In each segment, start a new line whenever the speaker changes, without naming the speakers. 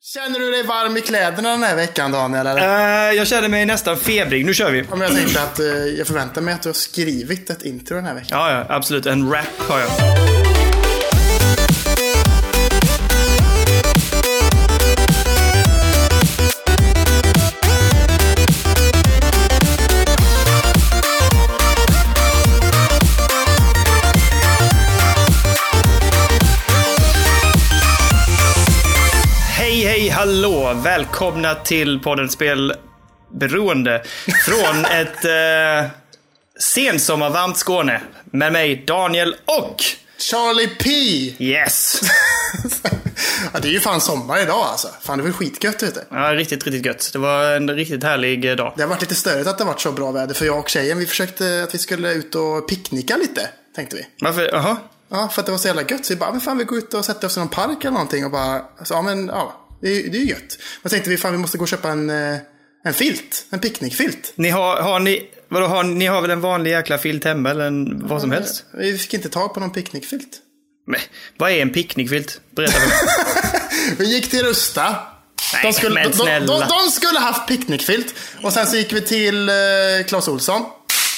Känner du dig varm i kläderna den här veckan Daniel? Eller?
Eh, jag känner mig nästan febrig. Nu kör vi.
Ja, men jag tänkte att eh, jag förväntar mig att du har skrivit ett intro den här veckan.
Ja, ja, absolut. En rap har jag. Hej, hej, hallå! Välkomna till podden Spelberoende. Från ett eh, sensommarvarmt Skåne. Med mig Daniel och
Charlie P!
Yes!
ja, det är ju fan sommar idag alltså. Fan det är väl skitgött ute.
Ja, riktigt, riktigt gött. Det var en riktigt härlig eh, dag.
Det har varit lite störigt att det har varit så bra väder för jag och tjejen vi försökte att vi skulle ut och picknicka lite. Tänkte vi.
Varför? Jaha?
Ja, för att det var så jävla gött. Så vi bara, men fan vi går ut och sätter oss i någon park eller någonting och bara, alltså, ja men ja, det är ju det är ju gött. Men tänkte vi, fan vi måste gå och köpa en, eh, en filt. En picknickfilt.
Ni har, har ni... Vadå, har, ni har väl en vanlig jäkla filt hemma eller en, vad som helst?
Vi fick inte tag på någon picknickfilt.
Men, vad är en picknickfilt? Berätta för mig.
Vi gick till Rusta.
Nej,
De skulle,
men
de, de,
snälla.
de, de skulle haft picknickfilt. Och sen så gick vi till eh, Claes Olsson.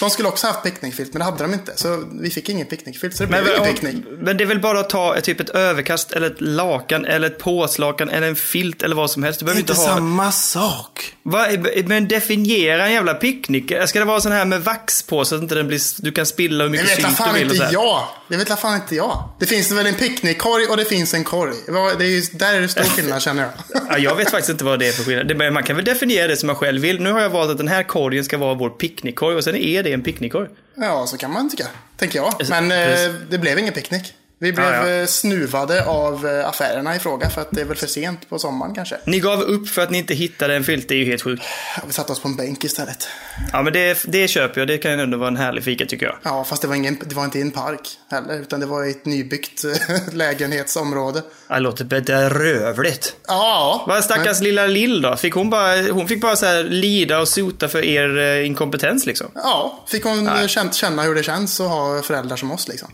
De skulle också haft picknickfilt, men det hade de inte. Så vi fick ingen picknickfilt, så det blev ingen picknick.
men det är väl bara att ta ett, typ ett överkast eller ett lakan eller ett påslakan eller en filt eller vad som helst. Du behöver inte ha...
samma sak.
Va, men definiera en jävla picknick. Ska det vara sån här med vax på så att inte den blir, du kan spilla hur
Det
mycket
vet la
sylt du
fan
vill och så
inte
här.
jag. Det vet la fan inte jag. Det finns väl en picknickkorg och det finns en korg. Vad- Det är ju, där är det stor skillnad känner jag.
Ja, jag vet faktiskt inte vad det är för skillnad. Det- men Man kan väl definiera det som man själv vill. Nu har jag valt att den här korgen ska vara vår picknickkorg och sen är det en picknickkorg.
Ja, så kan man tycka. Tänker jag. Men eh,
Precis.
det blev ingen picknick. Vi blev
Ja, ja.
eh, snuvade av eh, affärerna i fråga för att det är väl för sent på sommaren kanske.
Ni gav upp för att ni inte hittade en filt. Det är ju helt sjukt.
Ja, Vi satte oss på en bänk istället.
Ja, men det, det köper jag. Det kan ju ändå vara en härlig fika tycker jag.
Ja, fast det var, ingen, det var inte i en park heller, utan det var i ett nybyggt eh, lägenhetsområde.
Det låter bedrövligt.
Ja,
Vad stackars lilla Lill då? Fick hon, bara, hon fick bara så här lida och sota för er eh, inkompetens liksom.
ja fick hon eh, känt, känna hur det känns att ha föräldrar som oss liksom.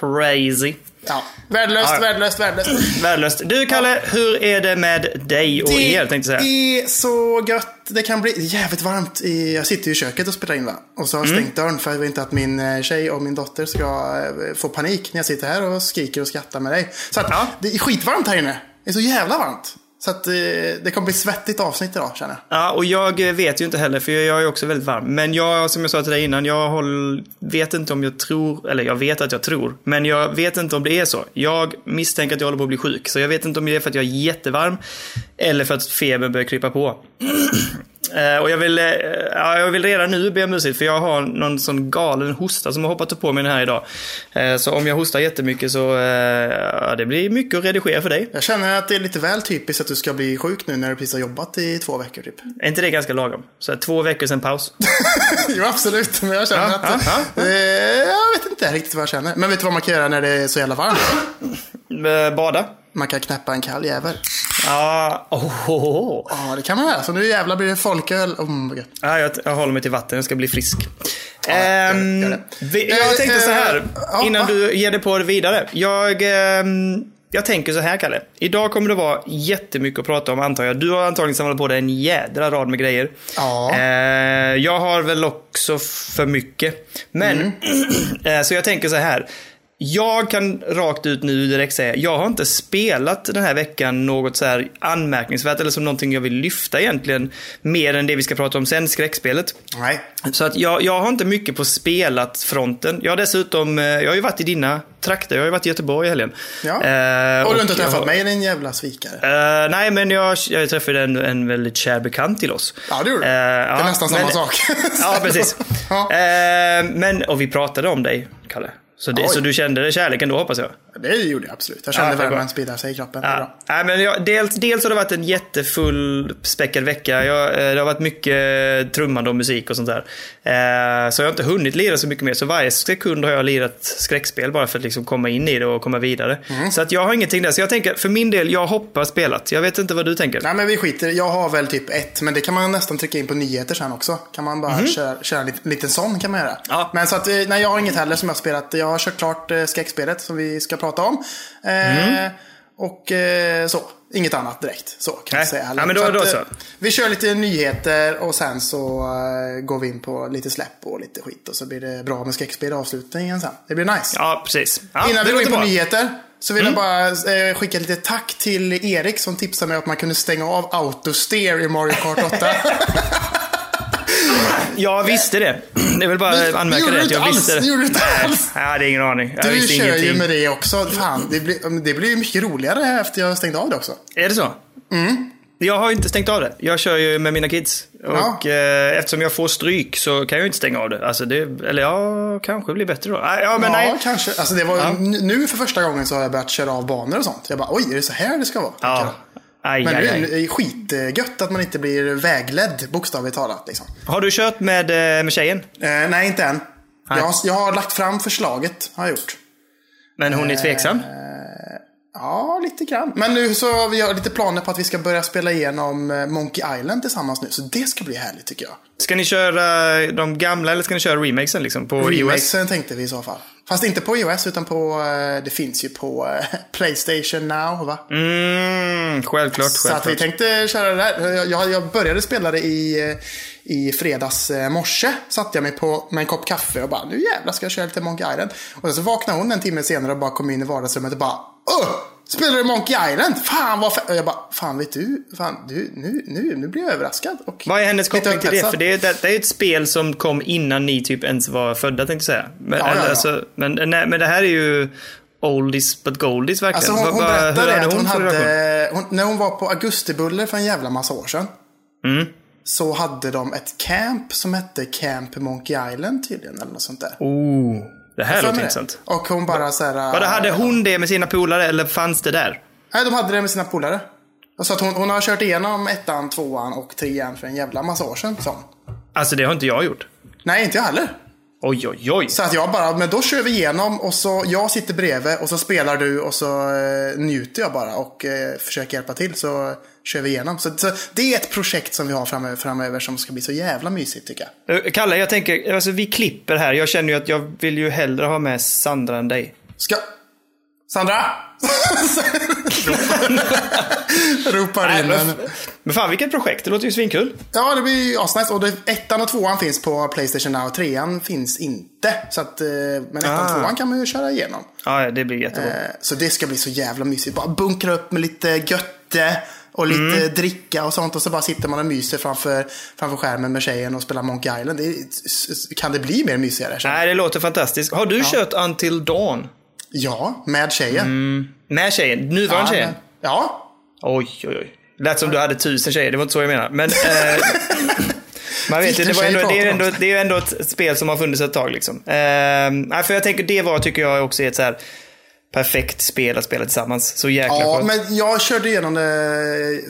Crazy.
Ja, värdelöst,
Ja, ja.
värdelöst, värdelöst.
Värdelöst. Du Kalle, hur är det med dig och er tänkte jag säga?
är så gött. Det kan bli jävligt varmt. I, jag sitter ju i köket och spelar in va? Och så har jag
Mm.
stängt dörren för jag vill inte att min eh, tjej och min dotter ska eh, få panik när jag sitter här och skriker och skrattar med dig. Så att
Ja.
det är skitvarmt här inne. Det är så jävla varmt. Så att eh, det kommer bli ett svettigt avsnitt idag känner jag.
Ja, och jag eh, vet ju inte heller för jag är också väldigt varm. Men jag, som jag sa till dig innan, jag håll, vet inte om jag tror, eller jag vet att jag tror, men jag vet inte om det är så. Jag misstänker att jag håller på att bli sjuk, så jag vet inte om det är för att jag är jättevarm eller för att febern börjar krypa på. Eh, Och jag vill, eh, ja, jag vill redan nu be om ursäkt för jag har någon sån galen hosta som har hoppat på mig den här idag. Eh, Så om jag hostar jättemycket så eh, ja, det blir mycket att redigera för dig.
Jag känner att det är lite väl typiskt att du ska bli sjuk nu när du precis har jobbat i två veckor typ.
Är inte det ganska lagom? Så här, två veckor sedan paus.
jo, absolut. Men jag känner
Ja,
att...
ja,
Eh, jag vet inte riktigt vad jag känner. Men vet du vad man kan göra när det är så jävla varmt?
Eh, Bada.
Man kan knäppa en kall jävel.
Ja, oh, oh, oh.
Ja, det kan man göra. Så nu jävlar blir det folköl. Mm, vad gött.
Ja, jag, jag håller mig till vatten, jag ska bli frisk. Ehm,
gör det.
vi- jag tänkte så här,
Eh, ja, va?
innan du ger dig på det vidare. Jag, ehm, jag tänker så här, Kalle. Idag kommer det vara jättemycket att prata om, antar jag. Du har antagligen samlat på dig en jädra rad med grejer.
Ja.
Eh, jag har väl också för mycket. Men, eh, så jag tänker så här. Jag kan rakt ut nu direkt säga, jag har inte spelat den här veckan något så här anmärkningsvärt eller som någonting jag vill lyfta egentligen. Mer än det vi ska prata om sen, skräckspelet.
Nej.
Så att jag, jag har inte mycket på spelat-fronten. Jag har dessutom, eh, jag har ju varit i dina trakter, jag har ju varit i Göteborg i helgen.
Ja.
Eh,
och du har inte
och jag
träffat
har-
mig, din jävla svikare.
Eh, nej, men jag, jag träffade en, en väldigt kär bekant till oss.
Ja, det gjorde du.
Eh,
det är
ja,
nästan samma
men-
sak.
Ja, precis.
Ja.
Eh, men, och vi pratade om dig, Kalle. Så, det,
Oj.
så du kände kärleken då, hoppas jag?
det gjorde jag absolut. Jag kände
Ja, det är bra.
värmen sprida sig i kroppen. Det är
Ja.
bra.
Nej, men jag, dels, dels har det varit en jättefull späckad vecka. Jag, eh, det har varit mycket trummande och musik och sånt där. Eh, så jag har inte hunnit lira så mycket mer. Så varje sekund har jag lirat skräckspel bara för att liksom komma in i det och komma vidare.
Mm.
Så att jag har ingenting där. Så jag tänker, för min del, jag hoppar spelat. Jag vet inte vad du tänker.
Nej men vi skiter i- Jag har väl typ ett, men det kan man nästan trycka in på nyheter sen också. Kan man bara köra, köra en liten, liten sån kan man göra.
Mhm. Ja.
Men så att, eh, nej jag har inget heller som jag har spelat. Jag
Mm.
har kört klart eh, skräckspelet som vi ska prata om. Eh, Och eh, så. Inget annat direkt. Så kan jag
Nej.
säga.
Ja, men då-
att,
då
eh,
så.
Vi kör lite nyheter och sen så eh, går vi in på lite släpp och lite skit. Och så blir det bra med skräckspel i avslutningen sen. Det blir nice.
Ja, precis. Ja,
Innan
det
vi går in
låter
på
bra. Mm.
nyheter så vill jag bara eh, skicka lite tack till Erik som tipsade mig att man kunde stänga av autosteer i Mario Kart 8.
Jag visste det. Det är väl bara att anmärka
gjorde du
det. att
inte
Jag
alls,
visste det.
det gjorde du inte
Nej.
alls.
Jag hade ingen aning. Jag
Du
visste
kör ju
ingenting.
med det också. Fan, det blir, det blir mycket roligare efter jag stängde av det också.
Är det så? Mm. Jag har inte stängt av det. Jag kör ju med mina kids. Och eh, eftersom jag får stryk så kan jag ju inte stänga av det. Alltså det eller ja, kanske blir bättre då. Nej, Ja, men
ja,
nej.
kanske. Alltså det var, n- Nu för första gången så har jag börjat köra av banor och sånt. Jag bara, oj, är det så här det ska vara?
Ja. Aj,
Men
aj,
det
aj.
är ju skitgött att man inte blir vägledd, bokstavligt talat. Liksom.
Har du kört med, eh, med tjejen?
Eh, nej, inte än.
Nej.
Jag, har- jag har lagt fram förslaget, har jag gjort.
Men hon är tveksam.
Ja, lite grann. Men nu så har vi har lite planer på att vi ska börja spela igenom eh, Monkey Island tillsammans nu. Så det ska bli härligt tycker jag.
Ska ni köra de gamla eller ska ni köra remakesen liksom? På iOS?
Remakesen tänkte vi i så fall. Fast inte på iOS utan på, eh, det finns ju på eh, Playstation Now va?
Mm, självklart,
Så att vi
självklart.
tänkte köra det där. Jag- Jag, jag började spela det i, eh, i fredags eh, morse. Satte jag mig på, med en kopp kaffe och bara nu jävlar ska jag köra lite Monkey Island. Och så vaknade hon en timme senare och bara kom in i vardagsrummet och bara Åh! Spelar du Monkey Island? Fan vad fe-" Och jag bara, fan vet du? Fan, du nu, nu, nu blir jag överraskad. Och
Vad är hennes
lite
koppling till det?
upphetsad.
För det är, det, det är ju ett spel som kom innan ni typ ens var födda tänkte jag säga. Men,
Ja, ja, ja.
Alltså, men, nej, men det här är ju oldies but goldies verkligen.
Alltså hon,
Vad-
hon
vad- hur
berättade
hade
att hon
för relation?
hade, hon, när hon var på augustibuller för en jävla massa år sedan.
Mm.
Så hade de ett camp som hette Camp Monkey Island tydligen eller något sånt där.
Oh, det här
För
låter
mig.
intressant.
Och hon bara så här...
Vadå, hade hon det med sina polare eller fanns det där?
Nej, de hade det med sina polare. Så att hon, hon har kört igenom ettan, tvåan och trean för en jävla massa år sedan. sa hon.
Alltså det har inte jag gjort.
Nej, inte jag heller.
Oj, oj, oj.
Så att jag bara, men då kör vi igenom och så jag sitter bredvid och så spelar du och så eh, njuter jag bara och eh, försöker hjälpa till så kör vi igenom. Så, så det är ett projekt som vi har framöver, framöver som ska bli så jävla mysigt tycker jag.
Eh, Kalle, jag tänker, alltså vi klipper här. Jag känner ju att jag vill ju hellre ha med Sandra än dig.
Ska... Sandra! Ropar in henne.
Men fan vilket projekt, det låter ju svinkul.
Ja, det blir ju asnice. Och det, ettan och tvåan finns på Playstation Now. Trean finns inte. Så att, eh, men ettan och
Ah.
tvåan kan man ju köra igenom.
Ja, ja, det blir jättebra.
Eh, Så det ska bli så jävla mysigt. Bara bunkra upp med lite götte och lite dricka och sånt. Och så bara sitter man och myser framför, framför skärmen med tjejen och spelar Monkey Island. Det, är- s- s- kan det bli mer mysigare? känner jag?
Nej, det låter fantastiskt. Har du kört Until Dawn?
Ja, med tjejen.
Med tjejen? Nuvarande
ja,
tjejen?
men- ja,
Oj, oj, oj. Lät som du hade tusen tjejer, det var inte så jag menade. Men, eh, man vet ju, det,
Vilken
var
tjej
ändå,
pratar du
det, är ju ändå,
om?
det är ju ändå ett spel som har funnits ett tag. Liksom. Eh, nej, för jag tänker, det var, tycker jag också är ett så här perfekt spel att spela tillsammans. Så jäkla
Ja,
skönt.
men jag körde igenom det.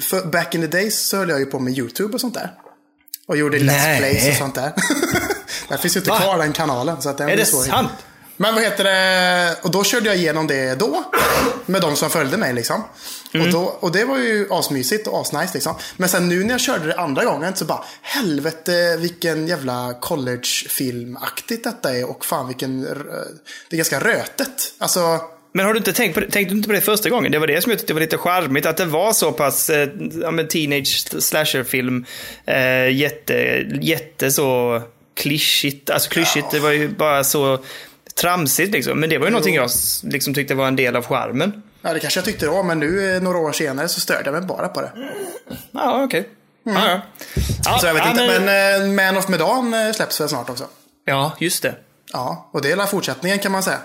För back in the days så höll jag ju på med YouTube och sånt där. Och gjorde
Nej.
Let's Plays och sånt där. där finns ju inte
Va?
kvar den kanalen. Så att den
Är
blir
det
svår.
sant?
Men vad heter det? Och då körde jag igenom det då. Med de som följde mig liksom.
Mm.
Och, då, och det var ju asmysigt och asnice liksom. Men sen nu när jag körde det andra gången så bara helvete vilken jävla collegefilmaktigt detta är. Och fan vilken... rö- Det är ganska rötet. Alltså...
Men har du inte tänkt på det? Tänkte du inte på det första gången? Det var det som jag tyckte var lite charmigt, att det var så pass eh, ja, men teenage slasherfilm. Eh, jätte, jätte så klyschigt. Alltså klyschigt, det var ju bara så tramsigt liksom. Men det var ju någonting jag s- liksom tyckte var en del av charmen.
Ja, det kanske jag tyckte då, men nu eh, några år senare så störde jag mig bara på det.
Ja, okej. Ja, ja. Ja,
Mm. Så jag vet
ja,
inte, men, eh, Man of Medan eh, släpps väl snart också?
Ja, just det.
Ja, och det är la fortsättningen kan man säga.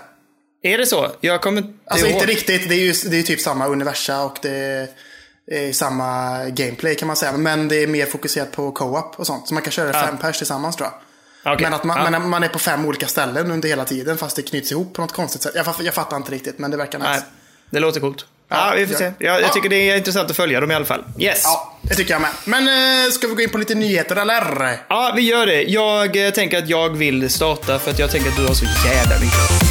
Är det så? Jag kommer inte
Alltså
ihåg.
inte riktigt, det är ju det är ju typ samma universa och det är samma gameplay kan man säga. Men det är mer fokuserat på co-op och sånt. Så man kan köra fem pers tillsammans tror jag.
Okej.
Men att man,
Ja.
men man är på fem olika ställen under hela tiden fast det knyts ihop på något konstigt sätt. Jag, fa- jag fattar inte riktigt, men det verkar nice.
Nej, det låter coolt. Ja,
Ja,
vi får
ja.
se. Jag, jag
Ja.
tycker det är intressant att följa dem i alla fall. Yes!
Ja, det tycker jag med. Men eh, ska vi gå in på lite nyheter eller?
Ja, vi gör det. Jag eh, tänker att jag vill starta för att jag tänker att du har så jävla mycket.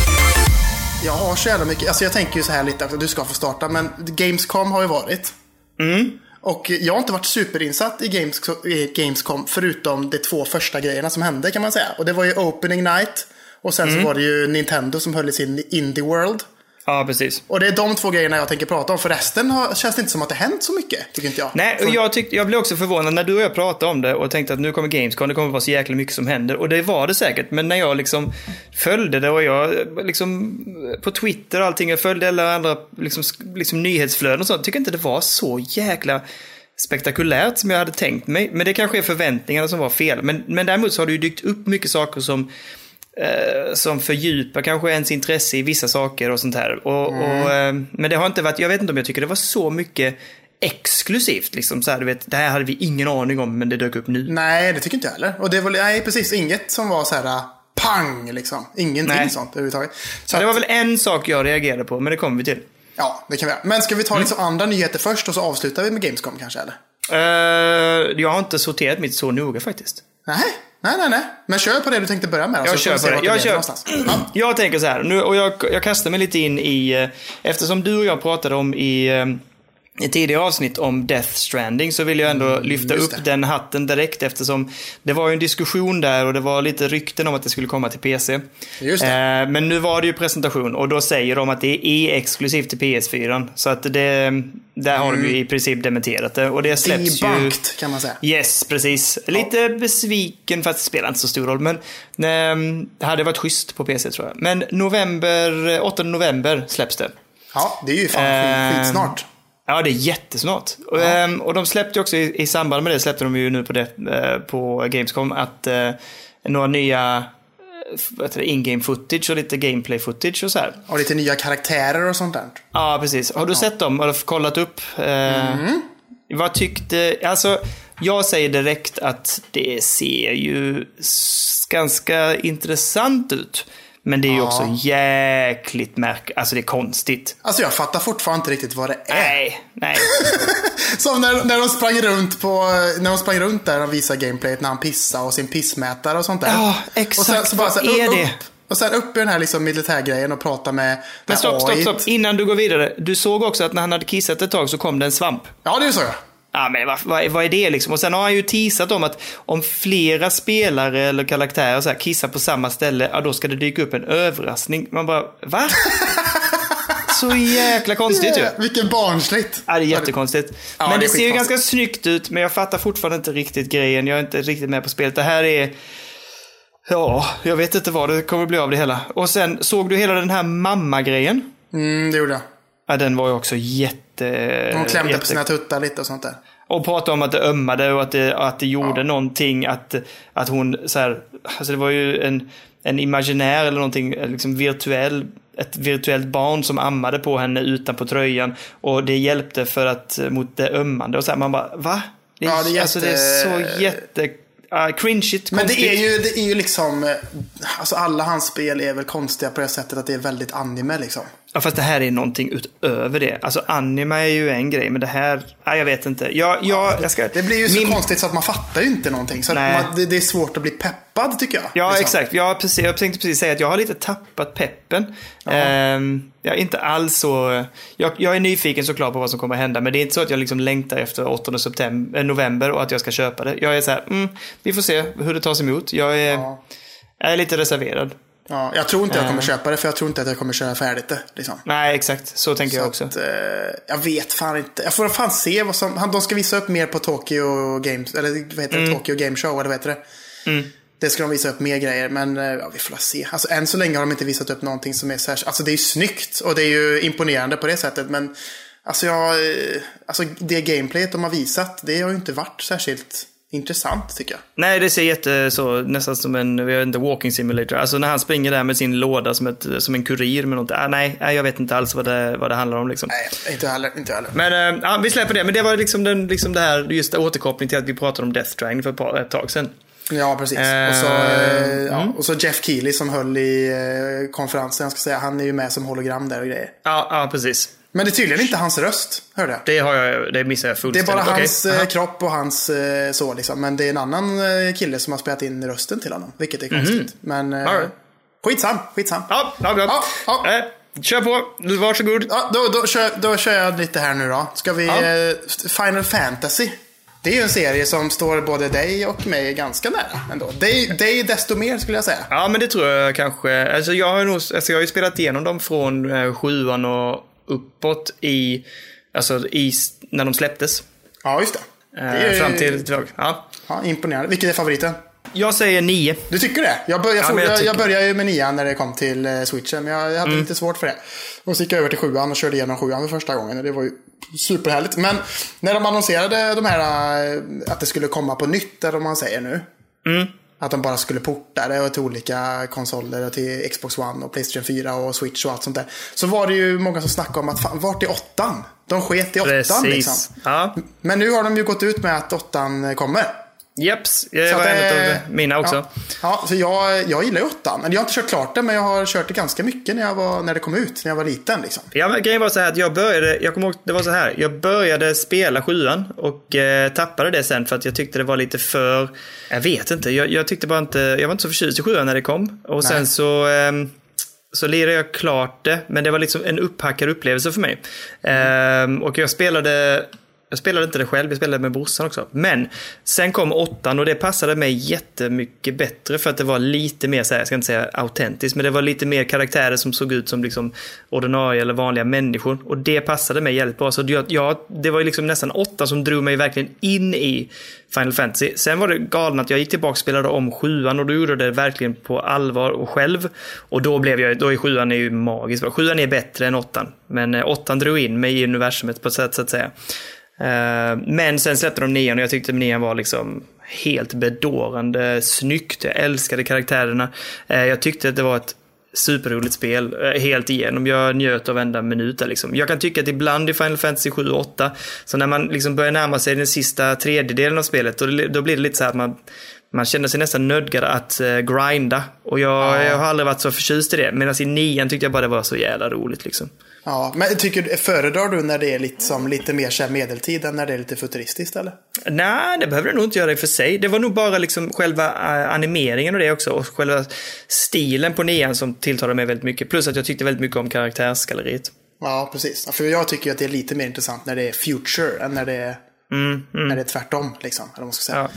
Jag har så jävla mycket. Alltså jag tänker ju så här lite, att du ska få starta, men Gamescom har ju varit.
Mm.
Och jag har inte varit superinsatt i Games, i Gamescom, förutom de två första grejerna som hände kan man
Mm.
säga. Och det var ju Opening Night, och sen så var det ju Nintendo som höll i sin Indie World.
Ja, precis.
Och det är de två grejerna jag tänker prata om. För resten har, känns det inte som att det hänt så mycket, tycker inte jag.
Nej, och
Från-
jag, tyckte, jag blev också förvånad när du och jag pratade om det och tänkte att nu kommer Gamescom, det kommer vara så jäkla mycket som händer. Och det var det säkert, men när jag liksom följde det och jag liksom på Twitter och allting, jag följde alla andra liksom, liksom nyhetsflöden och sånt, tycker inte det var så jäkla spektakulärt som jag hade tänkt mig. Men det kanske är förväntningarna som var fel. Men, men däremot så har det ju dykt upp mycket saker som eh, som fördjupar kanske ens intresse i vissa saker och sånt här. Och, och, eh, men det har inte varit, jag vet inte om jag tycker det var så mycket exklusivt liksom så här, du vet, det här hade vi ingen aning om men det dök upp nu.
Nej, det tycker inte jag heller. Och det var, nej, precis. Inget som var så här äh, pang liksom. Ingenting
Nej.
sånt överhuvudtaget. Så
Det
att-
var väl en sak jag reagerade på, men det kommer vi till.
Ja, det kan vi göra. Men ska vi
Mm.
ta liksom andra nyheter först och så avslutar vi med Gamescom kanske eller?
Eh, jag har inte sorterat mitt så noga faktiskt.
Nej, nej, nej, nej. Men kör på det du tänkte börja med. då,
Jag
så
kör
får vi se
på det.
vart
Jag
leder
kör.
någonstans. Ja.
Jag tänker så här, nu, och jag, jag kastar mig lite in i, eh, eftersom du och jag pratade om i, eh, i tidigare avsnitt om Death Stranding så vill jag ändå lyfta
Mm, just
upp
det.
den hatten direkt eftersom det var ju en diskussion där och det var lite rykten om att det skulle komma till PC.
Just det.
Eh, men nu var det ju presentation och då säger de att det är exklusivt till PS4. Så att det, där har
Mm.
de ju i princip dementerat det. Och det släpps ju...
Debunked kan man säga.
Yes, precis. Lite besviken för att det spelar inte så stor roll, men nej, det hade varit schysst på PC tror jag. Men november, 8 november släpps det.
Ja, det är ju fan skit-
Ehm,
skitsnart.
Ja, det är jättesnart. Och, ehm, och de släppte ju också i, i samband med det, släppte de ju nu på, det, eh, på Gamescom, att eh, några nya eh, vad heter det, in-game footage och lite gameplay footage och så här.
Och lite nya karaktärer och sånt där.
Ja, precis. Har du sett dem? Har du kollat upp? Eh, Vad tyckte... Alltså, jag säger direkt att det ser ju s- ganska intressant ut. Men det är ju också jäkligt märkligt. Alltså det är konstigt.
Alltså jag fattar fortfarande inte riktigt vad det är.
Nej, nej.
Som när, när, de sprang runt på, när de sprang runt där och visade gameplayet när han pissade och sin pissmätare och sånt där.
Ja, exakt. Vad
här,
är
upp,
det?
Upp, och sen upp i den här liksom militärgrejen och prata med
Men stopp, stopp,
AI.
stopp. Innan du går vidare. Du såg också att när han hade kissat ett tag så kom det en svamp.
Ja, det är ju så ja.
Ja, men vad, vad, vad är det liksom? Och sen har han ju teasat om att om flera spelare eller karaktärer så här kissar på samma ställe, ja då ska det dyka upp en överraskning. Man bara, va? så jäkla konstigt ju.
Vilken barnsligt.
Ja, det är jättekonstigt.
Ja,
men
det
det,
är
ser ju
skitkonstigt.
ganska snyggt ut, men jag fattar fortfarande inte riktigt grejen. Jag är inte riktigt med på spelet. Det här är... Ja, jag vet inte vad det kommer bli av det hela. Och sen, såg du hela den här mamma-grejen?
Mm, det gjorde jag.
Ja, den var ju också jätte...
Hon klämde på
Eh, jätte-
sina tuttar lite och sånt där.
Och pratade om att det ömmade och att det, att det gjorde någonting. Att, att hon så här, alltså det var ju en, en imaginär eller någonting liksom virtuell, ett virtuellt barn som ammade på henne utanpå tröjan. Och det hjälpte för att eh, mot det ömmande. Och så här, man bara, va? Det är,
Ja, det är
Alltså det är
jätte-
så jätte... Uh, cringeigt,
Men
konstigt.
det är, ju, det är ju liksom, eh, alltså alla hans spel är väl konstiga på det sättet att det är väldigt anime liksom.
Ja, fast det här är någonting utöver det. Alltså anime är ju en grej, men det här... Nej, jag vet inte. Jag, jag, jag ska...
Det blir ju så
min-
konstigt så att man fattar ju inte någonting. Så att
Nej.
man, det, det är svårt att bli peppad tycker jag.
Ja,
liksom.
exakt. Jag, har precis, jag tänkte precis säga att jag har lite tappat peppen. Ehm, jag är inte alls så... Jag, jag är nyfiken såklart på vad som kommer att hända, men det är inte så att jag liksom längtar efter 8 september, eh, november och att jag ska köpa det. Jag är så här, mm, vi får se hur det tas emot. Jag är,
Ja.
jag är lite reserverad.
Ja, jag tror inte jag
Eh.
kommer köpa det för jag tror inte att jag kommer köra färdigt det. Liksom.
Nej, exakt. Så tänker jag också.
Att, eh, jag vet fan inte. Jag får fan se vad som... Han, de ska visa upp mer på Tokyo Games... Eller vad heter det? Tokyo Game Show, eller vad heter det? Det ska de visa upp mer grejer, men eh, ja, vi får väl se. Alltså, än så länge har de inte visat upp någonting som är särskilt... Alltså det är ju snyggt och det är ju imponerande på det sättet, men... Alltså, jag, eh, alltså det gameplayet de har visat, det har ju inte varit särskilt intressant tycker jag.
Nej, det ser jätte så, nästan som en, vi vet inte, walking simulator. Alltså när han springer där med sin låda som, ett, som en kurir med något. Ah, nej, nej, jag vet inte alls vad det, vad det handlar om liksom.
Nej, inte jag heller. Inte jag heller.
Men eh, ja, vi släpper det. Men det var liksom, den, liksom det här, just återkoppling till att vi pratade om Death Stranding för ett, par, ett tag sedan.
Ja, precis. och, så, eh, ja, och så Jeff Keely som höll i eh, konferensen, jag ska säga. Han är ju med som hologram där och grejer.
Ja, ja precis.
Men det är tydligen inte hans röst, hörde jag.
Det, har jag, det missar jag
Det är
fullständigt.
bara
Okej.
hans eh,
Aha.
kropp och hans eh, så liksom. Men det är en annan eh, kille som har spelat in rösten till honom. Vilket är konstigt. Men eh,
Mhm. All right.
skitsam, skitsam. Ja.
Ja, ja, ja.
Ja, ja.
Eh, kör på. Varsågod.
då, då, kör, då kör jag lite här nu då. Ska vi...
Ja.
Eh, Final Fantasy. Det är ju en serie som står både dig och mig ganska nära ändå. Dig, dig desto mer skulle jag säga.
Ja, men det tror jag kanske. Alltså jag har, nog, alltså jag har ju spelat igenom dem från eh, sjuan och uppåt i, alltså i, när de släpptes.
Ja, just det. det
Eh,
är,
Fram till, ja.
Ja, imponerande. Vilket är favoriten?
Jag säger nio.
Du tycker det? Jag, bör, jag,
Ja,
for,
men jag
jag, jag
tycker- Mm.
började ju med nian när det kom till eh, switchen, men jag, jag hade lite svårt för det. Och så gick jag över till sjuan och körde igenom sjuan för första gången och det var ju superhärligt. Men när de annonserade de här, eh, att det skulle komma på nytt, eller vad man säger nu.
Mm.
Att de bara skulle porta det och till olika konsoler och till Xbox One och Playstation 4 och Switch och allt sånt där. Så var det ju många som snackade om att fan, vart är åttan? De sket i åttan
Precis.
liksom.
Ja.
Men nu har de ju gått ut med att åttan kommer.
Jeps, det
Så
var
att,
en
eh,
av mina också.
Ja, ja så jag, jag gillar ju åttan. Eller Jag har inte kört klart det, men jag har kört det ganska mycket när, jag var, när det kom ut, när jag var liten. Liksom.
Ja, men grejen var så här att jag började, jag kommer ihåg, det var så här, jag började spela sjuan och eh, tappade det sen för att jag tyckte det var lite för, jag vet inte, jag, jag tyckte bara inte, jag var inte så förtjust i sjuan när det kom. Och sen så, ehm, så lirade jag klart det, men det var liksom en upphackad upplevelse för mig. Ehm, och jag spelade, jag spelade inte det själv, jag spelade med brorsan också. Men sen kom åttan och det passade mig jättemycket bättre för att det var lite mer, så här, jag ska inte säga autentiskt, men det var lite mer karaktärer som såg ut som liksom ordinarie eller vanliga människor. Och det passade mig jävligt bra. Så jag, jag, det var ju liksom nästan åtta som drog mig verkligen in i Final Fantasy. Sen var det galen att jag gick tillbaka och spelade om sjuan och då gjorde jag det verkligen på allvar och själv. Och då blev jag, då är sjuan är ju magisk. Sjuan är bättre än åttan. Men eh, åttan drog in mig i universumet på ett sätt så att säga. Eh, Men sen släppte de nian och jag tyckte nian var liksom helt bedårande snyggt. Jag älskade karaktärerna. Eh, Jag tyckte att det var ett superroligt spel eh, helt igenom. Jag njöt av varenda minut där liksom. Jag kan tycka att ibland i Final Fantasy 7 och 8, så när man liksom börjar närma sig den sista tredjedelen av spelet, då, då blir det lite så här att man man känner sig nästan nödgad att eh, grinda. Och jag, jag har aldrig varit så förtjust i det. Medan i nian tyckte jag bara det var så jävla roligt. Liksom.
Ja, men tycker, du- föredrar du när det är liksom lite mer så här medeltid än när det är lite futuristiskt? Eller?
Nej, det behöver det nog inte göra i och för sig. Det var nog bara liksom själva eh, animeringen och det också. Och själva stilen på nian som tilltalade mig väldigt mycket. Plus att jag tyckte väldigt mycket om karaktärsgalleriet.
Ja, precis. Ja, För jag tycker ju att det är lite mer intressant när det är future än när det är, När det är tvärtom. Liksom, eller vad man ska säga.
Mm,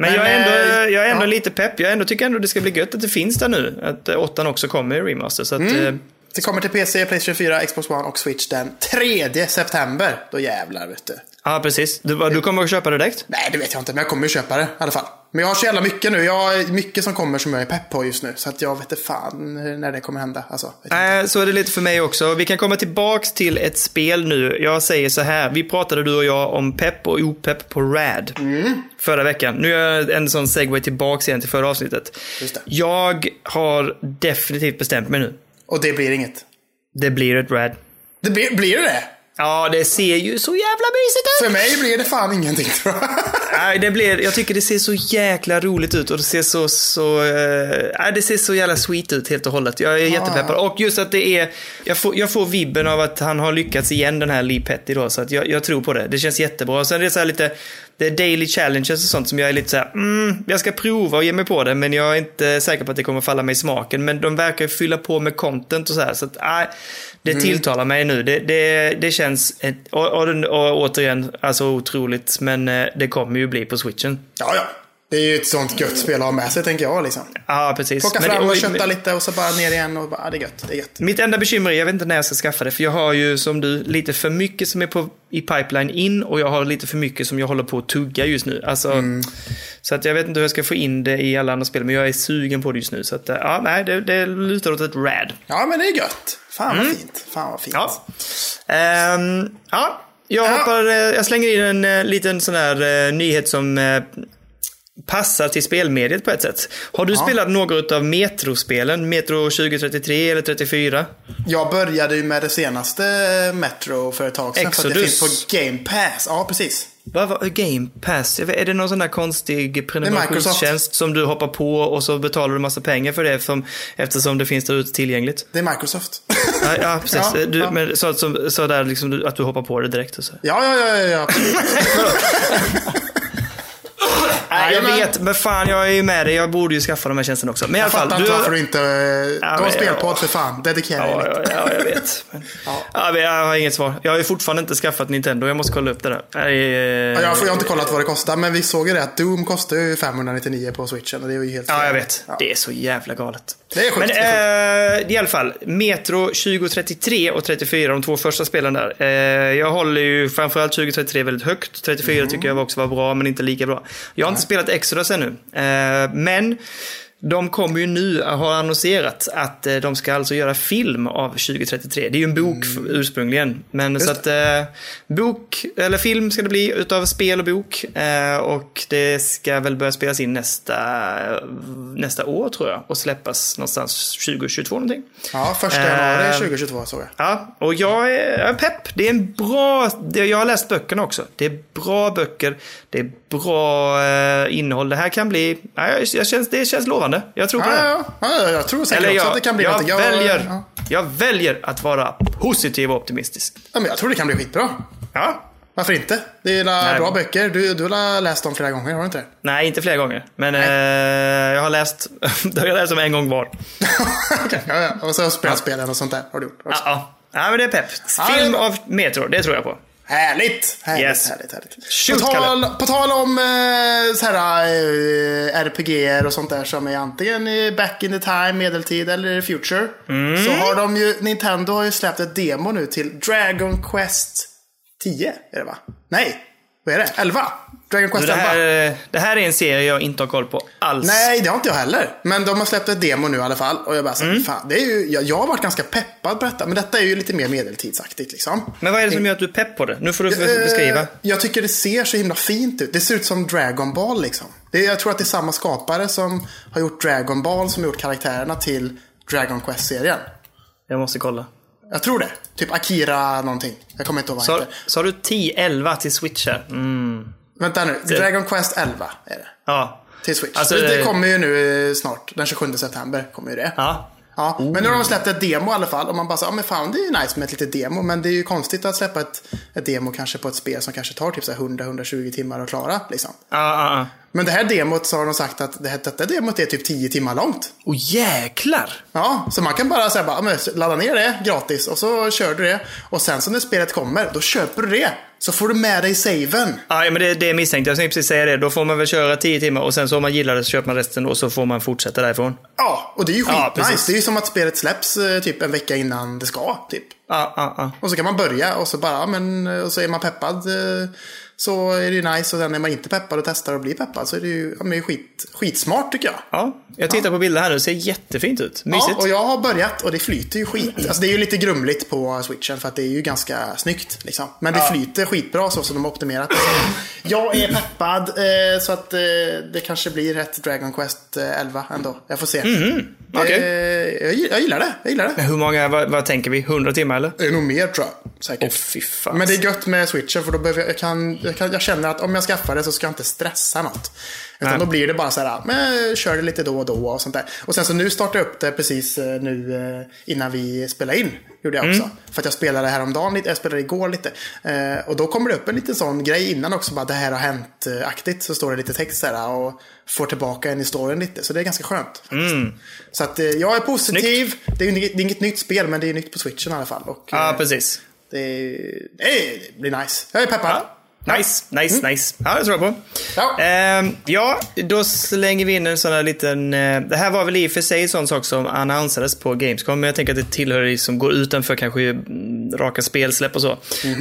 Ja. Men,
Men,
jag är ändå,
eh,
jag är ändå
ja.
lite pepp. Jag ändå, tycker ändå det ska bli gött att det finns där nu. Att eh, åttan också kommer i remaster. Så att,
Mm.
eh,
Det kommer till PC, Playstation 4, Xbox One och Switch den 3 september. Då jävlar vet du.
ja, precis. Du, vad, du kommer att köpa det direkt?
Nej, det vet jag inte, men jag kommer ju köpa det i alla fall. Men jag har så jävla mycket nu. Jag har mycket som kommer som jag är pepp på just nu. Så att jag vet inte fan när det kommer hända. Alltså, vet inte.
Nej, Eh, så är det lite för mig också. Vi kan komma tillbaks till ett spel nu. Jag säger så här, vi pratade du och jag om pepp och opepp på RAD
Mm.
förra veckan. Nu gör jag en sån segway tillbaks igen till förra avsnittet.
Just det.
Jag har definitivt bestämt mig nu.
Och det blir inget.
Det blir ett RAD.
Det blir, blir det det?
Ja, det ser ju så jävla mysigt
För
ut!
mig blir det fan ingenting tror jag.
Nej, det blir, jag tycker det ser så jäkla roligt ut och det ser så, så, eh, nej, det ser så jävla sweet ut helt och hållet. Jag är jättepeppad. Och just att det är, jag får, jag får vibben av att han har lyckats igen den här Lee Petty då, så att jag, jag tror på det. Det känns jättebra. Och sen är det så här lite, det är daily challenges och sånt som jag är lite så här, mm, jag ska prova och ge mig på det, men jag är inte säker på att det kommer falla mig i smaken. Men de verkar ju fylla på med content och så här, så att, nej, det
Mm.
tilltalar mig nu. Det, det, det känns, ett, och, och, den- och återigen, alltså otroligt, men eh, det kommer ju bli på switchen.
Ja, ja. Det är ju ett sånt gött spel att ha med sig tänker jag liksom.
Ja, precis.
Plocka
Men det-
fram och
oj,
kötta lite och så bara ner igen och bara, ja, det är gött. Det är gött.
Mitt enda bekymmer är, jag vet inte när jag ska skaffa det, för jag har ju som du lite för mycket som är på, i pipeline in och jag har lite för mycket som jag håller på att tugga just nu. Alltså,
Mm.
Så att jag vet inte hur jag ska få in det i alla andra spel, men jag är sugen på det just nu. Så att, eh, ja, nej, det, det lutar åt ett rad.
Ja, men det är gött. Fan vad fint. Fan vad fint.
Mm. Ja. Ehm, ja. Jag, hoppar, eh, jag slänger in en eh, liten sån här eh, nyhet som eh, passar till spelmediet på ett sätt. Har du spelat något av Metro-spelen? Metro 2033 eller 34?
Jag började ju med det senaste Metro för ett tag sedan. För att det
Exodus.
finns på Game Pass. Ja, precis.
Vad var Game Pass? Jag vet- Är det någon sån där konstig prenumerationstjänst som du hoppar på och så betalar du massa pengar för det som, eftersom det finns där ute tillgängligt?
Det är Microsoft.
Ja, ja precis.
Ja,
du,
ja.
Men, så, att- som- så där liksom, du- att du hoppar på det direkt och så.
Ja, ja, ja, ja. ja. Nej,
jag
Jajamän.
vet, men fan jag är ju med dig. Jag borde ju skaffa de här tjänsterna också. Men i alla
Jag
fall.
fattar
du-
inte varför du inte... eh, Du har
men-
en spelpodd för fan. Dedikera dig.
Ja,
lite.
ja, ja, jag vet. Men, ja. men jag har inget svar. Jag har ju fortfarande inte skaffat Nintendo. Jag måste kolla upp det där. Nej,
Ja, Jag, får- jag har
eh,
inte kollat vad det kostar, men vi såg ju det att Doom kostar ju 599 på switchen. Och det är ju helt
Ja,
fel.
jag vet.
Ja.
Det är så jävla galet.
Det är sjukt,
Men
det
eh, i alla fall, Metro 2033 och 34, de två första spelen där. Eh, jag håller ju framförallt 2033 väldigt högt. 34
Mm.
tycker jag också var bra, men inte lika bra. Jag har inte spelat Exodus ännu, eh, men de kommer ju nu, har annonserat att eh, de ska alltså göra film av 2033. Det är ju en bok f- ursprungligen. Men så att eh, bok, eller film ska det bli utav spel och bok. Eh, och det ska väl börja spelas in nästa, nästa år tror jag. Och släppas någonstans 2022 någonting.
Ja, första januari
Eh,
2022 såg jag.
Ja, och jag är, jag är pepp. Det är en bra... Det, jag har läst böckerna också. Det är bra böcker. Det är bra eh, innehåll. Det här kan bli... Ja, jag, jag känns, det känns lovande. Jag tror på
Ja,
det.
ja, ja, ja, jag tror säkert
Eller
också
jag,
att det kan bli
jag,
någonting. Jag-
väljer,
Ja.
jag väljer att vara positiv och optimistisk.
Ja, men jag tror det kan bli skitbra.
Ja.
Varför inte? Det är la
Nej.
bra böcker. Du, du har la läst dem flera gånger, har du inte det?
Nej, inte flera gånger. Men eh, jag har läst jag har läst dem en gång var.
Okej, ja, ja. Och så har jag spelat spelen och sånt där. Har du gjort också.
Ja, ja. ja, men det är pepp.
Ja,
Film
det-
av Metro, det tror jag på.
Härligt! Härligt,
Yes.
härligt, härligt.
Shoot,
på, tal, på tal om eh, så här, eh, RPG och sånt där som är antingen i back in the time, medeltid eller i future. Så
Mm.
har de ju, Nintendo har ju släppt ett demo nu till Dragon Quest 10. Är det va? Nej, vad är det? 11? Dragon Quest
Det
11?
här, eh, det här är en serie jag inte har koll på alls.
Nej, det har inte jag heller. Men de har släppt ett demo nu i alla fall. Och jag bara, så,
Mm.
fan, det är ju, jag, jag har varit ganska peppad på detta. Men detta är ju lite mer medeltidsaktigt liksom.
Men vad är det som gör att du är pepp på det? Nu får du
Eh,
beskriva.
Jag tycker det ser så himla fint ut. Det ser ut som Dragon Ball liksom. Det, jag tror att det är samma skapare som har gjort Dragon Ball som har gjort karaktärerna till Dragon Quest-serien.
Jag måste kolla.
Jag tror det. Typ Akira någonting. Jag kommer inte ihåg vad han
Så,
heter.
så har du 10-11 till Switch här? Mm.
Vänta nu. Dragon Quest 11 är det.
Ja.
Till Switch.
Alltså,
det, det
eh,
kommer ju nu eh, snart. Den 27 september kommer ju det.
ja. Oh.
Ja, men nu har de släppt ett demo i alla fall. Och man bara så, ja men fan det är ju nice med ett litet demo. Men det är ju konstigt att släppa ett, ett demo kanske på ett spel som kanske tar typ så här 100-120 timmar att klara. Liksom.
Ja, ja, ja.
Men det här demot så har de sagt att det här, detta demot är typ 10 timmar långt.
Åh jäklar!
Ja, så man kan bara, så här, bara ja, men ladda ner det gratis och så kör du det. Och sen så när spelet kommer, då köper du det. Så får du med dig saven.
Ja, ja, men det, det misstänkte jag. Jag tänkte precis säga det. Då får man väl köra 10 timmar och sen så om man gillar det så köper man resten och så får man fortsätta därifrån.
Ja, och det är ju
Ja,
skitnice.
precis.
det är ju som att spelet släpps eh, typ en vecka innan det ska. Typ.
Ja, ja, ja.
Och så kan man börja och så bara, ja, men, eh, och så är man peppad. eh, Så är det ju nice och sen är man inte peppad och testar och blir peppad så är det ju ja, men det är skit, skitsmart tycker jag.
Ja, jag tittar på bilder här nu. Det ser jättefint ut. Mysigt.
Ja, och jag har börjat och det flyter ju skit. Alltså det är ju lite grumligt på switchen för att det är ju ganska snyggt. Liksom. Men det flyter skitbra så som de har optimerat det. Jag är peppad eh, så att eh, det kanske blir ett Dragon Quest eh, 11 ändå. Jag får se. Det-
Mhm. okej.
jag, gi- jag gillar det. Jag gillar det.
Hur många, vad, vad tänker vi? 100 timmar eller?
Det är nog mer tror jag. Säkert.
Åh fy fan.
Men det är gött med switchen för då behöver jag, jag, kan, jag, kan, jag känner att om jag skaffar det så ska jag inte stressa något. Utan
Nej.
då blir det bara så här, men kör det lite då och då och sånt där. Och sen så nu startade jag upp det precis eh, nu eh, innan vi spelade in. Gjorde jag
Mm.
också. För att jag spelade häromdagen lite, jag spelade igår lite. Eh, och då kommer det upp en liten sån grej innan också, bara det här har hänt-aktigt. Så står det lite text så här eh, och får tillbaka en i storyn lite. Så det är ganska skönt. faktiskt.
Mm.
Så att eh, jag är positiv. Det är, ju inget, det är inget nytt spel, men det är nytt på switchen i alla fall. Och,
Ja,
eh,
precis.
det, det blir nice. Jag är peppad.
Nice, nice, nice. Ja, det tror jag på.
Ja.
Ehm, ja, då slänger vi in en sån här liten... eh, det här var väl i och för sig en sån sak som annonsades på Gamescom, men jag tänker att det tillhör det som går utanför kanske mm, raka spelsläpp och så.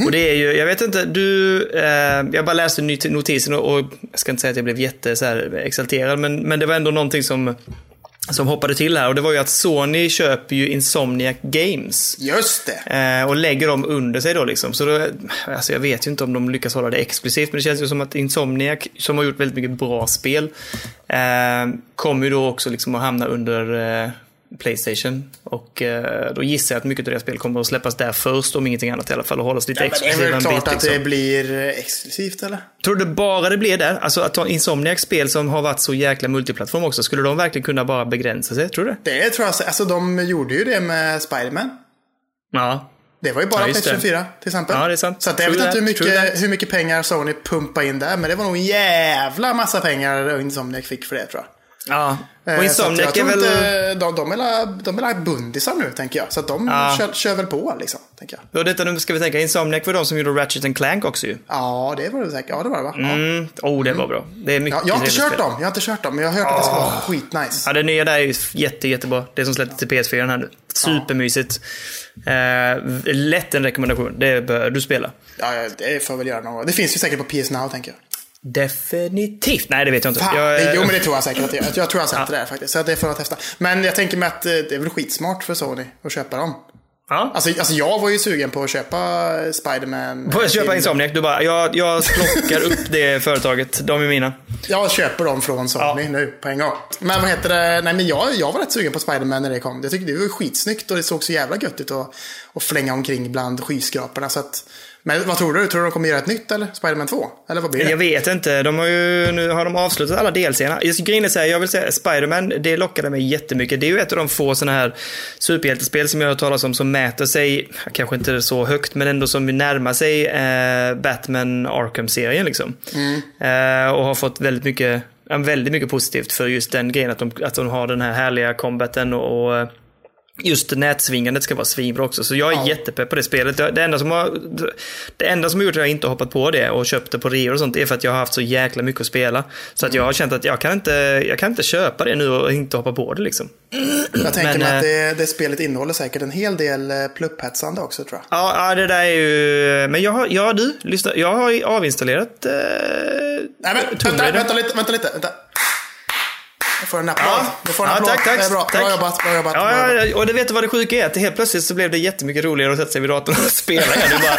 Och det är ju, jag vet inte, du... eh, jag bara läste ny- notisen och, och jag ska inte säga att jag blev jätte så här, exalterad, men, men det var ändå någonting som som hoppade till här och det var ju att Sony köper ju Insomniac Games.
Just det.
Eh, Och lägger dem under sig då liksom. Så då, alltså jag vet ju inte om de lyckas hålla det exklusivt, men det känns ju som att Insomniac, som har gjort väldigt mycket bra spel, eh, kommer ju då också liksom att hamna under eh, Playstation. Och eh, då gissar jag att mycket av deras spel kommer att släppas där först, om ingenting annat i alla fall, och hållas lite
Ja, men det är
exklusiva
väl
en
klart
bit.
att
Liksom.
det blir eh, exklusivt eller?
Tror du bara det blir där? Alltså att ta Insomniacs spel som har varit så jäkla multiplattform också, skulle de verkligen kunna bara begränsa sig? Tror du det?
Det tror jag. Alltså de gjorde ju det med Spiderman.
Ja.
Det Det var ju bara
Ja, just
Playstation
det.
4 till exempel.
Ja, det är sant.
Så att jag
True
vet inte hur
that, true
mycket,
that.
hur mycket pengar Sony pumpade in där. Men det var nog en jävla massa pengar Insomniac fick för det tror jag.
Ja.
Eh,
Och
så att jag
Insomniac är
tror
väl...
inte- De, de, är la, de är la bundisar nu tänker jag. Så att de
Ja.
kör, kör väl på liksom. Tänker jag.
Och detta nu ska vi tänka, Insomniac var de som gjorde Ratchet and Clank också ju.
Ja, det var det säkert. Ja, det var det va? Ja.
Mm. Oh, det var bra. Det är mycket
Ja, jag har inte
trevligt
kört dem.
spel.
Jag har inte kört dem. Men jag har hört att det ska vara skitnice.
Ja, det nya där är ju jätte, jättebra. Det som släpptes till PS4 här nu. Supermysigt. Eh, lätt en rekommendation. Det bör du spela.
Ja, ja, det får jag väl göra någon gång. Det finns ju säkert på PS Now tänker jag.
Definitivt. Nej, det vet jag inte.
Fan,
jag,
det, jo men det tror jag säkert att det gör. Jag tror jag har sett det där faktiskt. Så det får jag testa. Men jag tänker mig att eh, det är väl skitsmart för Sony att köpa dem.
ja.
Alltså, alltså jag var ju sugen på att köpa eh, Spiderman.
Får jag köpa Insomniac? Du bara, jag, jag plockar upp det företaget. De är mina.
Jag köper dem från Sony nu på en gång. Men vad heter det? Nej men jag, jag var rätt sugen på Spiderman när det kom. Jag tyckte det var skitsnyggt och det såg så jävla gött ut att att flänga omkring bland skyskraporna. Så att, men vad tror du? Tror du de kommer göra ett nytt eller? Spiderman 2? Eller vad blir det?
Jag vet inte. De har ju, nu har de avslutat alla delscener. Jag skulle in säga, jag vill säga Spider-Man, det lockade mig jättemycket. Det är ju ett av de få sådana här superhjältespel som jag har hört talas om som mäter sig, kanske inte så högt, men ändå som närmar sig eh, Batman Arkham-serien liksom. Eh, och har fått väldigt mycket, ja, väldigt mycket positivt för just den grejen att de, att de har den här härliga combaten och, eh, och Just nätsvingandet ska vara svinbra också, så jag är jättepepp på det spelet. Det det enda, som har, det enda som har gjort att jag inte har hoppat på det och köpt det på rea och sånt är för att jag har haft så jäkla mycket att spela. Så att jag har känt att jag kan inte, jag kan inte köpa det nu och inte hoppa på det liksom.
jag tänker
men,
mig att
eh,
det, det spelet innehåller säkert en hel del eh, plupphetsande också tror jag.
Ja, ja, det där är ju... Men jag har, ja du, lyssna, jag har avinstallerat eh,
Nej, men,
Tomb
vänta,
Raider.
vänta lite, vänta lite. Vänta. Jag får en applåd.
Ja.
Jag får en
Ja,
applåd.
tack, tack,
det är bra.
tack.
Bra jobbat, bra jobbat. bra
Ja,
jobbat.
ja, ja, och det vet du vad det sjuka är? Att helt plötsligt så blev det jättemycket roligare att sätta sig vid datorn och spela igen. Det bara,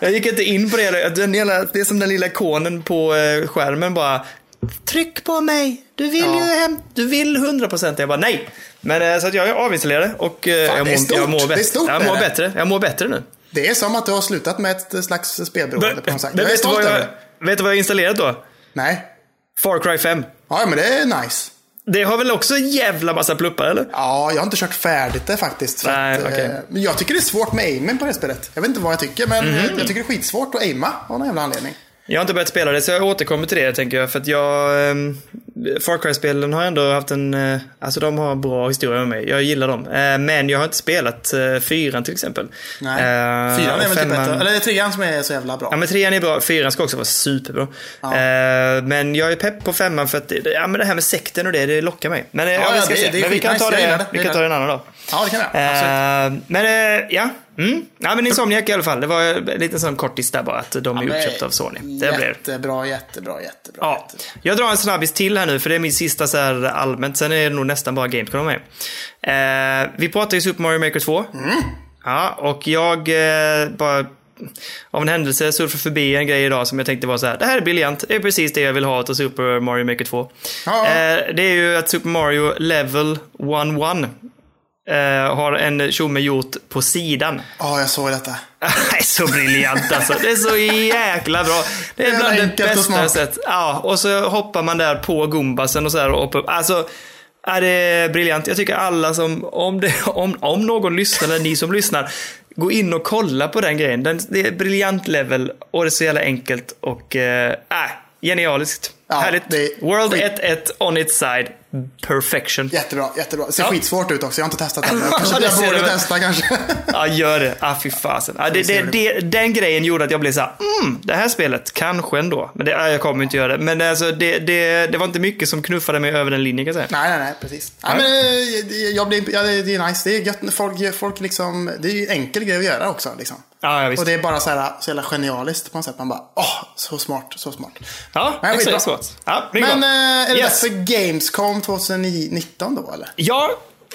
jag gick inte in på det. Den hela, det är som den lilla ikonen på eh, skärmen bara. Tryck på mig! Du vill
Ja.
ju hem, du vill 100%. Jag bara nej! Men eh, så att jag avinstallerade och eh, jag,
det är
mår, jag
stort.
mår
Det är
bättre.
stort,
jag
är
mår
det.
bättre. Jag mår bättre nu.
Det är som att du har slutat med ett slags spelberoende på något sätt. Jag
Men
är
vet, du
stolt
vad
över
jag,
det.
vet du vad jag installerat då?
Nej.
Far Cry 5.
Ja, men det är nice.
Det har väl också en jävla massa pluppar eller?
Ja, jag har inte kört färdigt det faktiskt. så
Nej,
att, eh,
okej.
Men jag tycker det är svårt med aimen på det spelet. Jag vet inte vad jag tycker, men
Mhm.
jag tycker det är skitsvårt att aima av någon jävla anledning.
Jag har inte börjat spela det, så jag återkommer till det tänker jag. För att jag... ehm, Far Cry-spelen har ändå haft en... eh, Alltså de har en bra historia med mig. Jag gillar dem. Eh, Men jag har inte spelat eh, fyran till exempel.
Nej.
Eh,
Fyran är
och
väl typ
femman-
bättre. Eller det är trean som är så jävla bra.
Ja men trean är bra, fyran ska också vara superbra. Eh, Men jag är pepp på femman för att det- ja, men det här med sekten och det, det lockar mig. Men eh, ja,
Ja,
vi
ja,
ska
det-
se.
det är
men vi kan
skitnice.
ta
Jag gillar
det,
det.
vi
Jag
kan ta
gillar
det en annan dag.
Ja, det kan jag. Absolut.
Eh, men eh, ja, mm. ja men Insomniac i alla fall. Det var en liten sån kortis där bara att de är uppköpta av Sony. Det blir
Jättebra, jättebra, jättebra.
Ja, jag drar en snabbis till här nu för det är min sista så här allmänt. Sen är det nog nästan bara Gamecom med. Eh, vi pratade ju Super Mario Maker 2. Ja, och jag eh, bara av en händelse surfade förbi en grej idag som jag tänkte var så här. Det här är briljant. Det är precis det jag vill ha av Super Mario Maker 2.
Ja.
Eh, det är ju att Super Mario Level 1-1 eh, har en tjomme gjort på sidan.
Ja, jag såg detta.
Det är så briljant alltså. Det är så jäkla bra. Det är
Jävla
bland det
enkelt och
bästa jag
smart.
sett. Ja, och så hoppar man där på gumbasen och så här och hoppar upp. Alltså, ja, det är briljant. Jag tycker alla som, om, det, om, om någon lyssnar eller ni som lyssnar, gå in och kolla på den grejen. Den, det är briljant level och det är så jävla enkelt och äh, genialiskt.
Ja,
Härligt.
det är
World
skit.
1-1 on its side. Perfection.
Jättebra, jättebra. Det ser
Ja.
skitsvårt ut också. Jag har inte testat det. Jag,
Ja,
kanske,
det
jag
ser
borde
du väl.
testa kanske.
Ja, gör det. Ah, fy fasen. Ah, det, det, det, den grejen gjorde att jag blev så här, mm, det här spelet, kanske ändå. Men det, ah, jag kommer inte göra det. Men alltså, det, det, det var inte mycket som knuffade mig över den linjen kan jag säga.
nej, nej, nej, precis. Nej, men, eh, jag blir, ja, det det är nice. Det är gött. Folk, folk liksom, det är ju en enkel grej att göra också. Liksom.
Ah, Ja, ja, visst.
Och det är bara så, här, så jävla genialiskt på något sätt. Man bara, åh, så smart, så smart.
Ja,
Nej, skitbra.
exakt så. Ja, det är
Men
bra.
eh, är det
Yes.
dags för Gamescom 2019 då eller?
Ja,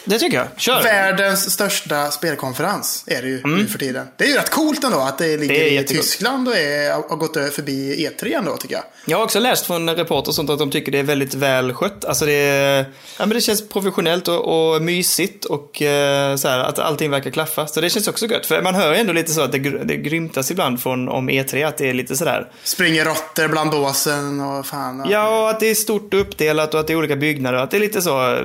det tycker jag. Kör.
Världens största spelkonferens är det ju nu för tiden. Det är ju rätt coolt ändå att det ligger
Mm. Det är
i
jättegott.
Tyskland och är, har gått ö- förbi E3 ändå tycker jag.
Jag har också läst från reporter och sånt att de tycker det är väldigt väl skött. Alltså det, är- ja, men det känns professionellt och, och mysigt och eh, så här, att allting verkar klaffa. Så det känns också gött. För man hör ju ändå lite så att det, gr- det grymtas ibland från om E3 att det är lite sådär
Springer råttor bland båsen och fan.
Ja, och att det är stort och uppdelat och att det är olika byggnader. och Att det är lite så... eh,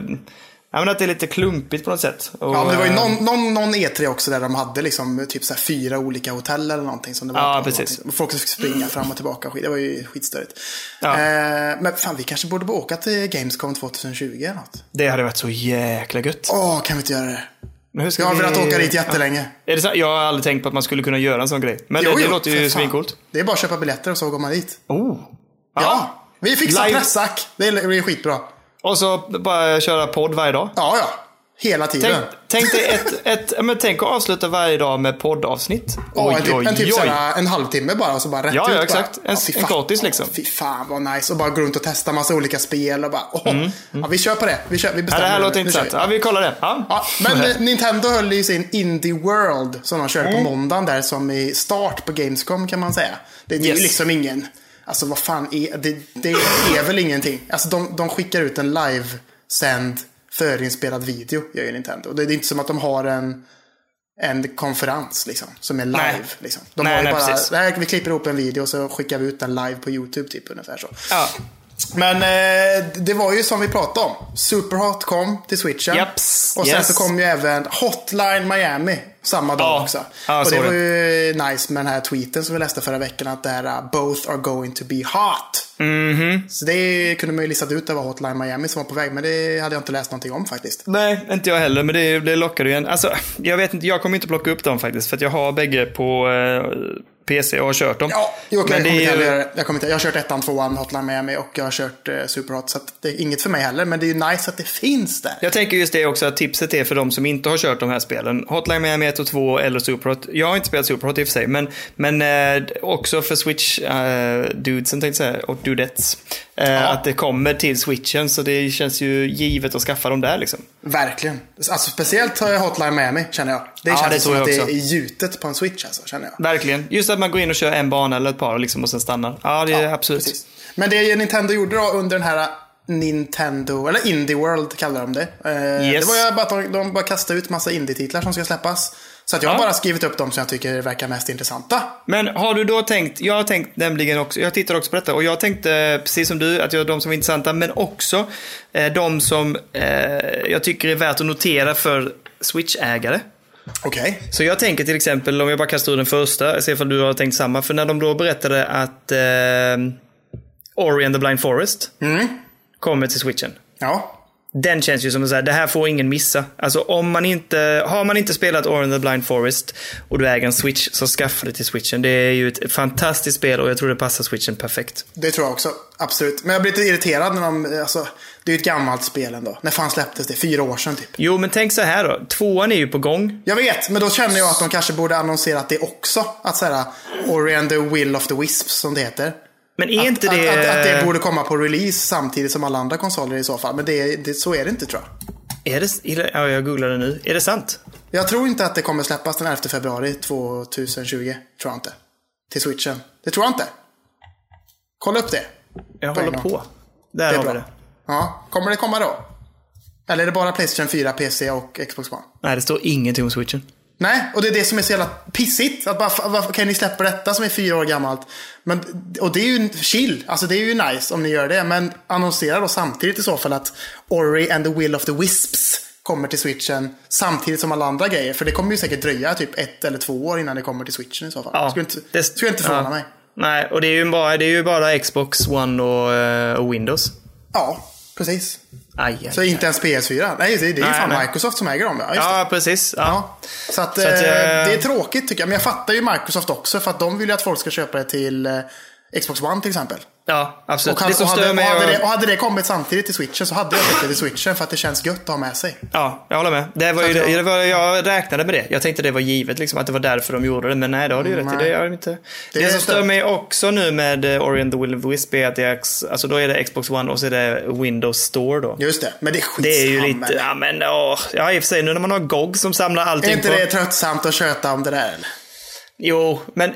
Ja, men att det är lite klumpigt på något sätt. Och,
Ja, men det var ju
eh,
någon, någon, någon E3 också där de hade liksom typ så här fyra olika hotell eller någonting. Som det var
Ja,
på.
precis. Mm.
Och Folk fick springa fram och tillbaka. och skit. Det var ju skitstörigt.
Ja.
Eh, men fan, vi kanske borde åka till Gamescom 2020 eller något.
Det hade varit så jäkla gött.
Åh, kan vi inte göra det?
Men hur ska
Jag har
vi-
velat åka dit jättelänge.
Är det så? Jag har aldrig tänkt på att man skulle kunna göra en sån grej. Men det, det låter
för
ju
fan.
svincoolt.
Det är bara att köpa biljetter och så går man dit.
Oh.
Ja,
Ja.
vi fixar
Live-
pressack. Det är, det är skitbra.
Och så bara köra podd varje dag.
Ja, ja. Hela
Tänk,
tiden.
tänk dig ett, ett, ja, men tänk att avsluta varje dag med poddavsnitt.
Ja, en, typ, en, typ såhär, en halvtimme bara och så bara rätt
Ja,
ut.
ja,
bara.
exakt. En-
fy
en
fan.
kortis liksom.
Ja, fy fan vad nice. Och bara gå runt och testa massa olika spel och bara, åh. Ja, vi kör på det. Vi, kör, vi
Ja,
bestämmer.
det Mm, här låter
Nu kör vi.
intressant. Ja, vi kollar det. Ja.
Ja, men eh, Nintendo höll ju sin Indie World som de körde
Mm.
på måndagen där som i start på Gamescom kan man säga. Det, det är
Yes.
ju liksom ingen, alltså vad fan är det? Det är väl ingenting. Alltså de, de skickar ut en live-sänd förinspelad video gör ju Nintendo. Och Det är inte som att de har en, en konferens liksom, som är live.
Nej.
Liksom. De
Nej,
har ju
nej,
bara,
precis.
"Nej, vi klipper ihop en video och så skickar vi ut den live på YouTube typ ungefär så.
Ja.
Men eh, det var ju som vi pratade om. Superhot kom till switchen.
Japs,
Och sen
yes.
så kom ju även Hotline Miami samma dag
Ja,
också.
ja,
och det
såg
var
det.
ju nice med den här tweeten som vi läste förra veckan. Att det här eh, “Both are going to be hot”.
Mhm.
Så det kunde man ju listat ut. Det var Hotline Miami som var på väg. Men det hade jag inte läst någonting om faktiskt.
Nej, inte jag heller, men det, det lockar ju en. Alltså, jag vet inte, jag kommer inte plocka upp dem faktiskt, för att jag har bägge på eh, PC och har kört dem.
Ja, jo, okej,
men
jag, kommer
det
inte heller
är ju...
göra det. jag, kommer inte, jag har kört ettan, tvåan, Hotline Miami och jag har kört eh, Superhot. Så att det är inget för mig heller. Men det är ju nice att det finns där.
Jag tänker just det också att tipset är för de som inte har kört de här spelen. Hotline Miami 1 och 2 eller Superhot. Jag har inte spelat Superhot i och för sig, men, men eh, också för Switch-dudesen tänkte jag säga, och dudettes. Eh, Att det kommer till Switchen, så det känns ju givet att skaffa dem där liksom.
Verkligen. Alltså, speciellt har jag Hotline Miami, känner jag. Det
Ja,
känns
det
som
tror jag
att
också.
det är gjutet på en switch, alltså, känner jag.
Verkligen. Just att man går in och kör en bana eller ett par liksom, och sen stannar. Ja, det är absolut.
Precis. Men det Nintendo gjorde då under den här eh, Nintendo, eller Indie World kallar de det. Eh,
Yes.
Det var ju bara att de, de bara kastade ut massa indie-titlar som ska släppas. Så att jag har
Ja.
bara skrivit upp de som jag tycker verkar mest intressanta.
Men har du då tänkt, jag har tänkt nämligen också, jag tittar också på detta och jag tänkte precis som du att jag de som är intressanta men också eh, de som eh, jag tycker är värt att notera för Switch-ägare.
Okej.
Så jag tänker till exempel, om jag bara kastar ur den första, se ifall du har tänkt samma, för när de då berättade att eh, Ori and the Blind Forest kommer till Switchen.
Ja.
Den känns ju som att det här får ingen missa. Alltså om man inte, har man inte spelat Ori and the Blind Forest och du äger en Switch så skaffa det till Switchen. Det är ju ett fantastiskt spel och jag tror det passar Switchen perfekt.
Det tror jag också. Absolut. Men jag blir lite irriterad när de, alltså, det är ju ett gammalt spel ändå. När fan släpptes det? Fyra år sedan typ.
Jo, men tänk så här då. Tvåan är ju på gång.
Jag vet, men då känner jag att de kanske borde annonserat det också. Att säga Ori and the Will of the Wisps som det heter.
Men är inte det...
Att, att, att det borde komma på release samtidigt som alla andra konsoler i så fall. Men det, det, så är det inte tror jag.
Är det... är det- Ja, jag googlade nu. Är det sant?
Jag tror inte att det kommer släppas den 11 februari 2020. Tror jag inte. Till switchen. Det tror jag inte. Kolla upp det.
Jag
På en
håller
gång.
på. Där
Det är
har vi
bra.
det.
Ja, kommer det komma då? Eller är det bara Playstation 4, PC och Xbox One?
Nej, det står ingenting om Switchen.
Nej, och det är det som är så jävla pissigt. Att bara, varför kan ni släppa detta som är fyra år gammalt? Men, och det är ju chill. Alltså det är ju nice om ni gör det. Men annonsera då samtidigt i så fall att Ori and the Will of the Wisps kommer till switchen samtidigt som alla andra grejer. För det kommer ju säkert dröja typ ett eller två år innan det kommer till switchen i så fall.
Ja,
skulle inte,
det-
skulle inte förvåna
ja.
mig.
Nej, och det är ju bara, det är ju bara Xbox One och, eh, och Windows.
Ja, precis.
Aj, aj,
Så inte ens PS4. Nej, det, det är ju
Nej,
fan
nej.
Microsoft som äger dem. Ja, just det.
Ja, precis. Ja.
Ja. Så att,
att,
eh,
eh,
det är tråkigt tycker jag. Men jag fattar ju Microsoft också för att de vill ju att folk ska köpa det till eh, Xbox One till exempel.
Ja, absolut.
Och, han,
det
och,
som stör
hade, och,
mig
hade
är-
det, och hade det kommit samtidigt till switchen så hade jag köpt det till switchen för att det känns gött att ha med sig.
Ja, jag håller med. Det var ju,
Så att
det,
jag-
det var, jag räknade med det. Jag tänkte det var givet, liksom, att det var därför de gjorde det. Men nej, det har du ju rätt i. Det,
Nej.
gör de inte. det,
Det är
som
inte-
stör mig också nu med eh, Ori and the Will of the Wisp är att det är, ex- alltså, då är det Xbox One och så är det Windows Store då.
Just det, men det är skitsamma.
Det är ju lite, ja men åh, ja i och för sig nu när man har GOG som samlar
Är
allting
inte
på...
det tröttsamt att köta om det där? eller?
Jo, men...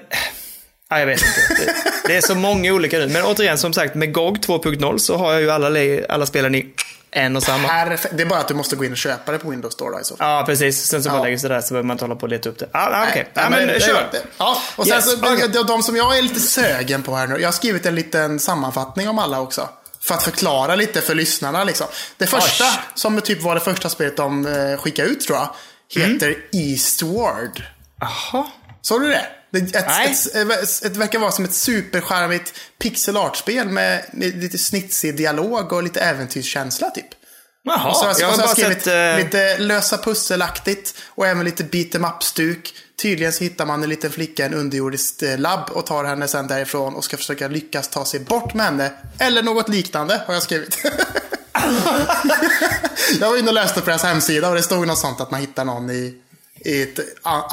Ja, jag vet inte. Det, det är så många olika nu. Men återigen, som sagt, med GOG 2.0 så har jag ju alla, le- alla spelen i en och samma.
Här- Det är bara att du måste gå in och köpa det på Windows Store då, i så fall.
Ja, precis. Sen så bara
Ja.
lägger sig där så behöver man inte hålla på och leta upp det. Ah, ah, okej.
Nej,
Ja,
nej,
men,
det- det-
kör.
det- Ja, och sen
Yes,
så,
okej.
de, de som jag är lite sögen på här nu. Jag har skrivit en liten sammanfattning om alla också. För att förklara lite för lyssnarna liksom. Det första,
Oj.
som typ var det första spelet de eh, skickade ut tror jag, heter
Mm.
Eastward.
Jaha.
Såg du det? Det, ett,
Nej.
ett, ett, ett verkar vara som ett superskärmigt pixel art-spel med, med lite snitsig dialog och lite äventyrskänsla typ.
Jaha,
Så jag,
jag har
så jag
bara
har skrivit
sett... eh,
lite lösa pusselaktigt och även lite beat em up-stuk. Tydligen så hittar man en liten flicka i en underjordiskt eh, labb och tar henne sen därifrån och ska försöka lyckas ta sig bort med henne. Eller något liknande har jag skrivit. jag var inne och läste på deras hemsida och det stod något sånt att man hittar någon i, i ett u-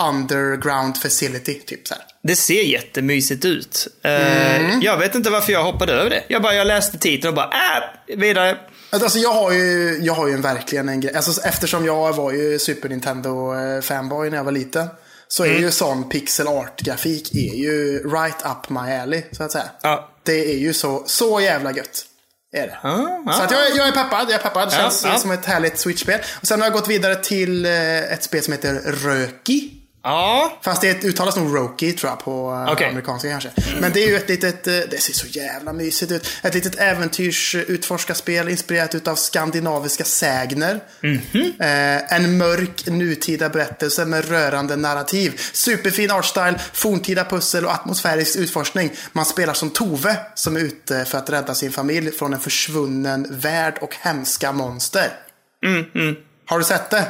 underground facility. Typ så här.
Det ser jättemysigt ut. Eh,
Mm.
Jag vet inte varför jag hoppade över det. Jag bara jag läste titeln och bara äh, vidare.
Alltså jag har ju, jag har ju en, verkligen en grej. Alltså, eftersom jag var ju Super Nintendo-fanboy när jag var liten. Så är
Mm.
ju sån pixel art-grafik är ju right up my alley, så att säga.
Ja.
Det är ju så, så jävla gött. Är det.
Ah,
Så
ah.
att jag, är- jag är peppad, jag är peppad. Det
Ja,
känns
ja.
som ett härligt Switch-spel. Och sen har jag gått vidare till eh, ett spel som heter Röki.
Ja,
Fast det uttalas nog Roki tror jag på eh,
Okej.
amerikanska kanske. Men det är ju ett litet, eh, det ser så jävla mysigt ut. Ett litet äventyrsutforskarspel inspirerat utav skandinaviska sägner.
Mhm.
Eh, en mörk nutida berättelse med rörande narrativ. Superfin artstyle, forntida pussel och atmosfärisk utforskning. Man spelar som Tove som är ute för att rädda sin familj från en försvunnen värld och hemska monster. Har du sett det?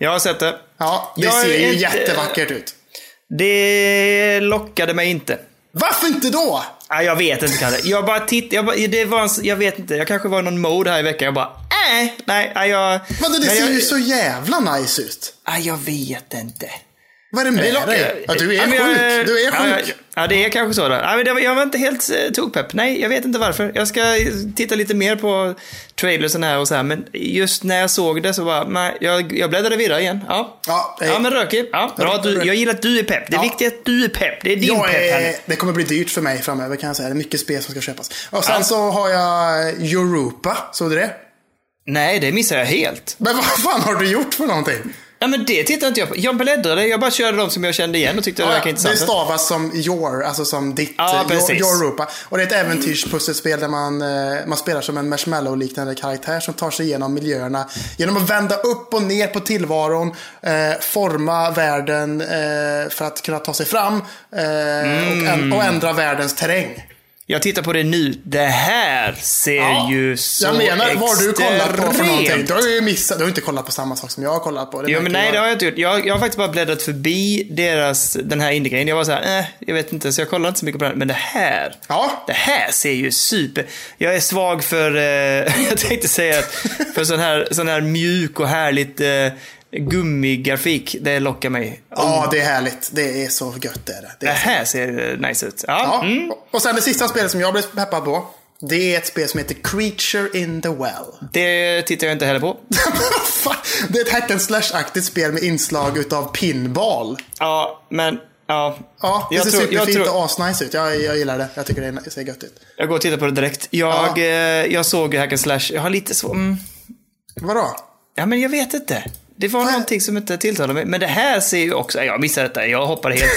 jag har sett det.
Ja, det
Mhm. Jag
ser
är
ju
inte-
jättevackert ut.
Det lockade mig inte.
Varför inte då?
Ah, jag vet inte Kalle. Jag bara tittade, jag, bara, det var en, jag vet inte, jag kanske var i någon mode här i veckan. Jag bara, äh, nej, ah, jag...
Men det,
men
ser
jag,
ju så jävla nice ut.
Ah, jag vet inte.
Vad är det med dig? Ja, du är
men jag-
sjuk. Du är
Ja,
sjuk.
ja, ja, det är kanske så. Då. Ja, men det var, jag var inte helt eh, tokpepp. Nej, jag vet inte varför. Jag ska eh, titta lite mer på trailersen här och så här, men just när jag såg det så bara, nej, jag, jag bläddrade vidare igen. Ja,
Ja, eh,
ja men Röki, ja, bra. att Du, jag gillar att du är pepp. Det är
Ja.
viktigt att du är pepp. Det är din
Jag
pepp här
är, det kommer bli dyrt för mig framöver kan jag säga. Det är mycket spel som ska köpas. Och sen
Ja.
så har jag Europa. Såg du det?
Nej, det missar jag helt.
Men vad fan har du gjort för någonting?
Ja, men det tittade inte jag på. Jag bläddrade, jag bara körde de som jag kände igen och tyckte det
Ja,
verkade
det
intressant.
stavas som your, alltså som ditt.
Ja,
eh, your,
precis.
your Europa. Och det är ett äventyrspusselspel där man, eh, man spelar som en marshmallow-liknande karaktär som tar sig igenom miljöerna. Genom att vända upp och ner på tillvaron, eh, forma världen eh, för att kunna ta sig fram eh, och, en,
Mm.
och ändra världens terräng.
Jag tittar på det nu. Det här ser
Ja,
ju så
jag menar, vad har du kollat på för någonting?
extremt
Du har ju missat, du har inte kollat på samma sak som jag har kollat på. Det
Jo,
märker
men nej,
jag.
det har jag inte gjort. Jag, jag har faktiskt bara bläddrat förbi deras, den här indie-grejen. Jag var så här, eh, jag vet inte, så jag kollade inte så mycket på den. Men det här,
Ja.
det här ser ju super... Jag är svag för, eh, jag tänkte säga att, för sån här, sån här mjuk och härligt eh, gummigrafik. Det lockar mig.
Ja, det är härligt. Det är så gött det är det. det
Det
är
här ser eh, nice ut. Ja,
Ja.
Mm.
och- Och sen det sista spelet som jag blev peppad på. Det är ett spel som heter Creature in the Well.
Det tittar jag inte heller på.
Fan, det är ett hack and slash-aktigt spel med inslag utav pinball.
Ja, men, ja.
Ja, det
Jag
ser
tror- jag
superfint
tror-
och asnice ut. Jag, jag gillar det. Jag tycker det ser gött ut.
Jag går och tittar på det direkt. Jag,
Ja.
eh, jag såg ju Hack and Slash. Jag har lite svårt... Mm.
Vadå?
Ja, men jag vet inte. Det var någonting som inte tilltalade mig. Men det här ser ju också... Jag missar detta. Jag hoppar helt.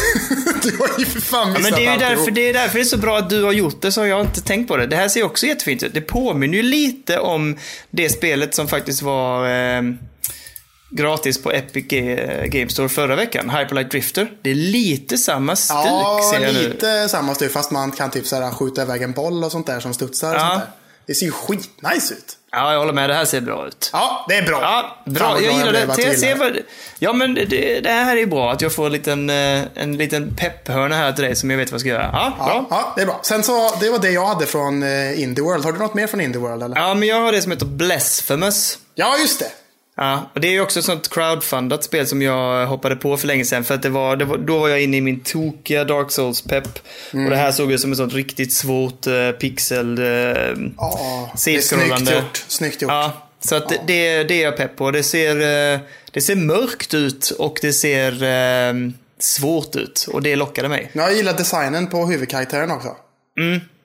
du har ju för fan missat
Men det är ju
alltihop.
därför det är, därför det är så bra att du har gjort det, så har jag inte tänkt på det. Det här ser ju också jättefint ut. Det påminner ju lite om det spelet som faktiskt var eh, gratis på Epic Ga- Game Store förra veckan. Hyperlight Drifter. Det är lite samma stuk
Ja,
ser jag nu.
lite samma styr. Fast man kan typ så här, skjuta iväg en boll och sånt där som studsar. Och
Ja.
sånt där. Det ser ju skitnice ut.
Ja, jag håller med. Det här ser bra ut.
Ja, det är bra.
Ja,
Fan, vad
bra. Jag gillar
blev
det.
att
Jag
du
ser
gillar det.
vad, ja, men det, det här är bra. Att jag får en liten, eh, en liten pepphörna här till dig som jag vet vad jag ska göra. Ja,
Ja,
bra. Ja.
ja, det är bra. Sen så, det var det jag hade från eh, Indie World. Har du något mer från Indie World eller?
men jag har det som heter Blasphemous.
Ja, just det.
Ja, och det är ju också ett sånt crowdfundat spel som jag hoppade på för länge sedan. För att det var, det var, då var jag inne i min tokiga Dark Souls-pepp. Och det här såg ut som ett sånt riktigt svårt eh, pixel... Eh,
Ja, det är snyggt
Sidskrollande.
gjort. Snyggt gjort.
Ja, så att det- det, det är jag pepp på. Det ser, eh, det ser mörkt ut och det ser eh, svårt ut. Och det lockade mig.
Men Jag gillar designen på huvudkaraktären också.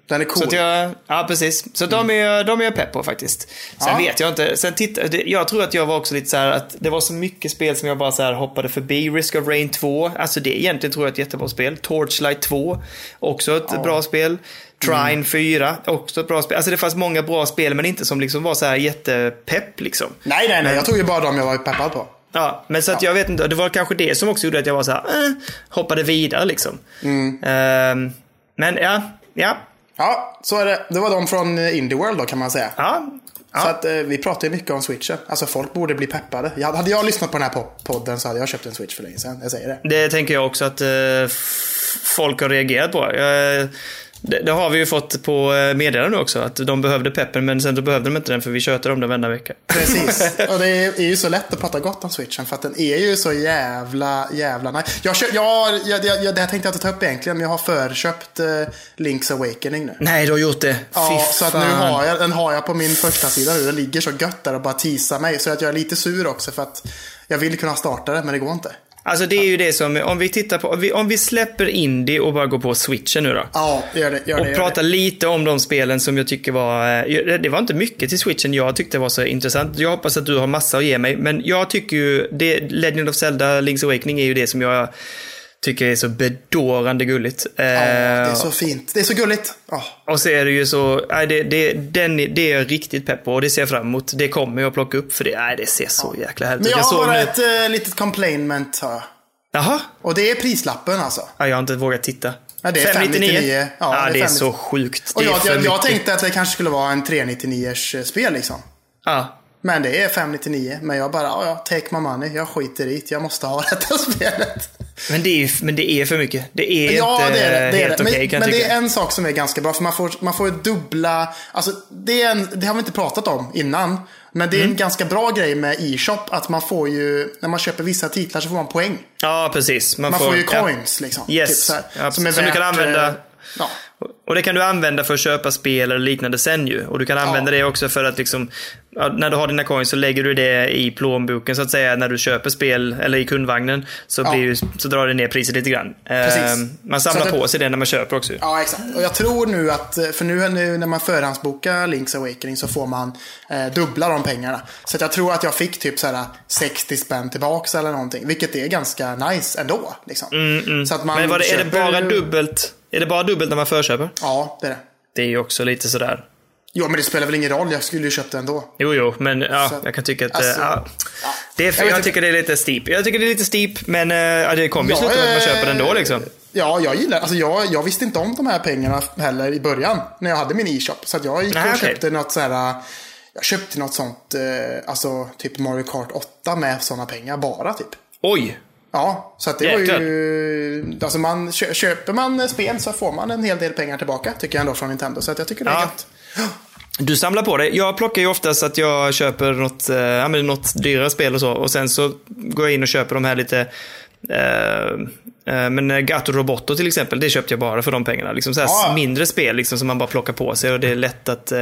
Den är cool.
Mm.
Mm.
Så att jag, ja, precis. Så de är, de är jag pepp på faktiskt. Sen
Ja.
vet jag inte. Sen titta, det- jag tror att jag var också lite så här att det var så mycket spel som jag bara så här hoppade förbi. Risk of Rain 2. Alltså det är egentligen tror jag ett jättebra spel. Torchlight 2. Också ett bra spel. Trine
Mm.
4, också ett bra spel. Alltså det fanns många bra spel men inte som liksom var så här jättepepp liksom.
Nej, nej, nej. Jag tog ju bara de jag var peppad på.
Ja, men så att jag vet inte. Det var kanske det som också gjorde att jag var så här, eh, hoppade vidare liksom.
Mm.
Ehm, men ja, ja,
Ja, så är det. Det var de från eh, Indie World då kan man säga.
ja. ja.
Så att eh, vi pratar ju mycket om switchen. Alltså folk borde bli peppade. Jag, hade jag lyssnat på den här po- podden så hade jag köpt en switch för länge sedan. Jag säger det.
Det tänker jag också att eh, f- folk har reagerat på. Eh, det, det har vi ju fått på eh, meddelanden nu också, att de behövde peppen men sen så behövde de inte den för vi tjötade om den varenda vecka.
Precis. Och det är ju så lätt att prata gott om switchen för att den är ju så jävla, jävla nice. Jag, kö- jag, har- jag, jag, jag, det här tänkte jag inte ta upp egentligen, men jag har förköpt eh, Link's Awakening nu.
Nej, du har gjort det.
Ja,
Fy
så att nu
fan.
har jag, den har jag på min första sida nu. Den ligger så gött där och bara teasar mig. Så att jag är lite sur också för att jag vill kunna starta det, men det går inte.
Alltså det är ju det som, om vi tittar på, om vi, om vi släpper indie och bara går på switchen nu då.
Ja, gör det. Gör det,
Och
gör
prata lite om de spelen som jag tycker var... eh, det- Det var inte mycket till switchen jag tyckte var så intressant. Jag hoppas att du har massa att ge mig. Men jag tycker ju... Det, Legend of Zelda, Link's Awakening är ju det som jag tycker är så bedårande gulligt. Eh,
det. Ja, det är så fint. Det är så gulligt. Ja.
Och så är det ju så... Nej, det, det, den, är- det är jag riktigt pepp på och det ser jag fram emot. Det kommer jag plocka upp för det, nej, det ser så jäkla härligt
Men
ut.
jag
Jag
har
såg
bara
nu...
ett eh, litet complainment har jag.
Jaha?
Och det är prislappen alltså.
Ja, jag har inte vågat titta.
Ja, det är 599. Ja,
Ja,
det är
det
599.
är så sjukt.
Och
det är
jag,
för
jag, jag
mycket.
tänkte att det kanske skulle vara en 399-ers spel liksom.
Ja.
Men det är 599. Men jag bara, ja, ja, take my money. Jag skiter i det. Jag måste ha detta spelet.
Men det, är, ju- men det är för mycket. Det är
Ja,
inte
det är det. det, är
eh, helt
det. Men,
okej kan
men
jag
det
tycka.
är en sak som är ganska bra, för man får, man får dubbla... Alltså, det, är en, det har vi inte pratat om innan, men det är
Mm.
en ganska bra grej med e-shop, att man får ju, när man köper vissa titlar så får man poäng.
Ja, precis.
Man får, ju
ja.
coins liksom.
Yes.
så här,
Ja, som du kan
värt,
använda.
eh, Ja,
Och det kan du använda för att köpa spel eller liknande sen ju. Och du kan använda det också för att liksom, ja, när du har dina coins så lägger du det i plånboken så att säga. När du köper spel eller i kundvagnen så, blir ju, så drar det ner priset lite grann.
Precis.
Ehm, man samlar
Så att det-
på sig det när man köper också ju.
Ja, exakt. Och jag tror nu att, eh, för nu, nu när man förhandsbokar Link's Awakening så får man eh, dubbla de pengarna. Så att jag tror att jag fick typ så här 60 spänn tillbaks eller någonting. Vilket är ganska nice ändå. Liksom. Så att man
Mm, Men var det, är det
köper
bara
ju-
dubbelt? Är det bara dubbelt när man förköper?
Ja, det är det.
Det är ju också lite sådär.
Jo, men det spelar väl ingen roll. Jag skulle ju köpt det ändå.
Jo, jo, men ja,
Så att-
jag kan tycka att... eh,
alltså,
ja. Det är för,
Jag vet
jag,
inte.
tycker det är lite steep. Jag tycker det är lite steep, men eh, ja, det kommer ju
Ja,
sluta med att man
eh,
köper den då liksom.
Ja, jag gillar alltså jag, jag visste inte om de här pengarna heller i början. När jag hade min e-shop. Så att jag gick
Nej,
och
okej.
köpte något så här. Jag köpte något sånt, eh, alltså typ Mario Kart 8 med sådana pengar bara typ.
Oj!
Ja, så att det
Jäklar.
var ju... Alltså man, kö- köper man spel så får man en hel del pengar tillbaka, tycker jag ändå från Nintendo. Så att jag tycker det är
Ja.
gött.
Du samlar på dig. Jag plockar ju oftast att jag köper något, eh, ja, men något dyrare spel och så. Och sen så går jag in och köper de här lite... eh, eh, men eh, Gato Roboto till exempel, det köpte jag bara för de pengarna. Liksom så här
Ja. Mm.
Mindre spel liksom, som man bara plockar på sig och det är lätt att eh,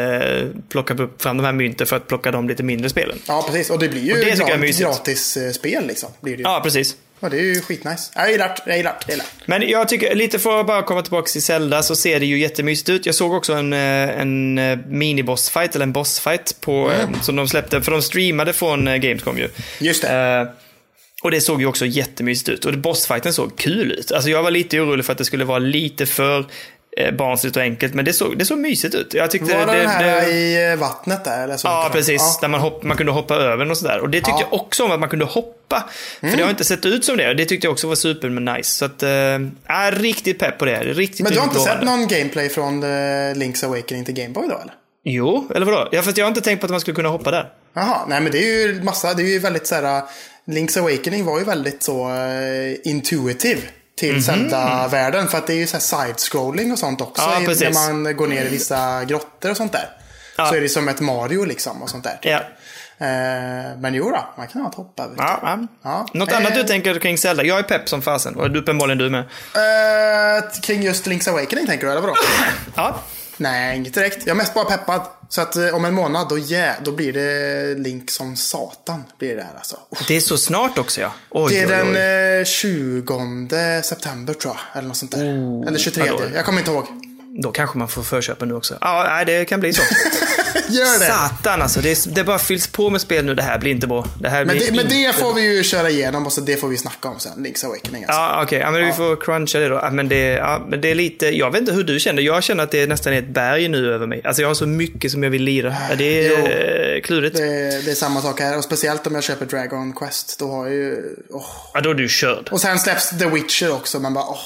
plocka upp fram de här mynten för att plocka de lite mindre spelen.
Ja, precis. Och det blir ju
det tycker jag är mysigt.
gratis eh, spel liksom. Blir det ju.
Ja, precis.
Och det är ju skitnice. Jag gillar det, jag gillar det, jag gillar det.
Men jag tycker, lite för att bara komma tillbaka till Zelda, så ser det ju jättemysigt ut. Jag såg också en, eh, en eh, mini-bossfight, eller en bossfight, på, eh, som de släppte, för de streamade från eh, Gamescom ju.
Mm. Just det.
Eh, och det såg ju också jättemysigt ut. Och bossfighten såg kul ut. Alltså jag var lite orolig för att det skulle vara lite för eh, barnsligt och enkelt, men det såg, det såg mysigt ut. Jag tyckte
Var det,
det,
den här
det,
i eh, vattnet där? Eller så
Ja,
Kan man-
precis.
Liksom. Ja.
Där man, hopp, man kunde hoppa över den och sådär. Och det tyckte
Ja. Mm.
jag också om att man kunde hoppa. För det har inte sett ut som det. Det tyckte jag också var super men nice. Så att, eh, jag är riktigt pepp på det. Det är Riktigt
Men du har inte
utlovande.
sett någon gameplay från eh, Link's Awakening till Gameboy då eller?
Jo, eller vadå? Ja, fast jag har inte tänkt på att man skulle kunna hoppa där.
Jaha, nej men det är ju massa, det är ju väldigt så här. eh, Link's Awakening var ju väldigt så eh, intuitive
Mhm.
till Zelda-världen. För att det är ju så här side-scrolling och sånt också.
Ja,
i-
precis.
när man går ner i vissa grottor och sånt där.
Ja.
Så är det som ett Mario liksom och sånt där.
Ja.
Eh, men jo då, man kan ha ett hopp över.
Ja, ja.
Ja.
Något
Eh.
annat du tänker kring Zelda? Jag är pepp som fasen. Och du uppenbarligen du med.
Eh, kring just Link's Awakening tänker du eller vadå?
Ja.
Nej, inte direkt. Jag är mest bara peppad. Så att eh, om en månad, då, yeah, då blir det Link som satan. Blir det här alltså.
Det är så snart också ja. Oj,
Det är
oj, oj.
den eh, 20 september tror jag. Eller något sånt där. Eller 23.
ja, då är det.
Jag kommer inte ihåg.
Då kanske man får förköpa nu också. Ja, nej, det kan bli så.
Gör det!
Satan alltså, det, är, det bara fylls på med spel nu. Det här blir inte bra. Det här
Men
blir
det, men
inte
det
bra.
får vi ju köra igenom och så det får vi snacka om sen. Link's Awakening alltså.
Ja, okej. Ja, men vi får cruncha det då. Ja, men, det, ja, men det är lite... Jag vet inte hur du känner. Jag känner att det är nästan är ett berg nu över mig. Alltså jag har så mycket som jag vill lira. Ja, det
Jo.
är eh, klurigt.
Det, det är samma sak här. Och speciellt om jag köper Dragon Quest. Då har jag ju... åh.
Ja, då är du körd.
Och sen släpps The Witcher också. Man bara åh,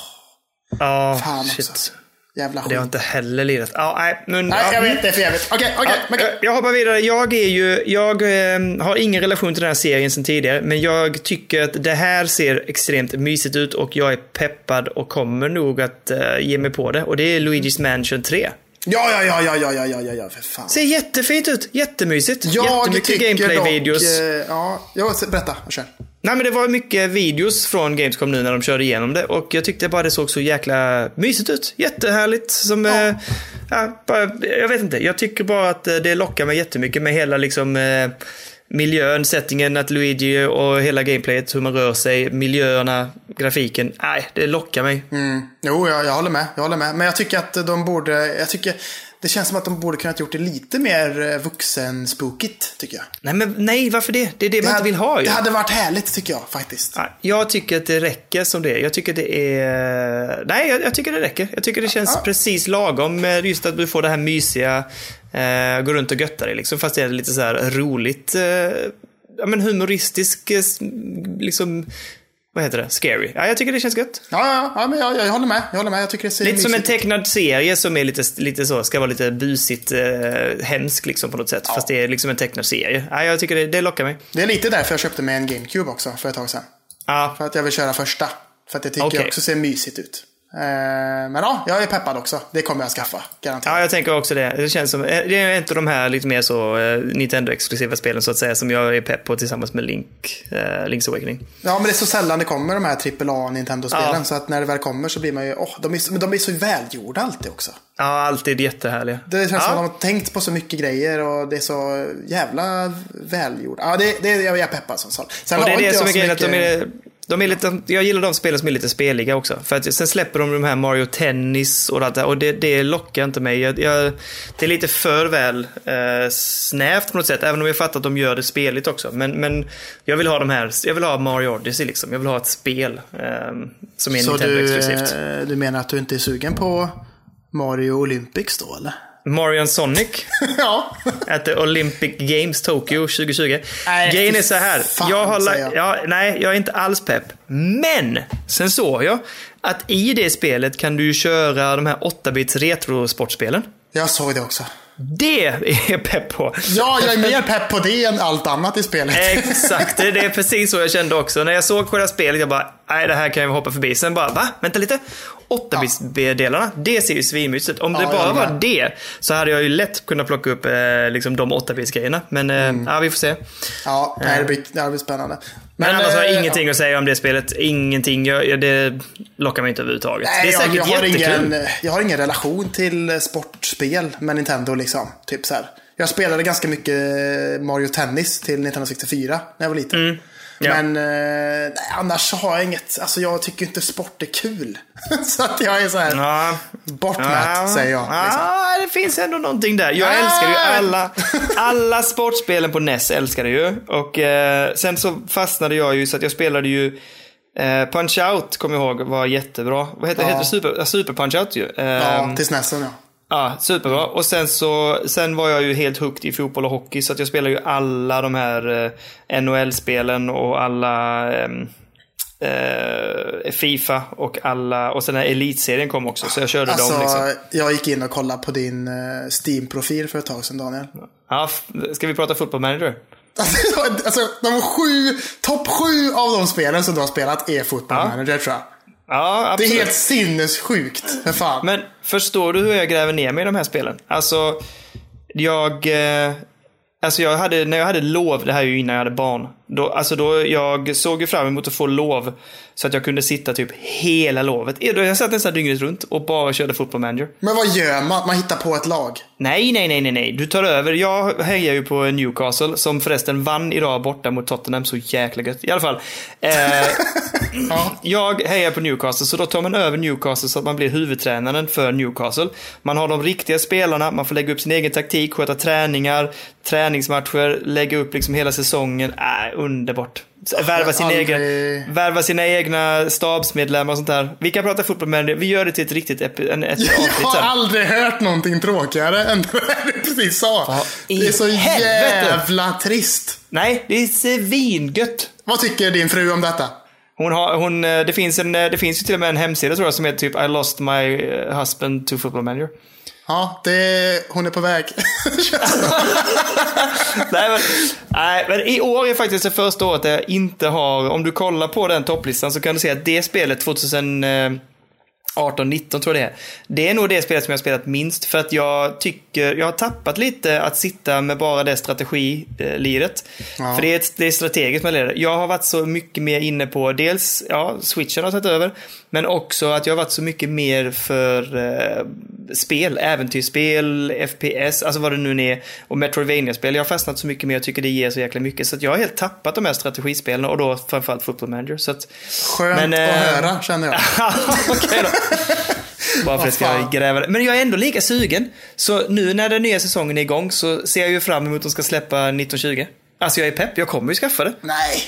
Ja,
Fan också.
shit.
jävla skit.
Det har jag inte heller lirat. Ja, nej, men,
Nej,
ja. eh,
jag vet det är för jävligt. Okej, okej. men-
Jag- Jag hoppar vidare. Jag, är ju, jag eh, har ingen relation till den här serien sedan tidigare, men jag tycker att det här ser extremt mysigt ut och jag är peppad och kommer nog att eh, ge mig på det. Och det är Luigi's Mansion 3.
Ja, ja, ja, ja, ja, ja, ja, ja, ja, för fan.
Ser jättefint ut, jättemysigt.
Jag
Jättemycket
tycker dock...
gameplay-videos.
eh, Ja, ja, så- berätta. Kör.
Nej men det var mycket videos från Gamescom nu när de körde igenom det och jag tyckte bara det såg så jäkla mysigt ut. Jättehärligt. Som, eh, ja, bara, jag vet inte, jag tycker bara att eh, det lockar mig jättemycket med hela liksom eh, miljön, settingen, att Luigi och hela gameplayet, hur man rör sig, miljöerna, grafiken. Nej, det lockar mig.
Mm. Jo, jag, jag håller med. Jag håller med. Men jag tycker att de borde... Jag tycker... Det känns som att de borde kunnat gjort det lite mer eh, vuxen-spookigt, tycker jag.
Nej men nej, varför det? Det är det, man inte vill ha ju.
Det hade varit härligt, tycker jag faktiskt.
Nej, Jag tycker att det räcker som det är. Jag tycker det är... Nej, jag, jag tycker det räcker. Jag tycker det känns precis lagom med just att du får det här mysiga, eh, gå runt och götta dig liksom, fast det är lite så här roligt, eh, ja men humoristisk, eh, s- liksom, vad heter det, scary. Ja, jag tycker det känns gött.
Ja, ja, ja, men jag, jag, jag håller med. Jag håller med. Jag tycker det ser
Lite som en
mysigt
tecknad serie som är lite, lite så, ska vara lite busigt, eh, hemskt liksom på något sätt. Fast det är liksom en tecknad serie. Ja, jag tycker det, det lockar mig.
Det är lite därför jag köpte mig en GameCube också för ett tag sedan.
Ja,
För att jag vill köra första. För att jag tycker
Okej.
jag också ser mysigt ut. Eh, Men ja, jag är peppad också. Det kommer jag skaffa, garanterat.
Ja, jag tänker också det. Det känns som, eh, det är inte de här lite mer så eh, Nintendo-exklusiva spelen så att säga som jag är pepp på tillsammans med Link, eh, Link's Awakening.
Ja, men det är så sällan det kommer de här AAA Nintendo-spelen.
Ja.
Så att när det väl kommer så blir man ju, åh, de är, så- men de är så välgjorda alltid också.
Ja, alltid jättehärliga.
Det känns
ja.
som att de har tänkt på så mycket grejer och det är så jävla välgjort. Ja, det, det jag är peppad som sagt. Sen
Och det
har
är det
inte jag
som är
så
grejen, att de
mycket-
är, de är lite, jag gillar de spelen som är lite speliga också. För att sen släpper de de här Mario Tennis och allt det här, och det, det lockar inte mig. Jag, jag, det är lite för väl eh, snävt på något sätt, även om jag fattar att de gör det speligt också. Men, men jag vill ha de här, jag vill ha Mario Odyssey liksom. Jag vill ha ett spel eh, som är
Så du,
Nintendo-exklusivt.
eh, du menar att du inte är sugen på Mario Olympics då eller?
Mario and Sonic
ja.
at the Olympic Games Tokyo 2020.
Nej,
Grejen är så här.
fan,
jag har la-
säger jag.
ja, nej, jag är inte alls pepp. Men! Sen såg jag att i det spelet kan du ju köra de här 8-bits retrosportspelen.
Jag såg det också.
Det är jag pepp på.
Ja, jag är mer pepp på det än allt annat i spelet.
Exakt, det det är precis så jag kände också. När jag såg själva spelet, jag bara, nej det här kan jag hoppa förbi. Sen bara, va? Vänta lite. 8-bits-delarna, det ser ju svinmysigt ut. Om det
Ja,
bara
jag med.
var det så hade jag ju lätt kunnat plocka upp eh, liksom de 8-bits-grejerna. Men eh,
Mm.
ja, vi får se.
Ja, det här blir, det här blir spännande.
Men, annars har
eh,
jag ingenting att säga om det spelet. Ingenting. Jag, jag, det lockar mig inte överhuvudtaget.
Nej,
det är
jag-
säkert
jag har
jättekul.
Ingen, jag har ingen relation till eh, sportspel med Nintendo liksom. Typ så här. Jag spelade ganska mycket eh, Mario Tennis till 1964 när jag var liten.
Mm, ja.
Men eh, nej, annars så har jag inget, alltså jag tycker inte sport är kul. så att jag är så här,
Ja.
bort med det, säger jag.
Ja,
Liksom.
det finns ändå någonting där. Jag
Ah.
älskar ju alla, alla sportspelen på NES älskar jag ju. Och eh, sen så fastnade jag ju så att jag spelade ju eh, Punch Out, kommer jag ihåg, var jättebra. Vad heter,
Ja.
heter det? Super, Super Punch Out ju. Eh,
Ja, till snäsen ja.
Ja, superbra. Och sen så sen var jag ju helt hooked i fotboll och hockey så att jag spelar ju alla de här eh, NHL-spelen och alla ehm, eh, Fifa och alla och sen när elitserien kom också så jag körde
Alltså,
dem liksom.
jag gick in och kollade på din eh, Steam-profil för ett tag sedan Daniel.
Ja, f- ska vi prata football manager?
alltså, de sju, topp sju av de spelen som du har spelat är Football Manager tror jag.
Ja,
Det är
absolut.
helt sinnessjukt. För fan.
Men förstår du hur jag gräver ner mig i de här spelen? Alltså, jag... eh, Alltså jag hade, när jag hade lov, det här är ju innan jag hade barn. Då, alltså då, jag såg ju fram emot att få lov så att jag kunde sitta typ hela lovet. Eh, Jag satt nästan dygnet runt och bara körde fotboll manager.
Men vad gör man? Man hittar på ett lag.
Nej, nej, nej, nej, nej. Du tar över. Jag hejar ju på Newcastle som förresten vann idag borta mot Tottenham. Så jäkla gött. I alla fall. Eh, ja. Jag hejar på Newcastle, så då tar man över Newcastle så att man blir huvudtränaren för Newcastle. Man har de riktiga spelarna, man får lägga upp sin egen taktik, sköta träningar, träningsmatcher, lägga upp liksom hela säsongen. Äh, underbart. Värva sina,
Aldrig-
egna, värva sina egna stabsmedlemmar och sånt där. Vi kan prata fotboll med Vi gör det till ett riktigt epi- en, ett
Jag
avsnitt
har
sen.
aldrig hört någonting tråkigare än det du precis sa.
Vad i
Det är så
helvete?
jävla trist.
Nej, det är svingött.
Vad tycker din fru om detta?
Hon har, hon, eh, det, finns en, eh, det finns ju till och med en hemsida tror jag som heter typ I lost my eh, husband to football manager.
Ja, det, hon är på väg.
nej, men, nej, men i år är faktiskt det första året där jag inte har, om du kollar på den topplistan så kan du se att det spelet eh, 2018-19 tror jag det är. Det är nog det spelet som jag har spelat minst för att jag tycker, jag har tappat lite att sitta med bara det strategiliret.
Ja.
För det är, ett, det är strategiskt man leder. Jag har varit så mycket mer inne på dels, ja, switchen har tagit över, men också att jag har varit så mycket mer för eh, spel, äventyrsspel, FPS, alltså vad det nu än är, och Metroidvania-spel. Jag har fastnat så mycket mer och tycker det ger så jäkla mycket. Så att jag har helt tappat de här strategispelen och då framförallt Football Manager. Så att,
Skönt
Men, eh,
att höra, känner jag.
Okej då. Bara för att
Vad
jag
fan.
ska gräva det. Men jag är ändå lika sugen. Så nu när den nya säsongen är igång så ser jag ju fram emot att de ska släppa 1920. Alltså jag är pepp, jag kommer ju skaffa det.
Nej,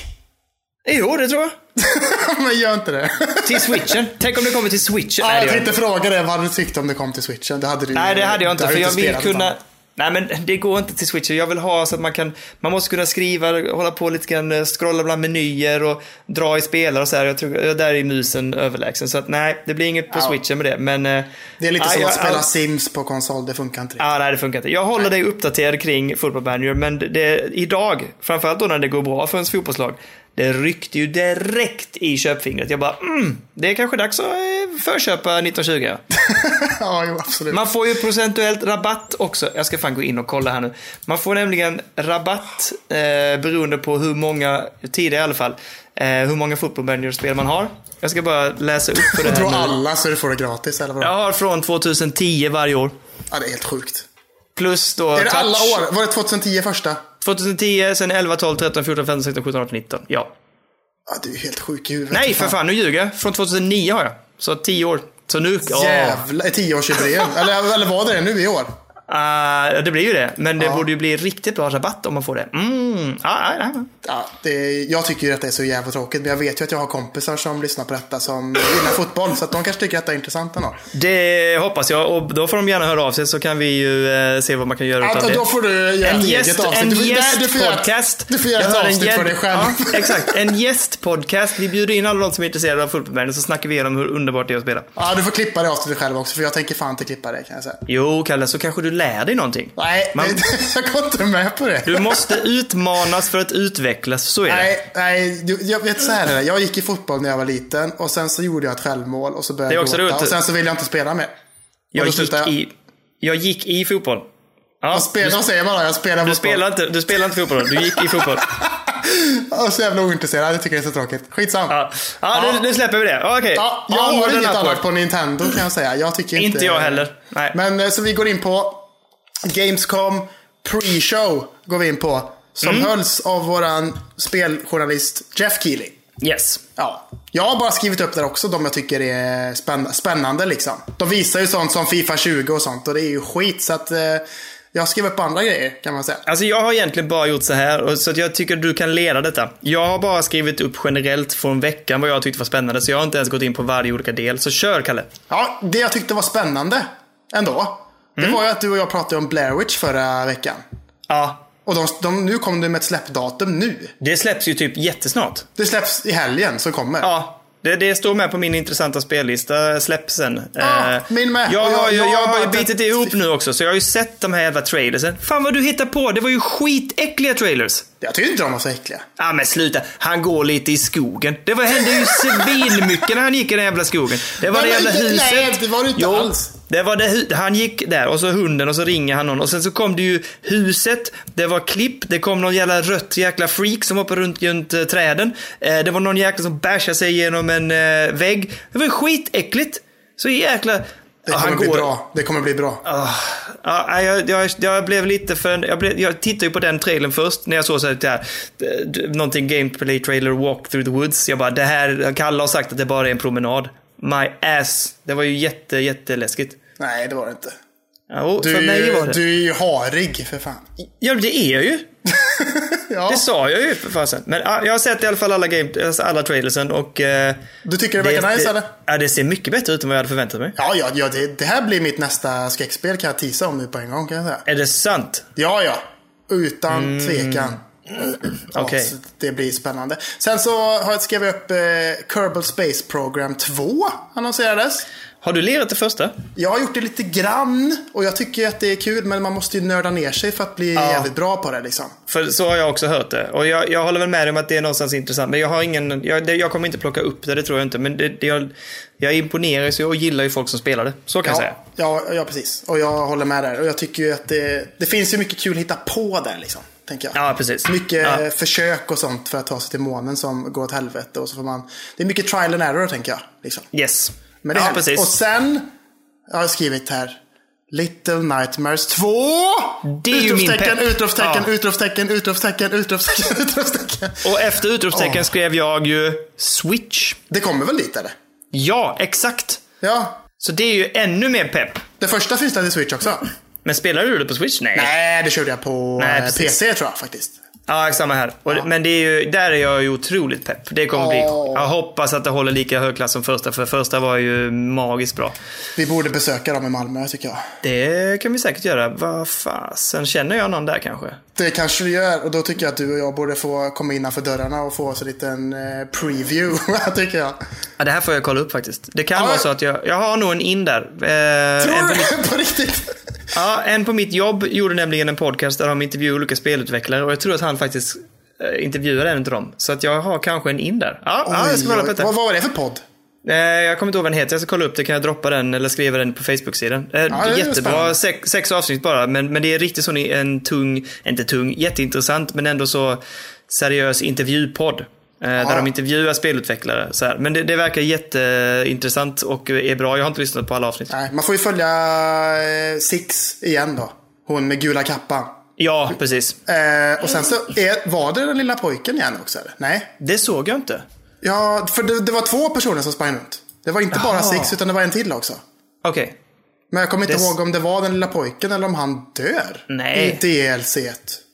Jo, det tror jag.
men gör inte det.
Till switchen. Tänk om det kommer till switchen.
Ja,
Nej, det
jag
gör det
tänkte fråga dig vad du tyckte om det kom till switchen. Det hade du
Nej, det hade jag inte.
det
För jag vill
spelat
kunna...
utan.
Nej, men det går inte till Switch. Jag vill ha så att man kan... Man måste kunna skriva, hålla på lite grann, eh, scrolla bland menyer och dra i spelare och så här. Jag tror, ja, där är musen överlägsen. Så att nej, det blir inget på
Ja.
Switchen med det. Men... eh,
Det är lite
nej,
som
jag-
att spela
jag-
Sims på konsol. Det funkar inte. riktigt.
Ja, nej, det funkar inte. Jag håller dig uppdaterad kring Football Manager, men det, idag, framförallt då när det går bra för ens fotbollslag, det ryckte ju direkt i köpfingret. Jag bara, mm, det är kanske dags att eh, förköpa 1920.
ja, jo, absolut.
Man får ju procentuellt rabatt också. Jag ska fan gå in och kolla här nu. Man får nämligen rabatt eh, beroende på hur många, tidigare i alla fall, eh, hur många Football Manager-spel man har. Jag ska bara läsa upp för det
Jag
här
tror
nu.
alla så du får det gratis, eller vad?
Jag har från 2010 varje år.
Ja, det är helt sjukt.
Plus då
Är det
touch.
alla år? Var det 2010 första?
2010, sen 11, 12, 13, 14, 15, 16, 17, 18, 19. Ja.
Ja, du är helt sjuk i huvudet.
Nej, för fan, nu ljuger jag. Från 2009 har jag. Så 10 år. Så nu... åh.
Jävlar, ett tioårsjubileum. eller, eller var det det nu i år?
Ah, det blir ju det. Men det borde ju bli riktigt bra rabatt om man får det. Mm. Ah, ah, ah.
Ja, det är, jag tycker ju att det är så jävla tråkigt, men jag vet ju att jag har kompisar som lyssnar på detta som gillar fotboll, så att de kanske tycker att det är intressant ändå.
Det hoppas jag och då får de gärna höra av sig så kan vi ju eh, se vad man kan göra utav
Ja, Alltså,
det.
då får du göra
en
ett
gäst,
eget avsnitt.
en
Du får- nej, du får göra ett-
gästpodcast.
du får göra
Jag
ett
hör en
avsnitt
gäst-
för dig själv.
Ja, exakt, en gästpodcast. Vi bjuder in alla de som är intresserade av fotbollsvärlden så snackar vi igenom hur underbart det är att spela.
Ja, du får klippa det avsnittet själv också, för jag tänker fan inte klippa det kan jag säga.
Jo, Kalle, så kanske du lär dig någonting.
Nej,
Man-
jag går inte med på det.
Du måste utmanas för att utvecklas, så är det.
Nej, nej, du- jag vet så här är det. Jag gick i fotboll när jag var liten och sen så gjorde jag ett självmål och så började
Det är
jag
också
gråta
roligt.
och sen så ville jag inte spela mer.
Jag
då
gick,
slutar jag.
i, jag gick i fotboll. Ja,
Jag spelar, vad säger man då? Jag spelar
du,
fotboll.
spelar inte, du spelar inte fotboll, du gick i fotboll.
Jag är så jävla ointresserad, jag tycker det är så tråkigt. Skitsam.
Ja, ja, Nu, nu släpper vi det. Okej.
Ja, jag
Onward
har
and
inget
upward.
annat på Nintendo kan jag säga. Jag tycker inte,
Inte jag heller. Nej.
Men eh, så vi går in på Gamescom pre-show. Går vi in på. Som
Mm.
hölls av våran speljournalist Jeff Keely.
Yes.
Ja. Jag har bara skrivit upp där också de jag tycker är spänn- spännande liksom. De visar ju sånt som Fifa 20 och sånt och det är ju skit så att eh, jag skrev upp andra grejer kan man säga.
Alltså jag har egentligen bara gjort så här, och- så att jag tycker du kan leda detta. Jag har bara skrivit upp generellt från veckan vad jag tyckte var spännande, så jag har inte ens gått in på varje olika del. Så kör Kalle.
Ja, det jag tyckte var spännande ändå. Det
Mm.
var ju att du och jag pratade om Blair Witch förra veckan.
Ja.
Och de, de, nu kom du med ett släppdatum nu.
Det släpps ju typ jättesnart.
Det släpps i helgen som kommer.
Ja. Det, det står med på min intressanta spellista, släpps sen. Eh,
Ja, Ah, min med.
Jag
Och jag-
har, ju-
jag har
jag har ju
bara
bitit
sett-
ihop nu också, så jag har ju sett de här jävla trailersen. Fan vad du hittar på, det var ju skitäckliga trailers.
Jag tycker inte de var så äckliga.
Ja ah, men sluta, han går lite i skogen. Det var, hände ju svinmycket när han gick i den jävla skogen. Det var
Nej,
det jävla
men det-
huset.
nej, det var det inte
jo,
alls.
Det var det, hu- han gick där och så hunden och så ringer han någon och sen så kom det ju huset, det var klipp, det kom någon jävla rött jäkla freak som hoppade runt runt eh, träden. Eh, det var någon jäkla som bashade sig genom en eh, vägg. Det var skitäckligt. Så jäkla...
Det
Ja,
kommer bli bra. Det kommer bli bra.
Ah, ah, nej, jag, jag, jag blev lite för... Jag, blev, jag tittade ju på den trailern först när jag såg så här, det här, eh, någonting gameplay trailer Walk through the woods. Jag bara, det här, Kalle har sagt att det bara är en promenad. My ass. Det var ju jätte, jätteläskigt.
Nej, det var det inte.
Ja, och
Du
för
är,
mig var
ju,
det.
du är ju harig för fan.
Ja, det är jag ju.
Ja,
Det sa jag ju för fasen. Men ah, jag har sett i alla fall alla, game, alltså alla trailersen och... Eh,
du tycker det verkar nice eller?
Ja, det ser mycket bättre ut än vad jag hade förväntat mig.
Ja, ja, ja det, det här blir mitt nästa skräckspel kan jag tisa om nu på en gång kan jag säga.
Är det sant?
Ja, ja. Utan tvekan. Ja,
Mm. Okej.
så Det blir spännande. Sen så har jag skrivit upp eh, Kerbal Space Program 2 annonserades.
Har du lirat det första?
Jag har gjort det lite grann och jag tycker att det är kul men man måste ju nörda ner sig för att bli jävligt bra på det liksom.
För så har jag också hört det. Och jag, jag håller väl med dig om att det är någonstans intressant. Men jag har ingen... Jag, det, jag kommer inte plocka upp det, det tror jag inte. Men det, det, jag, jag imponeras ju och gillar ju folk som spelar det. Så kan jag säga.
Ja, ja, ja, precis. Och jag håller med där. Och jag tycker ju att det, det finns ju mycket kul att hitta på där liksom. Tänker jag.
Ja, precis.
Mycket
Ja.
eh, försök och sånt för att ta sig till månen som går åt helvete. Och så får man, det är mycket trial and error tänker jag. Liksom.
Yes.
Men det
ja,
är-
precis.
Och sen jag har jag skrivit här. Little Nightmares 2!
Det är ju min
utropstecken,
pepp.
utropstecken,
Ja.
utropstecken, utropstecken, utropstecken, utropstecken.
Och efter utropstecken
Åh.
skrev jag ju Switch.
Det kommer väl dit eller?
Ja, exakt.
Ja.
Så det är ju ännu mer pepp.
Det första finns det till Switch också.
Men spelar du det på Switch? Nej.
Nej, det körde jag på
Nej,
eh,
precis.
PC tror jag faktiskt.
Ja, samma här. Och, Men det är ju, där är jag ju otroligt pepp. Det kommer bli...
Ja.
Jag hoppas att det håller lika hög klass som första, för första var ju magiskt bra.
Vi borde besöka dem i Malmö tycker jag.
Det kan vi säkert göra. Vad fasen, känner jag någon där kanske?
Det kanske vi gör och då tycker jag att du och jag borde få komma innanför dörrarna och få oss en liten eh, preview. tycker jag.
Ja, det här får jag kolla upp faktiskt. Det kan
Ja.
vara så att jag, jag har nog en in där. Eh, en,
Tror
på,
du det på riktigt?
ja, en på mitt jobb gjorde nämligen en podcast där de intervjuade olika spelutvecklare och jag tror att han faktiskt eh, intervjuade en av dem. Så att jag har kanske en in där. Ja, ja jag ska kolla upp
Oj, oj.
detta.
Vad vad var det för podd?
Eh, jag kommer inte ihåg vad den heter, jag ska kolla upp det. Kan jag droppa den eller skriva den på Facebook-sidan? Eh,
det är
jättebra,
spännande.
sex, sex avsnitt bara. Men, men det är riktigt sån en tung, inte tung, jätteintressant men ändå så seriös intervjupodd. Eh, Där de intervjuar spelutvecklare. Så här. Men det, det verkar jätteintressant och är bra. Jag har inte lyssnat på alla avsnitt.
Nej, man får ju följa eh, Six igen då. Hon med gula kappan.
Ja, precis.
Eh, och sen så är, var det den lilla pojken igen också eller? Nej.
Det såg jag inte.
Ja, för det, det var två personer som sprang runt. Det var inte bara
Jaha.
Six utan det var en till också.
Okej.
Men jag kommer inte
Det-
ihåg om det var den lilla pojken eller om han dör.
Nej.
I DLC. -et.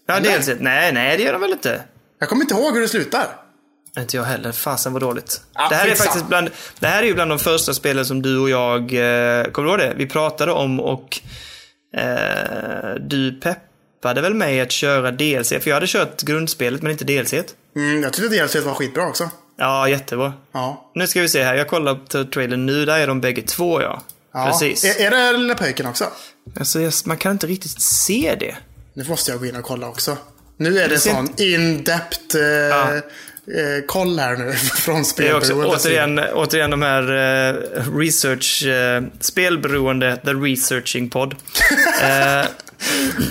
Ja,
Eller?
dels ett. Nej, nej, det gör de väl inte.
Jag kommer inte ihåg hur det slutar.
Inte jag heller. Fasen vad dåligt.
Ja,
det, här är
skitsamma.
faktiskt bland, det här är ju bland de första spelen som du och jag, eh, kommer du ihåg det? Vi pratade om och eh, du peppade väl mig att köra DLC. För jag hade kört grundspelet men inte DLC.
Mm, jag tyckte DLC var skitbra också.
Ja, jättebra.
Ja.
Nu ska vi se här. Jag kollar på trailern nu. Där är de bägge två ja.
ja.
Precis.
Är, är det lilla pojken också?
Alltså, jag- man kan inte riktigt se det.
Nu måste jag gå in och kolla också. Nu är det,
ser
sån in-depth eh, eh, koll här nu från
Det är också
spelberoendet.
återigen, återigen de här eh, research, eh, spelberoende, the researching pod.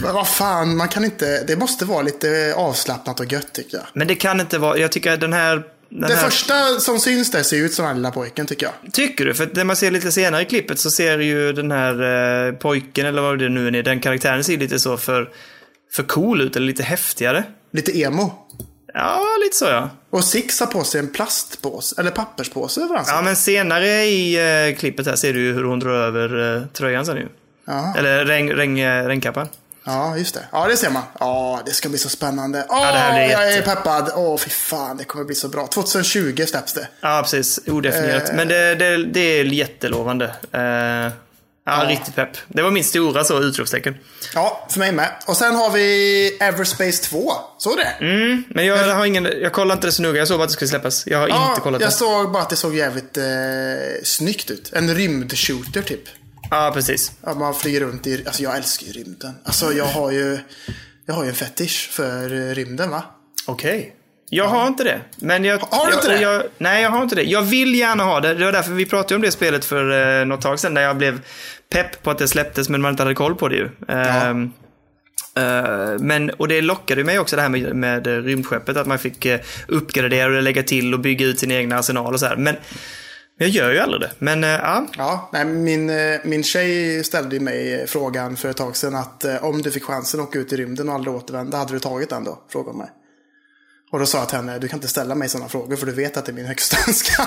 Men vad fan, man kan inte... Det måste vara lite avslappnat och gött tycker jag.
Men det kan inte vara, jag tycker att den här... Den
Det
här
första som syns där ser ut som den här lilla pojken tycker jag.
Tycker du? För att när man ser lite senare i klippet så ser ju den här eh, pojken, eller vad det nu är, den karaktären ser lite så för, för cool ut, eller lite häftigare.
Lite emo.
Ja, lite så ja.
Och Six har på sig en plastpåse, eller papperspåse över hans
Ja, men senare i eh, klippet här ser du ju hur hon drar över eh, tröjan sen ju.
Ja.
Eller regn, regn, eh, regnkappan.
Ja, just det. Ja, det ser man. Ja, det ska bli så spännande. Åh,
det här blir
jag är
jätte-
peppad. Åh, fy fan, det kommer bli så bra. 2020 släpps det.
Ja, precis. Odefinierat. Men det, det, det är jättelovande. Eh, ja, riktigt pepp. Det var min stora så utropstecken.
Ja, för mig med. Och sen har vi Everspace 2. Såg du det?
Men jag, har ingen, jag kollade inte det så noga. Jag såg bara att det skulle släppas. Jag har
Ja,
inte kollat
jag
det.
såg bara att det såg jävligt eh, snyggt ut. En rymdshooter typ.
Ja, precis.
Att man flyger runt i... Alltså jag älskar ju rymden. Alltså jag har ju... Jag har ju en fetisch för eh, rymden va?
Okej. Jag har inte det. Men jag,
Har du
jag,
inte det?
Jag, nej, jag har inte det. Jag vill gärna ha det. Det var därför vi pratade om det spelet för eh, något tag sedan. När jag blev pepp på att det släpptes, men man inte hade koll på det ju. Ehm, eh, men, och det lockade mig också det här med, med rymdskeppet. Att man fick eh, uppgradera och lägga till och bygga ut sin egna arsenal och så här. Men jag gör ju aldrig det. Men eh, ja,
Ja, nej, min, eh, min tjej ställde ju mig frågan för ett tag sedan att eh, om du fick chansen att åka ut i rymden och aldrig återvända, hade du tagit den då? Frågade hon mig. Och då sa jag till henne, du kan inte ställa mig sådana frågor för du vet att det är min högsta önskan.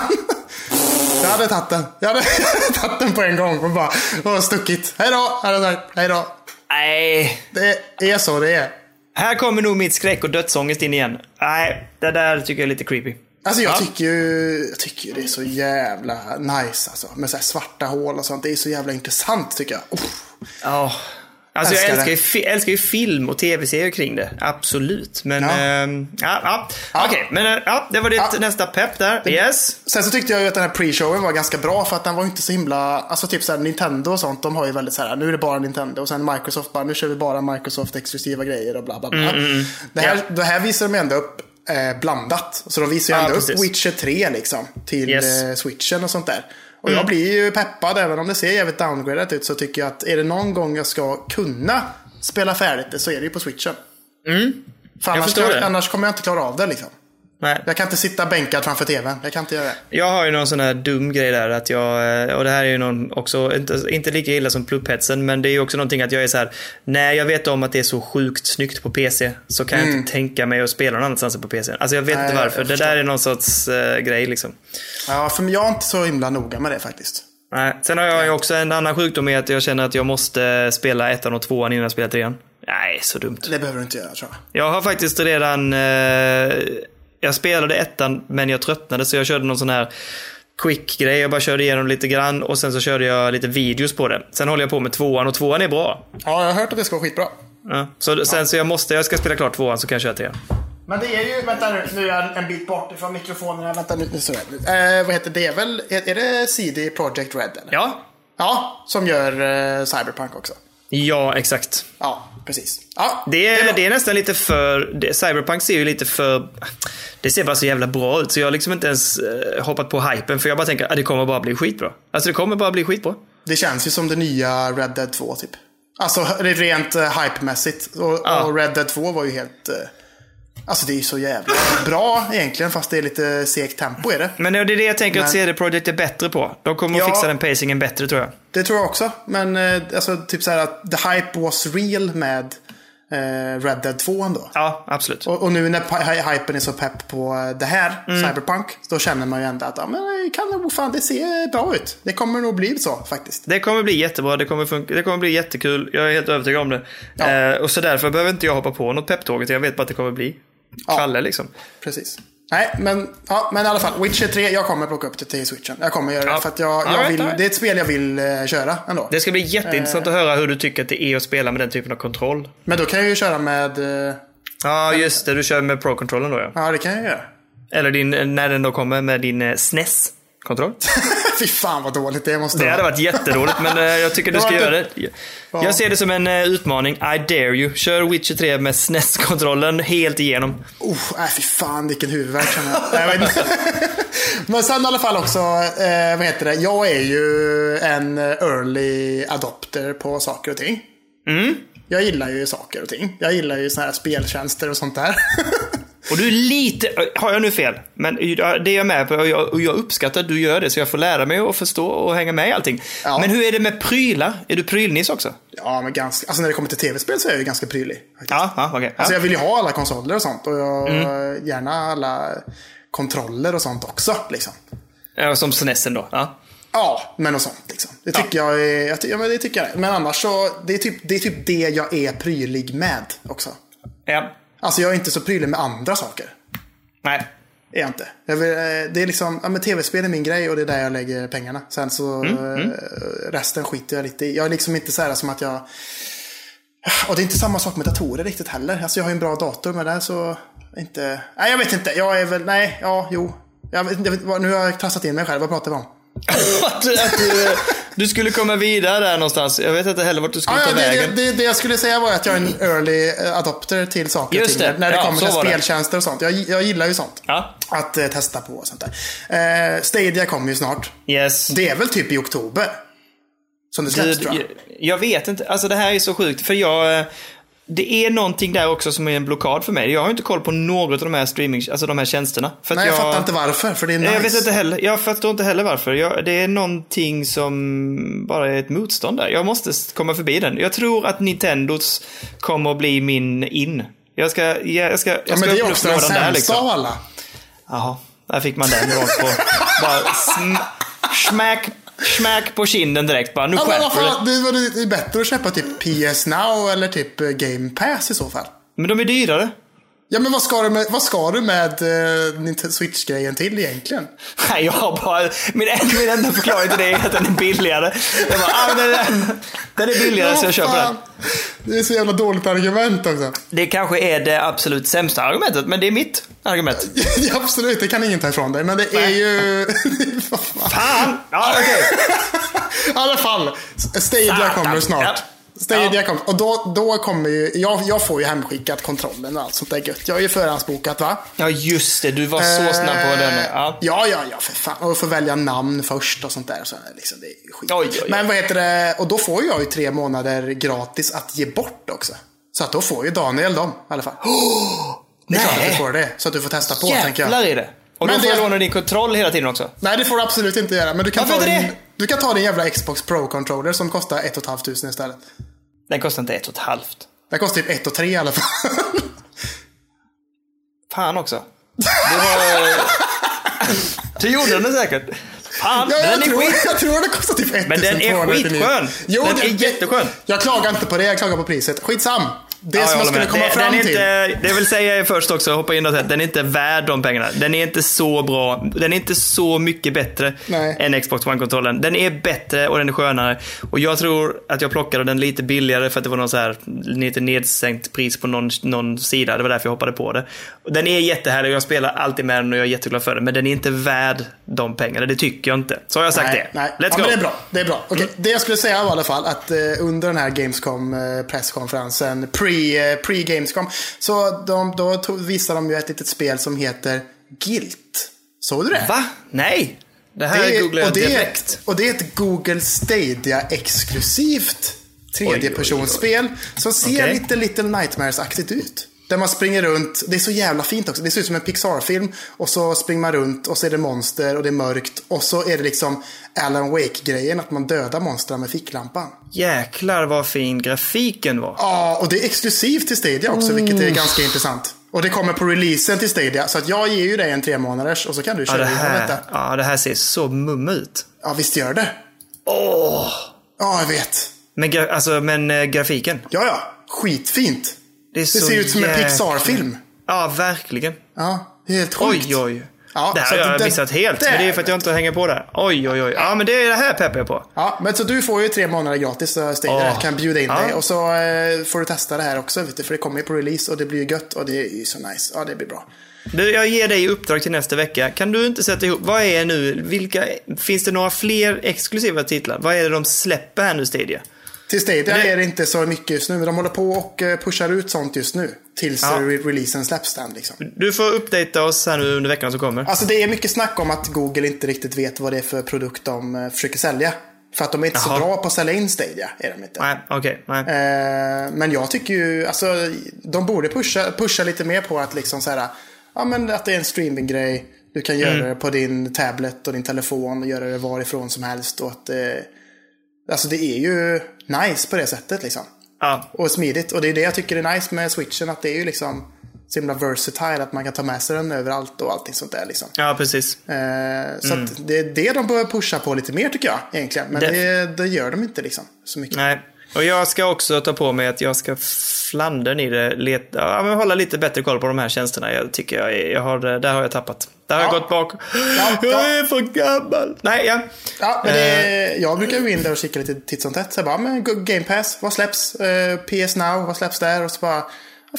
Jag hade tagit den. Jag hade tagit den på en gång och bara och stuckit. Hej då, hade jag sagt. Hej då.
nej.
Det är så det är.
Här kommer nog mitt skräck och dödsångest in igen. Nej, det där tycker jag är lite creepy.
Alltså jag
Ja.
tycker ju jag tycker det är så jävla nice alltså. Med så här svarta hål och sånt. Det är så jävla intressant tycker jag. Uff.
Ja. Alltså jag
Älskar
älskar
det.
ju, fi- älskar ju film och tv-serier kring det. Absolut. Men,
Ja.
ehm, ja. ja, Okej, men eh, ja, det var ditt
Ja.
nästa pepp där. Yes.
Sen så tyckte jag ju att den här pre-showen var ganska bra för att den var ju inte så himla, alltså typ såhär Nintendo och sånt, de har ju väldigt såhär, nu är det bara Nintendo och sen Microsoft bara, nu kör vi bara Microsoft exklusiva grejer och bla bla bla. Det, här,
Mm, Ja.
det här visar de ändå upp eh, blandat. Så de visar ju
Ja,
ändå upp
precis.
Witcher 3 liksom till
Yes. Mm.
eh, switchen och sånt där. Och jag blir ju peppad även om det ser jävligt downgradat ut så tycker jag att är det någon gång jag ska kunna spela färdigt det så är det ju på switchen. För annars,
Mm. förstår det.
annars kommer jag inte klara av det liksom.
Nej.
Jag kan inte sitta bänkad framför tvn. Jag kan inte göra det.
Jag har ju någon sån här dum grej där att jag, eh, och det här är ju någon också, inte, inte lika illa som plupphetsen, men det är ju också någonting att jag är så här, nej jag vet om att det är så sjukt snyggt på PC, så kan jag inte tänka mig att spela någon annanstans än på PC. Alltså jag vet
Mm. Nej,
inte
jag-
varför,
jag
det där är någon sorts eh, grej liksom.
Ja, för jag är inte så himla noga med det faktiskt.
Nej. Sen har jag ju också en annan sjukdom i att jag känner att jag måste spela ettan och tvåan innan jag spelar trean. Nej, så dumt.
Det behöver du inte göra tror jag.
Jag har faktiskt redan... Eh, jag spelade ettan, men jag tröttnade så jag körde någon sån här quick-grej. Jag bara körde igenom lite grann och sen så körde jag lite videos på det. Sen håller jag på med tvåan och tvåan är bra.
Ja, jag har hört att det ska vara skitbra.
Ja. Så sen så jag måste, jag ska spela klart tvåan så kan jag köra trean.
Men det är ju, vänta nu, nu är jag en bit bort ifrån mikrofonen. här. Vänta nu, nu så eh, Vad heter det? Är väl, är, är det CD Projekt Red eller?
Ja.
Ja, som gör eh, Cyberpunk också.
Ja, exakt.
Ja, precis. Ja,
Det är,
bra.
det är nästan lite för... Det, Cyberpunk ser ju lite för... Det ser bara så jävla bra ut så jag har liksom inte ens eh, hoppat på hypen för jag bara tänker att ah, det kommer bara bli skitbra. Alltså det kommer bara bli skitbra.
Det känns ju som det nya Red Dead 2 typ. Alltså det är rent uh, hypemässigt. Och,
Ja.
och Red Dead 2 var ju helt... eh, alltså det är ju så jävla bra egentligen fast det är lite segt tempo är det.
Men det är det jag tänker
Men-
att CD Projekt är bättre på. De kommer
Ja.
att fixa den pacingen bättre tror jag.
Det tror jag också. Men eh, alltså, typ så här att the hype was real med eh, Red Dead 2 ändå.
Ja, absolut.
Och, och nu när pa- hypen är så pepp på eh, det här,
Mm.
Cyberpunk, då känner man ju ändå att ja, men det kan nog fan, det ser bra ut. Det kommer nog bli så faktiskt.
Det kommer bli jättebra, det kommer, funka, det kommer bli jättekul. Jag är helt övertygad om det.
Ja.
Eh, och så därför behöver inte jag hoppa på något pepptåget. Jag vet bara att det kommer bli
Ja.
Kalle liksom.
Precis. Nej, men, ja, men i alla fall. Witcher 3, jag kommer plocka upp det till switchen. Jag kommer göra
Ja.
det. För att jag, jag
Alright,
vill,
alright.
det är ett spel jag vill eh, köra ändå.
Det ska bli jätteintressant att höra hur du tycker att det är att spela med den typen av kontroll.
Men då kan jag ju köra med... eh,
Ja, just det. Du kör med Pro-kontrollen då ja.
Ja, det kan jag göra.
Eller din, när den då kommer med din eh, SNES-kontroll.
Fy fan vad dåligt det måste
Det hade varit jätteroligt men eh, jag tycker du
Det
ska
var
göra
inte-
det. Jag ser det som en eh, utmaning. I dare you. Kör Witcher 3 med SNES-kontrollen helt igenom.
Usch, nej fy fan vilken huvudvärk känner jag. Nej, jag. vet inte. Men sen i alla fall också, eh, vad heter det, jag är ju en early adopter på saker och ting. Jag gillar ju saker och ting. Jag gillar ju såna här speltjänster och sånt där.
Och du är lite... ö, Har jag nu fel? Men eh, ja, det är jag med på och jag, och jag uppskattar att du gör det så jag får lära mig och förstå och hänga med i allting.
Ja.
Men hur är det med prylar? Är du prylnis också?
ja, men ganska, alltså när det kommer till tv-spel så är jag ju ganska prylig. faktiskt.
Ja, ja okej.
Alltså
Ja.
jag vill ju ha alla konsoler och sånt och jag, gärna alla kontroller och sånt också. Liksom.
Ja, Som SNESen då. Ja.
Ja, men och sånt liksom. Det tycker jag är, jag ty- ja, men det tycker jag är. Men annars så, det är, typ, det är typ det jag är prylig med också.
ja.
Alltså jag är inte så prylig med andra saker.
Nej.
Är jag inte. Jag vill, eh, det är liksom, ja men tv-spel är min grej och det är där jag lägger pengarna. Sen så eh, resten skiter jag lite i. Jag är liksom inte så här som att jag... Och det är inte samma sak med datorer riktigt heller. Alltså jag har ju en bra dator men där så... Inte... Nej jag vet inte. Jag är väl, nej, ja, jo. Jag vet, inte- jag vet, vad- nu har jag trassat in mig själv. Vad pratar vi om?
att, du, att, du, Du skulle komma vidare där någonstans. Jag vet inte heller vart du skulle
Ja,
ta
Ah, ja, det,
vägen.
det, det, det jag skulle säga var att jag är en early eh, adopter till saker och
Just
ting.
det.
När det
Ja,
kommer
så
till
var det.
speltjänster och sånt. Jag, jag gillar ju sånt.
Ja.
Att eh, testa på och sånt där. Eh, Stadia kommer ju snart.
Yes.
Det är väl typ i oktober? Som det släpps
Gud,
tror jag.
jag, jag vet inte. Alltså det här är så sjukt. För jag... eh, Det är någonting där också som är en blockad för mig. Jag har ju inte koll på något av de här streaming... Alltså de här tjänsterna. För att
Nej, jag fattar inte varför. För det är nice.
Nej, Jag vet inte heller. Jag förstår inte heller varför. Jag, det är någonting som bara är ett motstånd där. Jag måste s- komma förbi den. Jag tror att Nintendos kommer att bli min in. Jag ska... Jag, jag ska, jag
Ja,
ska
men det är
öppna
också
upp
den
lådan där,
sämsta
liksom.
av alla.
Jaha, där fick man den rakt på. Bara sm, smack, smack på kinden direkt. Bara, nu
Ja, men vad
skärper du dig.
fan, det är väl- det är bättre att köpa typ PS Now eller typ eh, Game Pass i så fall.
Men de är dyrare.
Ja men vad ska du med, vad ska du med eh, Nintendo Switch-grejen till egentligen?
Nej, jag har bara... Min, min enda förklaring till det är att den är billigare. Jag bara, ah, men den, den är billigare så jag
Vad
köper den.
fan? Det är så jävla dåligt argument också.
Det kanske är det absolut sämsta argumentet, men det är mitt argument.
Ja, Absolut, det kan ingen ta ifrån dig. Men det är
Nej.
ju... Vad fan.
Fan! Ja, okej.
I alla fall, Stadia
Satan.
kommer snart.
Ja.
Stadia
Ja.
kommer. Och då, då kommer ju... Jag, jag får ju hemskickat kontrollen och allt sånt där gött. Jag har ju förhandsbokat va? Eh,
Ja, just det. Du var så snabb på den. Ja.
ja, ja, ja, för fan. Och få välja namn först och sånt där. Så liksom, det är ju skit.
Oj, oj, oj.
Men vad heter det? Och då får jag ju tre månader gratis att ge bort också. Så att då får ju Daniel dem i alla fall. det är klart att du får det. Så att du får testa på tänker jag.
Jävlar i det. Och då
Men
får jag
det-
låna din kontroll hela tiden också.
Nej, det får du absolut inte göra. Men du kan, ta
Varför inte
din,
det?
du kan ta din jävla Xbox Pro-controller som kostar 1 500 istället.
Den kostar inte ett och ett halvt.
Det kostar typ 1 och 3 i alla fall.
Fan också. Det var... Du gjorde den säkert. Fan,
Ja,
den
jag,
är
tror,
skit.
jag tror det kostar typ 1
Men den är skitskön.
Jo,
Den
det-
är
det-
jätteskön.
Jag klagar inte på det, jag klagar på priset. Skitsam. Det
Ja,
som jag
håller
skulle
med.
komma fram
Den- den är
till.
Inte, det vill säga jag först också, hoppa in och säga, den är inte värd de pengarna. Den är inte så bra. Den är inte så mycket bättre
Nej.
än Xbox One-kontrollen. Den är bättre och den är skönare. Och jag tror att jag plockade den lite billigare för att det var någon så här lite nedsänkt pris på någon, någon sida. Det var därför jag hoppade på det. Och Den är jättehärlig och jag spelar alltid med den och jag är jätteglad för den. Men den är inte värd de pengarna. Det tycker jag inte. Så har jag sagt
Nej,
det.
nej.
Let's
ja,
go. Mm.
Men det är bra. Det, är bra. Okej, det jag skulle säga var i alla fall att eh, under den här Gamescom-presskonferensen, pre, eh, pre-Gamescom, så de, då tog, visade de ju ett litet spel som heter Guilt. Såg du det?
Va? Nej! Det här
Det är-
googlar jag
och, det är,
direkt.
och det är ett Google Stadia-exklusivt tredjepersonsspel som ser
Okej.
lite Little Nightmares-aktigt ut. Där man springer runt, det är så jävla fint också. Det ser ut som en Pixar-film. Och så springer man runt och så är det monster och det är mörkt. Och så är det liksom Alan Wake-grejen, att man dödar monstren med ficklampan.
Jäklar vad fin grafiken var.
Ja, och det är exklusivt till Stadia också, vilket är ganska intressant. Och det kommer på releasen till Stadia. Så att jag ger ju dig en tre månaders och så kan du
Ja,
köra
det
igenom detta.
här, ja, det här ser så mumma ut.
Ja, visst gör det.
Åh!
Ja, jag vet.
Men, gra- alltså, men eh, grafiken.
Ja, ja. Skitfint.
Det, är
Det
så
ser ut som en
jäk-
Pixar-film.
Ja, verkligen.
Ja, det är helt sjukt.
Oj, oj.
Ja,
det
så
här
att
har jag
det-
missat helt.
där.
Men det är för att jag inte hänger på där. Oj, oj, oj. Ja, men det är det här peppar jag på.
Ja, men så du får ju tre månader gratis eh, så Stadia
Åh.
kan bjuda in
Ja.
dig. Och så eh, får du testa det här också, vet du, för det kommer ju på release och det blir ju gött och det är ju så nice. Ja, det blir bra.
Du, jag ger dig i uppdrag till nästa vecka. Kan du inte sätta ihop, vad är nu, vilka, finns det några fler exklusiva titlar? Vad är det de släpper här nu, Stadia?
Till Stadia
det-
är det inte så mycket just nu, men de håller på och eh, pushar ut sånt just nu. Tills
Ja.
eh, re- releasen släpps den liksom.
Du får uppdatera oss här nu under veckan som kommer.
Alltså det är mycket snack om att Google inte riktigt vet vad det är för produkt de eh, försöker sälja. För att de är inte
Jaha.
så bra på att sälja in Stadia, är de inte.
Nej, okej. nej.
Eh, men jag tycker ju, alltså de borde pusha, pusha lite mer på att liksom så här, ja men att det är en streaminggrej. Du kan göra det på din tablet och din telefon och göra det varifrån som helst. Och att, eh, alltså det är ju nice på det sättet liksom.
Ja,
Och smidigt. Och det är det jag tycker är nice med switchen, att det är ju liksom så himla versatile, att man kan ta med sig den överallt och allting sånt där liksom.
ja, precis.
Eh, så att det är det de bör pusha på lite mer tycker jag egentligen. Men
Det-
det, det gör de inte liksom så mycket.
Nej. Och jag ska också ta på mig att jag ska flandern i det, leta, ja, men hålla lite bättre koll på de här tjänsterna. Jag tycker jag, är- jag har, där har jag tappat. Där har
Ja.
jag gått bak.
Ja, ja.
Jag är för gammal. Nej, ja.
Ja, men det, jag brukar gå in där och kika lite titt som tätt. Så jag bara, men Game Pass, vad släpps? Eh, PS Now, vad släpps där? Och så bara,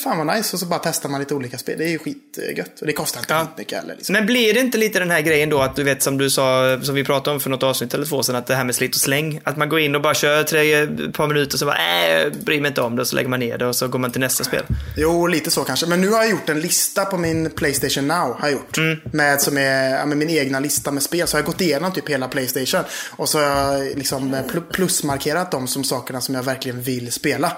fan vad nice. Och så bara testar man lite olika spel. Det är ju skitgött. Och det kostar inte
Ja.
mycket heller. Liksom.
Men blir det inte lite den här grejen då att du vet som du sa, som vi pratade om för något avsnitt eller två sedan, att det här med slit och släng. Att man går in och bara kör tre, ett par minuter så bara, äh, bryr mig inte om det och så lägger man ner det och så går man till nästa spel.
Jo, lite så kanske. Men nu har jag gjort en lista på min Playstation Now. Har jag gjort. Med, som är ja, med min egna lista med spel. Så jag har gått igenom typ hela Playstation. Och så har jag liksom eh, pl- plusmarkerat de som sakerna som jag verkligen vill spela.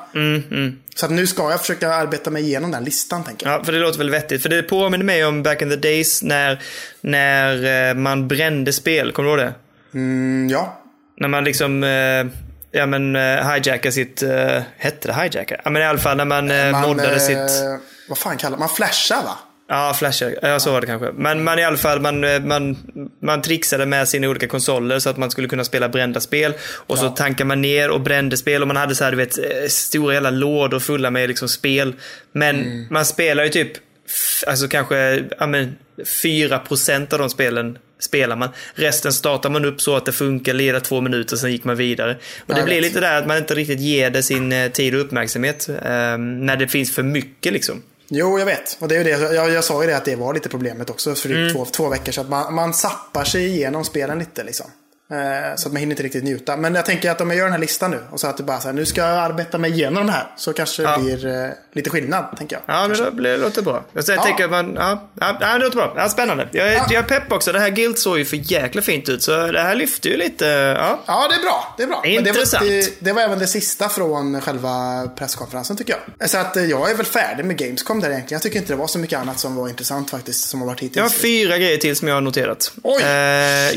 Så att nu ska jag försöka arbeta mig igenom den listan tänker jag.
Ja, för det låter väl vettigt. För det påminner mig om back in the days när, när eh, man brände spel, kommer du ihåg det?
Mm, ja.
När man liksom, eh, ja men eh, hijackade sitt, eh, hette det hijacka? Ja men i alla fall när man, eh,
Man,
moddade
eh,
sitt,
Vad fan kallar man? Man flashar va?
ja flashar, ja så var det kanske. Men man i alla fall, man, eh, man, man trixade med sina olika konsoler så att man skulle kunna spela brända spel. Och så tankade man ner och brände spel och man hade så här, du vet, eh, stora jävla lådor fulla med liksom spel. Men
Mm.
man spelar ju typ, f- alltså kanske, ja men 4% av de spelen spelar man. Resten startar man upp så att det funkar, leda två minuter, sen gick man vidare. Och det
Jag
blir
vet.
lite där att man inte riktigt ger det sin eh, tid och uppmärksamhet. eh, När det finns för mycket liksom.
Jo, jag vet. Och det är ju det. Jag, jag sa ju det att det var lite problemet också för mm. två, två veckor. Så att man, man sappar sig igenom spelen lite liksom. Eh, så att man hinner inte riktigt njuta. Men jag tänker att om jag gör den här listan nu och så att det bara så här, nu ska jag arbeta mig igenom det här. Så kanske det
Ja.
blir eh, lite skillnad, tänker jag.
Ja, men det, det låter bra. Jag
Ja.
tänker att man, ja, ja, ja, det låter bra. Ja, spännande. Jag, är-
Ja.
jag är pepp också. Det här Guild såg ju för jäkla fint ut, så det här lyfte ju lite. Ja.
Ja, det är bra. Det är bra. Men
Intressant.
Det var, det, det var även det sista från själva presskonferensen tycker jag. Så att eh, jag är väl färdig med Gamescom där egentligen. Jag tycker inte det var så mycket annat som var intressant faktiskt, som har varit hittills.
Jag har fyra grejer till som jag har noterat.
Oj.
Eh,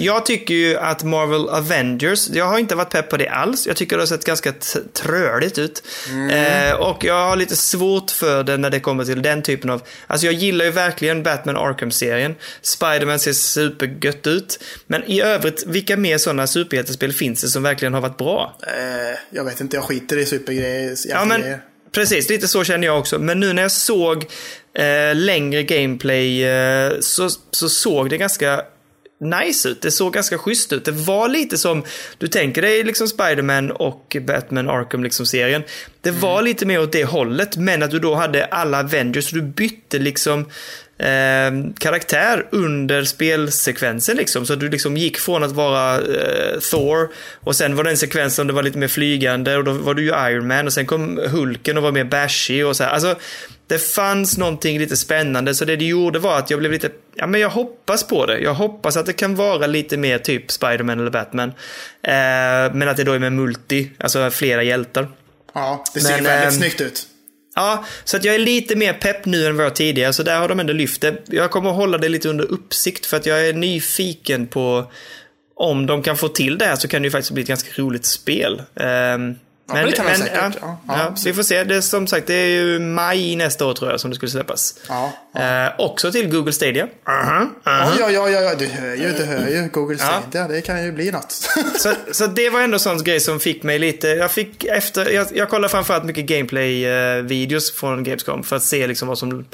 jag tycker ju att Marvel Avengers, jag har inte varit pepp på det alls. Jag tycker det har sett ganska t- tröligt ut. Eh, och jag har lite svårt för det när det kommer till den typen av... Alltså jag gillar ju verkligen Batman Arkham-serien. Spider-Man ser supergött ut. Men i övrigt, vilka mer sådana superhjältespel finns det som verkligen har varit bra?
Eh, jag vet inte, jag skiter i supergrejer.
Ja, men precis. Lite så känner jag också. Men nu när jag såg eh, längre gameplay eh, så, så såg det ganska nice ut. Det såg ganska schysst ut. Det var lite som, du tänker dig liksom Spider-Man och Batman Arkham liksom serien. Det var lite mer åt det hållet, men att du då hade alla Avengers, så du bytte liksom eh, karaktär under spelsekvensen liksom. Så att du liksom gick från att vara eh, Thor och sen var den sekvensen det var lite mer flygande och då var du ju Iron Man och sen kom Hulken och var mer bashig och så här. Alltså, det fanns någonting lite spännande så det det gjorde var att jag blev lite, ja men jag hoppas på det. Jag hoppas att det kan vara lite mer typ Spider-Man eller Batman. Eh, men att det då är med multi, alltså flera hjältar.
Ja, det ser
Men,
väldigt
ehm,
snyggt ut.
Ja, så att jag är lite mer pepp nu än vad jag var tidigare, så där har de ändå lyft det. Jag kommer att hålla det lite under uppsikt för att jag är nyfiken på om de kan få till det här så kan det ju faktiskt bli ett ganska roligt spel. Ehm,
men det kan det säkert.
Ja,
Ja,
ja,
ja,
vi får se. Det är, som sagt, det är ju maj nästa år tror jag som det skulle släppas.
Ja,
Eh, också till Google Stadia. Aha, aha.
Ja, ja, ja, ja, du hör ju, du hör ju. Google
Ja.
Stadia, det kan ju bli något.
Så, så det var ändå sån grej som fick mig lite, jag fick efter, jag, jag kollade framförallt mycket gameplay-videos från Gamescom för att se liksom vad som,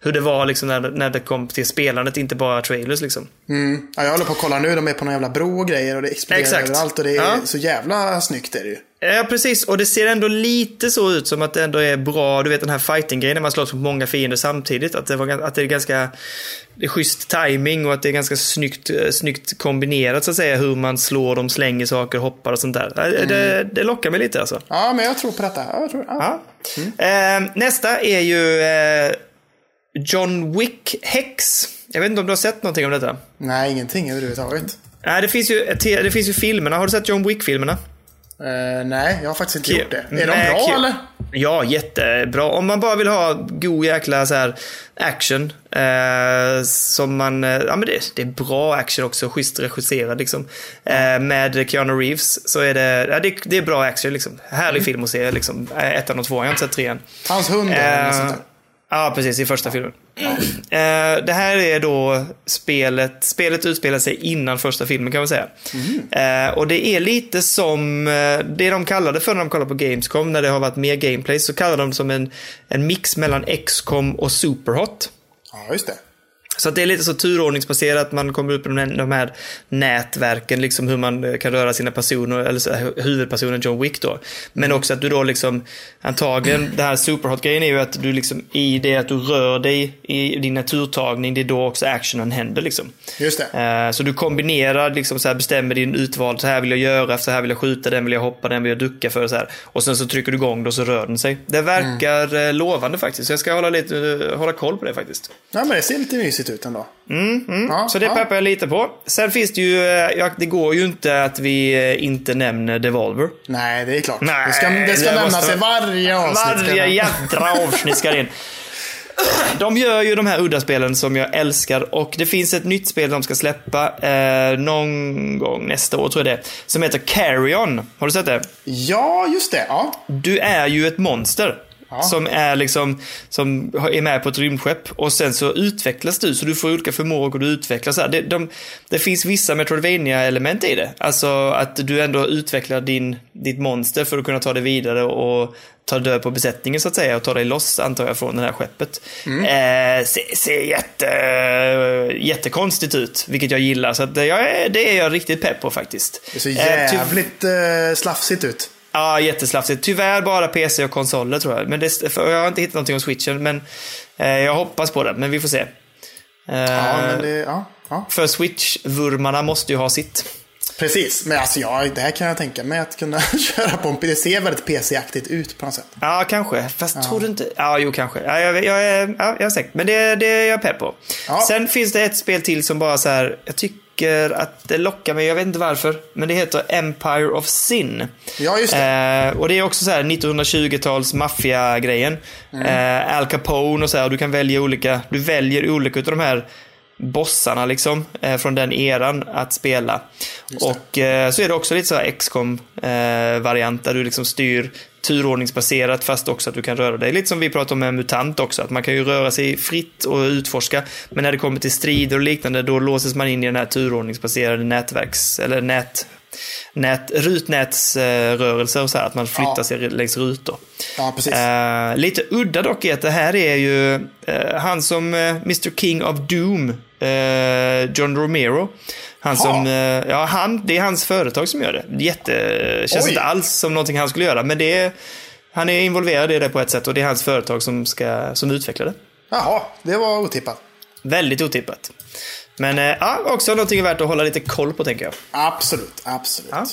hur det var liksom när, när det kom till spelandet, inte bara trailers liksom.
Mm. Ja, jag håller på att kolla nu, de är på någon jävla bro och grejer och det exploderar
Exakt.
överallt och det är
Ja.
så jävla snyggt är det ju.
Ja, precis. Och det ser ändå lite så ut som att det ändå är bra, du vet den här fighting-grejen när man slåss mot många fiender samtidigt. Att det, var, gan- att det är ganska det är schysst timing och att det är ganska snyggt, eh, snyggt kombinerat så att säga. Hur man slår dem, slänger saker, hoppar och sånt där. Eh, Det, det lockar mig lite alltså.
Ja, men jag tror på detta. Ja, jag tror, ja.
Ja. Eh, nästa är ju eh, John Wick Hex. Jag vet inte om du har sett någonting om detta?
Nej, ingenting överhuvudtaget.
Nej, det finns ju, ett- det finns ju filmerna. Har du sett John Wick-filmerna?
Eh, nej, jag har faktiskt inte gjort det. Är
Nej,
de bra
kul.
eller?
Ja, jättebra. Om man bara vill ha god jäkla så här action. Eh, som man, eh, ja men det, det är bra action också, schysst regisserad liksom. Eh, med Keanu Reeves så är det, ja, det, det är bra action liksom. Härlig film att se liksom. Eh, Ettan och tvåan, jag har inte sett trean.
Hans hund eller något sånt
Eh,
där.
Ja, precis. I första filmen. Eh, det här är då spelet. Spelet utspelar sig innan första filmen kan man säga. Eh, och det är lite som eh, det de kallade för när de kollade på Gamescom, när det har varit mer gameplay, så kallar de det som en, en mix mellan XCOM och Superhot.
Ja, just det.
Så att det är lite så turordningsbaserat, man kommer upp i de här, de här nätverken, liksom hur man kan röra sina personer, eller så, här, huvudpersonen John Wick då. Men också att du då liksom, antagligen, det här superhot-grejen är ju att du liksom i det att du rör dig i din naturtagning, det är då också actionen händer liksom.
Just det.
Eh, Så du kombinerar, liksom så här, bestämmer din utval, så här vill jag göra, så här vill jag skjuta, den vill jag hoppa, den vill jag ducka för. Så här. Och sen så trycker du igång det och så rör den sig. Det verkar eh, lovande faktiskt, så jag ska hålla, lite, eh, hålla koll på det faktiskt.
Ja, men det ser lite mysigt ut ändå. Ja,
Mm, Så det
ja.
peppar jag lite på. Sen finns det ju, eh, ja, det går ju inte att vi eh, inte nämner Devolver.
Nej, det är klart.
Nej,
det ska, det ska
det måste
nämnas i
vara-
varje avsnitt.
Varje jädra avsnitt ska det in. De gör ju de här udda spelen som jag älskar och det finns ett nytt spel de ska släppa eh, någon gång nästa år tror jag det är, Som heter Carrion. Har du sett det?
Ja, just det. Ja.
Du är ju ett monster.
Ja.
Som är liksom, som är med på ett rymdskepp och sen så utvecklas du så du får olika förmågor du utvecklas. så här. Det, de, det finns vissa metroidvania element i det. Alltså att du ändå utvecklar din, ditt monster för att kunna ta det vidare och ta död på besättningen så att säga och ta dig loss antar jag från det här skeppet.
Mm.
Eh, ser ser jätte, jättekonstigt ut, vilket jag gillar. Så att det, jag, är- det är jag riktigt pepp på faktiskt.
Det ser
Eh, tyv-
jävligt eh, slafsigt ut.
Ja, jätteslafsigt. Tyvärr bara PC och konsoler tror jag. Men det, för jag har inte hittat någonting om switchen, men eh, jag hoppas på det. Men vi får se. Eh,
Ja, men det, ja, ja.
För switch-vurmarna måste ju ha sitt.
Precis, men alltså jag, det här kan jag tänka mig att kunna köra på en PC. Det ser väldigt PC-aktigt ut på något sätt.
Ja, kanske. Fast tror du inte... Ja, jo, kanske. Ja, jag, jag, är- ja, jag är säker. Men det, det är jag pepp på.
Ja.
Sen finns det ett spel till som bara så här... Jag tycker att det lockar mig. Jag vet inte varför. Men det heter Empire of Sin.
Ja, just det.
Eh, och det är också så här 1920-tals maffia-grejen. Eh, Al Capone och så här. och Du kan välja olika, du väljer olika utav de här bossarna liksom eh, från den eran att spela. Och eh, så är det också lite så här XCOM eh, variant där du liksom styr turordningsbaserat fast också att du kan röra dig. Lite som vi pratade om med MUTANT också, att man kan ju röra sig fritt och utforska. Men när det kommer till strider och liknande då låses man in i den här turordningsbaserade nätverks eller nät nät, rutnätsrörelser och så här, att man flyttar
Ja.
sig längs rutor.
Ja, precis.
Eh, lite udda dock är att det här är ju eh, han som eh, Mr King of Doom, eh, John Romero. Han som, eh, ja han, det är hans företag som gör det. Jätte, känns
Oj.
inte alls som någonting han skulle göra, men det är, han är involverad i det på ett sätt och det är hans företag som, ska, som utvecklar det.
Jaha, det var otippat.
Väldigt otippat. Men eh, ja, också någonting värt att hålla lite koll på tänker jag.
Absolut, absolut.
Ja.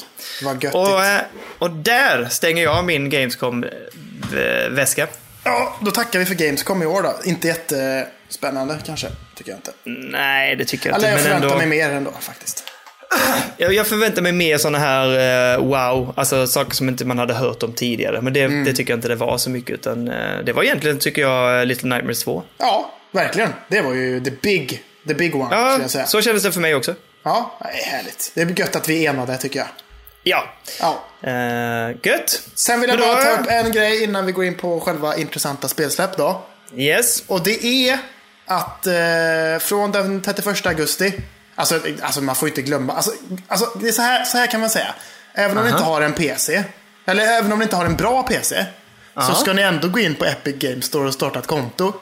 Vad göttigt.
Och, eh, och där stänger jag min Gamescom-väska.
Ja, då tackar vi för Gamescom i år då. Inte jättespännande kanske, tycker jag inte.
Nej, det tycker jag
Eller
inte.
jag
Mm, typ, men
förväntar
ändå,
mig mer ändå faktiskt.
jag, jag förväntar mig mer sådana här eh, wow, alltså saker som inte man hade hört om tidigare. Men det,
Mm.
det tycker jag inte det var så mycket. Utan, eh, det var egentligen, tycker jag, eh, Little Nightmares 2.
Ja, verkligen. Det var ju the big, the big one, skulle
Ja,
jag säga.
så kändes det för mig också.
Ja, det är härligt. Det är gött att vi är enade, tycker jag.
Ja.
Ja.
Uh, gött.
Sen vill jag
Men då-
bara ta upp en grej innan vi går in på själva intressanta spelsläpp då.
Yes.
Och det är att eh, från den 31 augusti, alltså, alltså man får ju inte glömma, alltså, alltså det är så, här, så här kan man säga. Även om ni inte har en PC, eller även om ni inte har en bra PC, så ska ni ändå gå in på Epic Games Store och starta ett konto.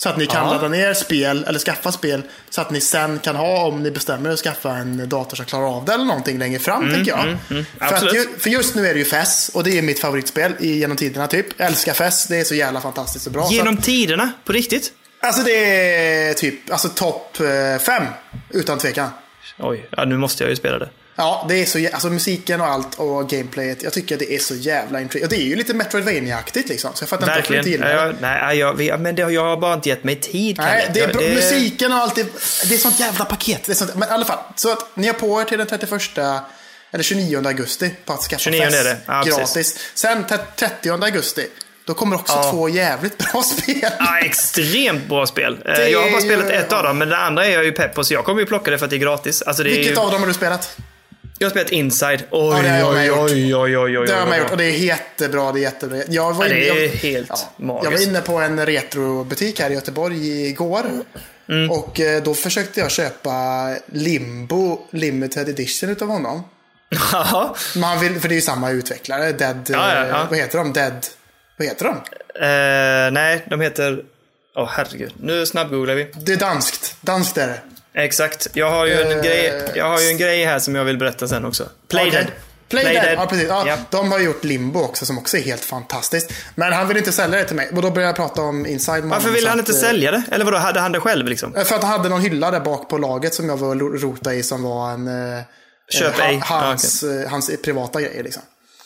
Så att ni kan
Ja.
ladda ner spel, eller skaffa spel, så att ni sen kan ha, om ni bestämmer er att skaffa en dator som klarar av det eller någonting längre fram, tänker jag. För, att
Mm, Absolut.
ju, för just nu är det ju FES, och det är mitt favoritspel i- genom tiderna typ. Jag älskar FES, det är så jävla fantastiskt och bra. så att-
Genom tiderna, på riktigt.
Alltså det är typ alltså topp eh, fem, utan tvekan.
Oj, ja, nu måste jag ju spela det.
Ja, det är så jä- alltså musiken och allt och gameplayet. Jag tycker det är så jävla intressant. Och det är ju lite Metroidvania-aktigt liksom. Så jag fattar inte varför du inte
Verkligen.
gillar
Ja,
det.
jag, nej, jag, vi- ja, men det, har- jag har bara inte gett mig tid.
Nej,
Kalle.
det är
Jag-
bra- musiken och allt. Det, det är sånt jävla paket. Det är sånt, men i alla fall, så att ni har på er till den 31 eller 29 augusti på att skaffa
29
fest
är det. Ja, precis.
gratis. Sen te- 30 augusti, då kommer också
Ja.
två jävligt bra spel.
Ja, extremt bra spel. Eh,
Det
jag har
är
bara
ju-
spelat ett av dem, men det andra är jag ju pepp på, så jag kommer ju plocka det för att det är gratis. Alltså, det är
Vilket
ju...
av dem har du spelat?
Jag har spelat Inside. Oj,
det har jag med
oj,
gjort.
oj, oj, oj, oj.
Det har
oj,
man
oj.
gjort och det är jättebra. Det är jättebra. Jag var
Ja, det
inne,
är
jag,
helt magiskt.
Jag var inne på en retrobutik här i Göteborg igår.
Mm.
Och eh, då försökte jag köpa Limbo Limited Edition utav honom.
Jaha.
Man vill, för det är ju samma utvecklare. Dead,
ja,
eh,
ja.
Vad heter de? Dead... Vad heter de?
Eh, nej, de heter... Åh herregud. Nu snabbgooglar vi.
Det är danskt. Danskt är det.
Exakt. Jag har ju en,
Eh,
grej, jag har ju en grej här som jag vill berätta sen också. Playdead.
Okej. Playdead. Ja, precis. Ja,
Ja.
De har gjort Limbo också som också är helt fantastiskt. Men han ville inte sälja det till mig. Och då började jag prata om Inside Man.
Varför ville
så
han
att,
inte
eh,
sälja det? Eller vadå, hade han det själv liksom?
För att han hade någon hylla där bak på laget som jag var och rotade i som var en... eh,
Köp
eh,
ej.
ha- hans, eh, hans privata grejer liksom.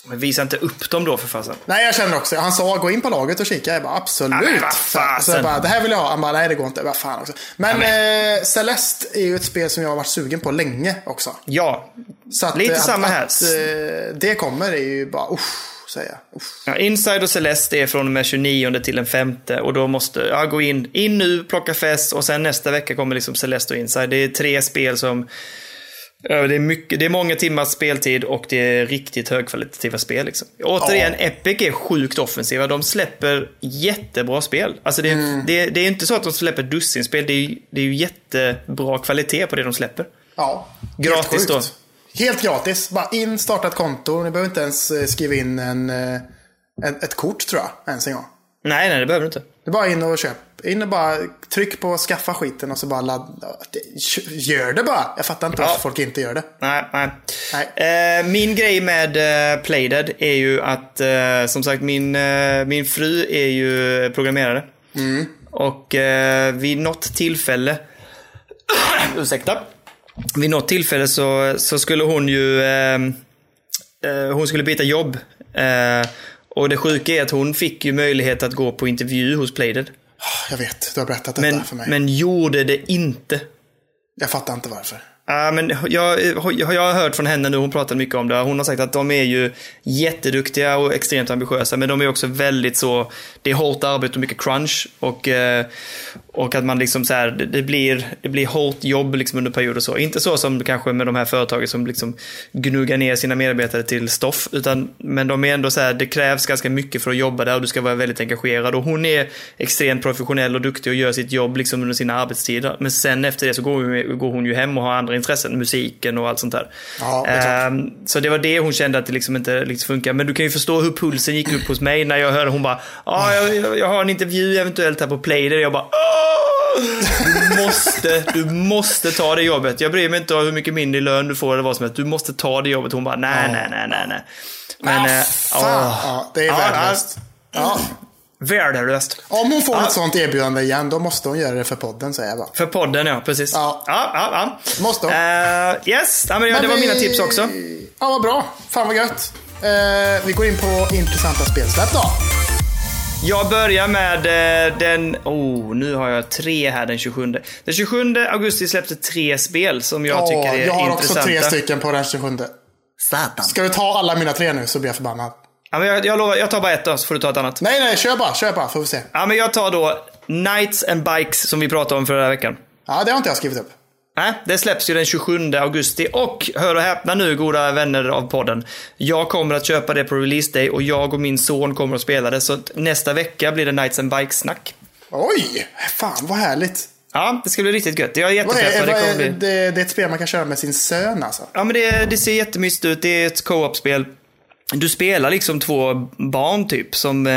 Men visa inte upp dem då för fasen.
Nej, jag känner också. Han sa gå in på laget och kika. Jag bara absolut.
Ja, men vad fasen.
så jag bara, det här vill jag ha. Han bara, nej det går inte. Vad fan också. Men eh, Celeste är ju ett spel som jag har varit sugen på länge också.
Ja.
Så att,
Lite
eh,
samma här.
Att, eh, det kommer är ju bara usch, säger jag. Usch.
ja. Inside och Celeste är från och med 29 till den 5 och då måste jag gå in. In nu, plocka fest och sen nästa vecka kommer liksom Celeste och Inside. Det är tre spel som... ja, Det är, mycket, det är många timmars speltid och det är riktigt högkvalitativa spel. Liksom. Återigen, Epic är sjukt offensiva. De släpper jättebra spel. Alltså det, det, det är inte så att de släpper dussinspel. Det är, ju- det är ju jättebra kvalitet på det de släpper.
Ja.
Gratis
helt
då.
sjukt. Helt gratis. Bara in, starta ett konto. Ni behöver inte ens eh, skriva in en, eh, en, ett kort tror jag. Ens en gång.
Nej, nej, det behöver du inte.
Det är bara in och köp. In och bara tryck på skaffa skiten och så bara ladda. Det- kö- Gör det bara. Jag fattar inte varför folk inte gör det.
Nej, nej.
Nej.
Eh, min grej med eh, Playdead är ju att, eh, som sagt, min, eh, min fru är ju programmerare.
Mm.
Och eh, vid något tillfälle, ursäkta, vid något tillfälle så, så skulle hon ju, eh, eh, hon skulle byta jobb. Eh, och det sjuka är att hon fick ju möjlighet att gå på intervju hos Playdead.
Jag vet, du har berättat detta
Men,
för mig.
men gjorde det inte.
Jag fattar inte varför.
Ja, men jag, jag, jag har hört från henne nu, hon pratar mycket om det. Hon har sagt att de är ju jätteduktiga och extremt ambitiösa, men de är också väldigt så, det är hårt arbete och mycket crunch. Och, eh, och att man liksom så här, det, det, blir, det blir hårt jobb liksom under perioder och så. Inte så som kanske med de här företagen som liksom gnuggar ner sina medarbetare till stoff, utan, men de är ändå så här, det krävs ganska mycket för att jobba där och du ska vara väldigt engagerad. Och hon är extremt professionell och duktig och gör sitt jobb liksom under sina arbetstider. Men sen efter det så går hon, går hon ju hem och har andra intressen, musiken och allt sånt där.
Ja, det är klart.
Ehm, så det var det hon kände att det liksom inte liksom funkar. Men du kan ju förstå hur pulsen gick upp hos mig när jag hörde hon bara ah, jag, jag, jag har en intervju eventuellt här på Playder. Jag bara "Åh! du måste, du måste ta det jobbet. Jag bryr mig inte om hur mycket mindre lön du får eller vad som helst. Du måste ta det jobbet. Hon bara nej, nej, nej, nej, nej. Men, eh,
Ah, Fan.
åh,
Ja, det är
Ja,
värdelöst. Ja.
värdelöst.
Om hon får ett sånt erbjudande igen, då måste hon göra det för podden, säger jag bara.
För podden ja, precis.
Ja.
ja, ja, ja.
Måste.
Eh, yes, ja, men, ja, det var
vi-
mina tips också.
Ja, vad bra. Fan vad gött. Eh, vi går in på intressanta spelsläpp då.
Jag börjar med eh, den... Oh, nu har jag tre här den 27. Den 27 augusti släppte tre spel som jag
Åh,
tycker är
jag har
intressanta.
också tre stycken på den 27.
Satan.
Ska du ta alla mina tre nu så blir jag förbannad.
Ja, men jag, jag lovar, jag tar bara ett då, så får du ta ett annat.
Nej, nej, kör bara. Kör bara, får vi se.
Ja, men jag tar då Nights and Bikes som vi pratade om förra veckan.
Ja, det har inte jag skrivit upp.
Nej, det släpps ju den 27 augusti och hör och häpna nu goda vänner av podden. Jag kommer att köpa det på release day och jag och min son kommer att spela det. Så att nästa vecka blir det Nights and Bikes snack.
Oj! Fan, vad härligt.
Ja, det ska bli riktigt gött. Jag är
Vad
jättepeppad.
är,
det
vad
kommer bli...
är, det, det är ett spel man kan köra med sin son alltså.
Ja, men det, det ser jättemysigt ut. Det är ett co-op-spel. Du spelar liksom två barn typ som eh,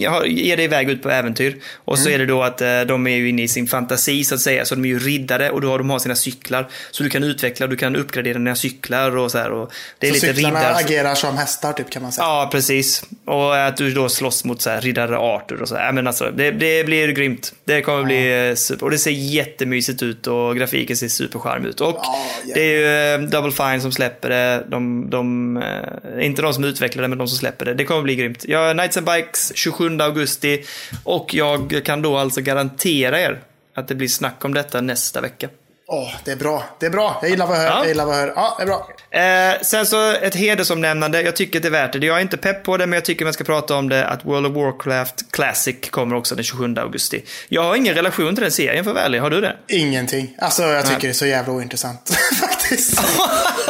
ja, ger dig iväg ut på äventyr. Och
Mm.
så är det då att eh, de är ju inne i sin fantasi så att säga. Så de är ju riddare och då har de har sina cyklar. Så du kan utveckla, du kan uppgradera dina cyklar och så här. Och det är
Så
lite
cyklarna
riddar...
agerar som hästar typ kan man säga.
Ja, precis. Och att du då slåss mot så här riddare Arthur och så här. Ja, Men alltså, det, det blir grymt. Det kommer bli eh, super. Och det ser jättemysigt ut och grafiken ser supercharm ut. Och
Ja, jävlar.
det är ju eh, Double Fine som släpper det. De, de, eh, inte de som utvecklar det, men de som släpper det. Det kommer bli grymt. Jag Nights and Bikes 27 augusti. Och jag kan då alltså garantera er att det blir snack om detta nästa vecka.
Åh, det är bra. Det är bra. Jag gillar vad jag hör.
Ja.
Jag gillar vad jag hör. Ja, det är bra.
Eh, sen så ett hedersomnämnande. Jag tycker att det är värt det. Jag är inte pepp på det, men jag tycker man ska prata om det. Att World of Warcraft Classic kommer också den 27 augusti. Jag har ingen relation till den serien för att vara ärlig. Har du det?
Ingenting. Alltså jag tycker det är så jävla ointressant faktiskt.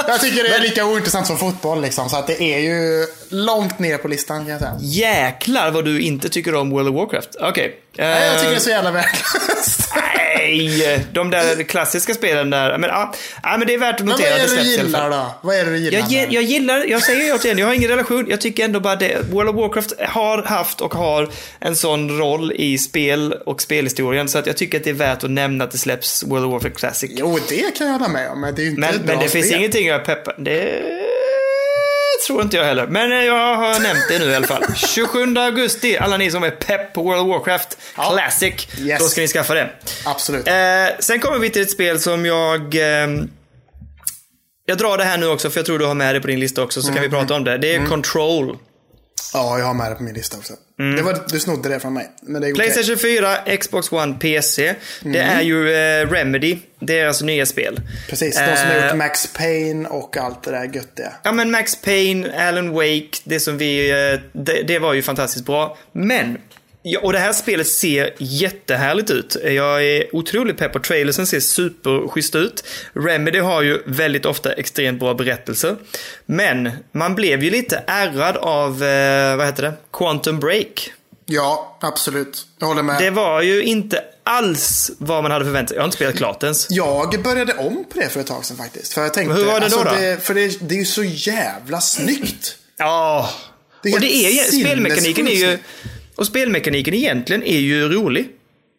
jag tycker det är lika ointressant som fotboll liksom. Så att det är ju långt ner på listan kan jag säga.
Jäklar vad du inte tycker om World of Warcraft. Okej. Eh,
Nej, jag tycker det är så jävla värdelöst.
Nej, de där klassiska spelen där. Men, ah, ah, men det är värt att
Men
notera.
vad är
att
det du
släpps i alla
gillar
fall.
då? Vad är det du gillar?
Jag, ge- jag gillar, jag säger ju återigen, jag har ingen relation. Jag tycker ändå bara det. World of Warcraft har haft och har en sån roll i spel och spelhistorien. Så att jag tycker att det är värt att nämna att det släpps World of Warcraft Classic.
Jo, det kan jag hålla med om. Men det är ju inte
men
ett bra
men det finns
spel.
ingenting jag är peppad. Det tror inte jag heller. Men eh, jag har nämnt det nu i alla fall. 27 augusti, alla ni som är pepp på World of Warcraft Classic.
Yes.
Då ska ni skaffa det.
Absolut.
Eh, sen kommer vi till ett spel som jag... ehm, jag drar det här nu också för jag tror du har med det på din lista också så kan
Mm.
vi prata om det. Det är Control.
Ja, jag har med det på min lista också. Det var, du snodde det från mig. Men det är okej.
Mm. Playstation 4, Xbox One, PC. Det är ju eh, Remedy, deras nya spel.
Mm. Precis, de som har
Eh,
gjort Max Payne och allt det där göttiga.
Ja men Max Payne, Alan Wake, det som vi... eh, Det, det var ju fantastiskt bra. Men! Ja, och det här spelet ser jättehärligt ut. Jag är otroligt pepp på trailersen, ser superschysst ut. Remedy har ju väldigt ofta extremt bra berättelser. Men man blev ju lite ärrad av, eh, vad heter det? Quantum Break.
Ja, absolut. Jag håller med.
Det var ju inte alls vad man hade förväntat sig. Jag har inte spelat klart ens.
Jag började om på det för ett tag sedan faktiskt. För jag tänkte, alltså,
Men hur var det då då?
Det, för det, det är ju så jävla snyggt.
Ja.
Det är
och det är
helt
ju, spelmekaniken är ju...
sinnessjukt.
Och spelmekaniken egentligen är ju rolig.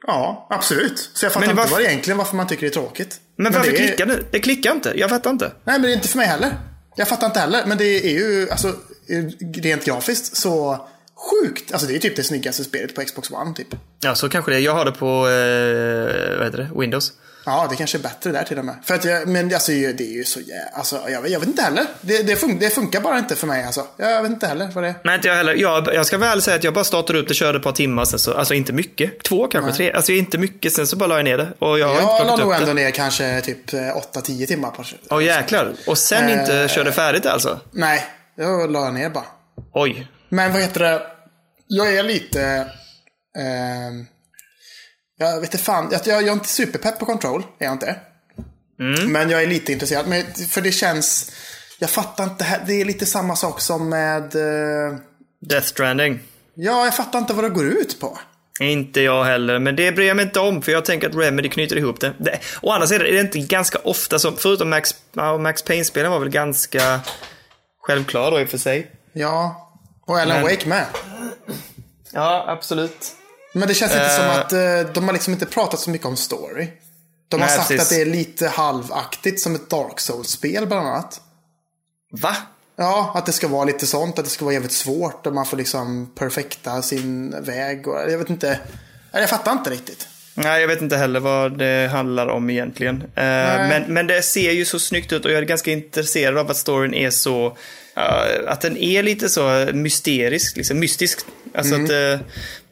Ja, absolut. Så jag fattar
Men
inte
varför-
vad det egentligen varför man tycker det är tråkigt.
Men varför
det är-
klickar det? Det klickar inte. Jag fattar inte.
Nej, men det är inte för mig heller. Jag fattar inte heller. Men det är ju, alltså, rent grafiskt så sjukt. Alltså det är ju typ det snyggaste spelet på Xbox One typ.
Ja, så kanske det är. Jag har det på, eh, vad heter det, Windows.
Ja, det kanske är bättre där till och med. För att jag, men alltså, det är ju så jävla... Alltså, jag, vet- jag vet inte heller. Det, det, fun- det funkar bara inte för mig alltså. Jag vet inte heller vad det är.
Nej, inte jag heller. Jag, jag ska väl säga att jag bara startade upp det, körde ett par timmar, sen så, alltså inte mycket. Två kanske, tre. Alltså inte mycket, sen så bara la jag ner det. Och jag har inte
Jag la
plockat
nog
upp
ändå
det.
ner kanske typ eh, 8-10 timmar på
Åh jäklar. Och sen inte körde färdigt alltså?
Nej, jag la ner bara.
Oj.
Men vad heter det? Jag är lite... ehm, jag vet inte fan. Jag, jag, jag är inte superpepp på Control. Är jag inte.
Mm.
Men jag är lite intresserad. Men, för det känns... Jag fattar inte. här- Det är lite samma sak som med... eh,
Death Stranding.
ja, jag fattar inte vad det går ut på.
Inte jag heller, men det bryr jag mig inte om för jag tänker att Remedy knyter ihop det. det å andra sidan är det inte ganska ofta som, förutom Max, ja, Max Payne-spelen var väl ganska självklar då i och för sig.
Ja. Och Alan Wake med.
Ja, absolut.
Men det känns inte som
Eh.
att eh, de har liksom inte pratat så mycket om story. De har
Nej,
sagt
precis.
att det är lite halvaktigt som ett Dark Souls-spel bland annat.
Va?
Ja, att det ska vara lite sånt. Att det ska vara jävligt svårt och man får liksom perfekta sin väg. Och, jag vet inte. Nej, Jag fattar inte riktigt.
Nej, jag vet inte heller vad det handlar om egentligen. Eh, men, men det ser ju så snyggt ut och jag är ganska intresserad av att storyn är så... eh, att den är lite så mysterisk, liksom mystisk. Alltså att, eh,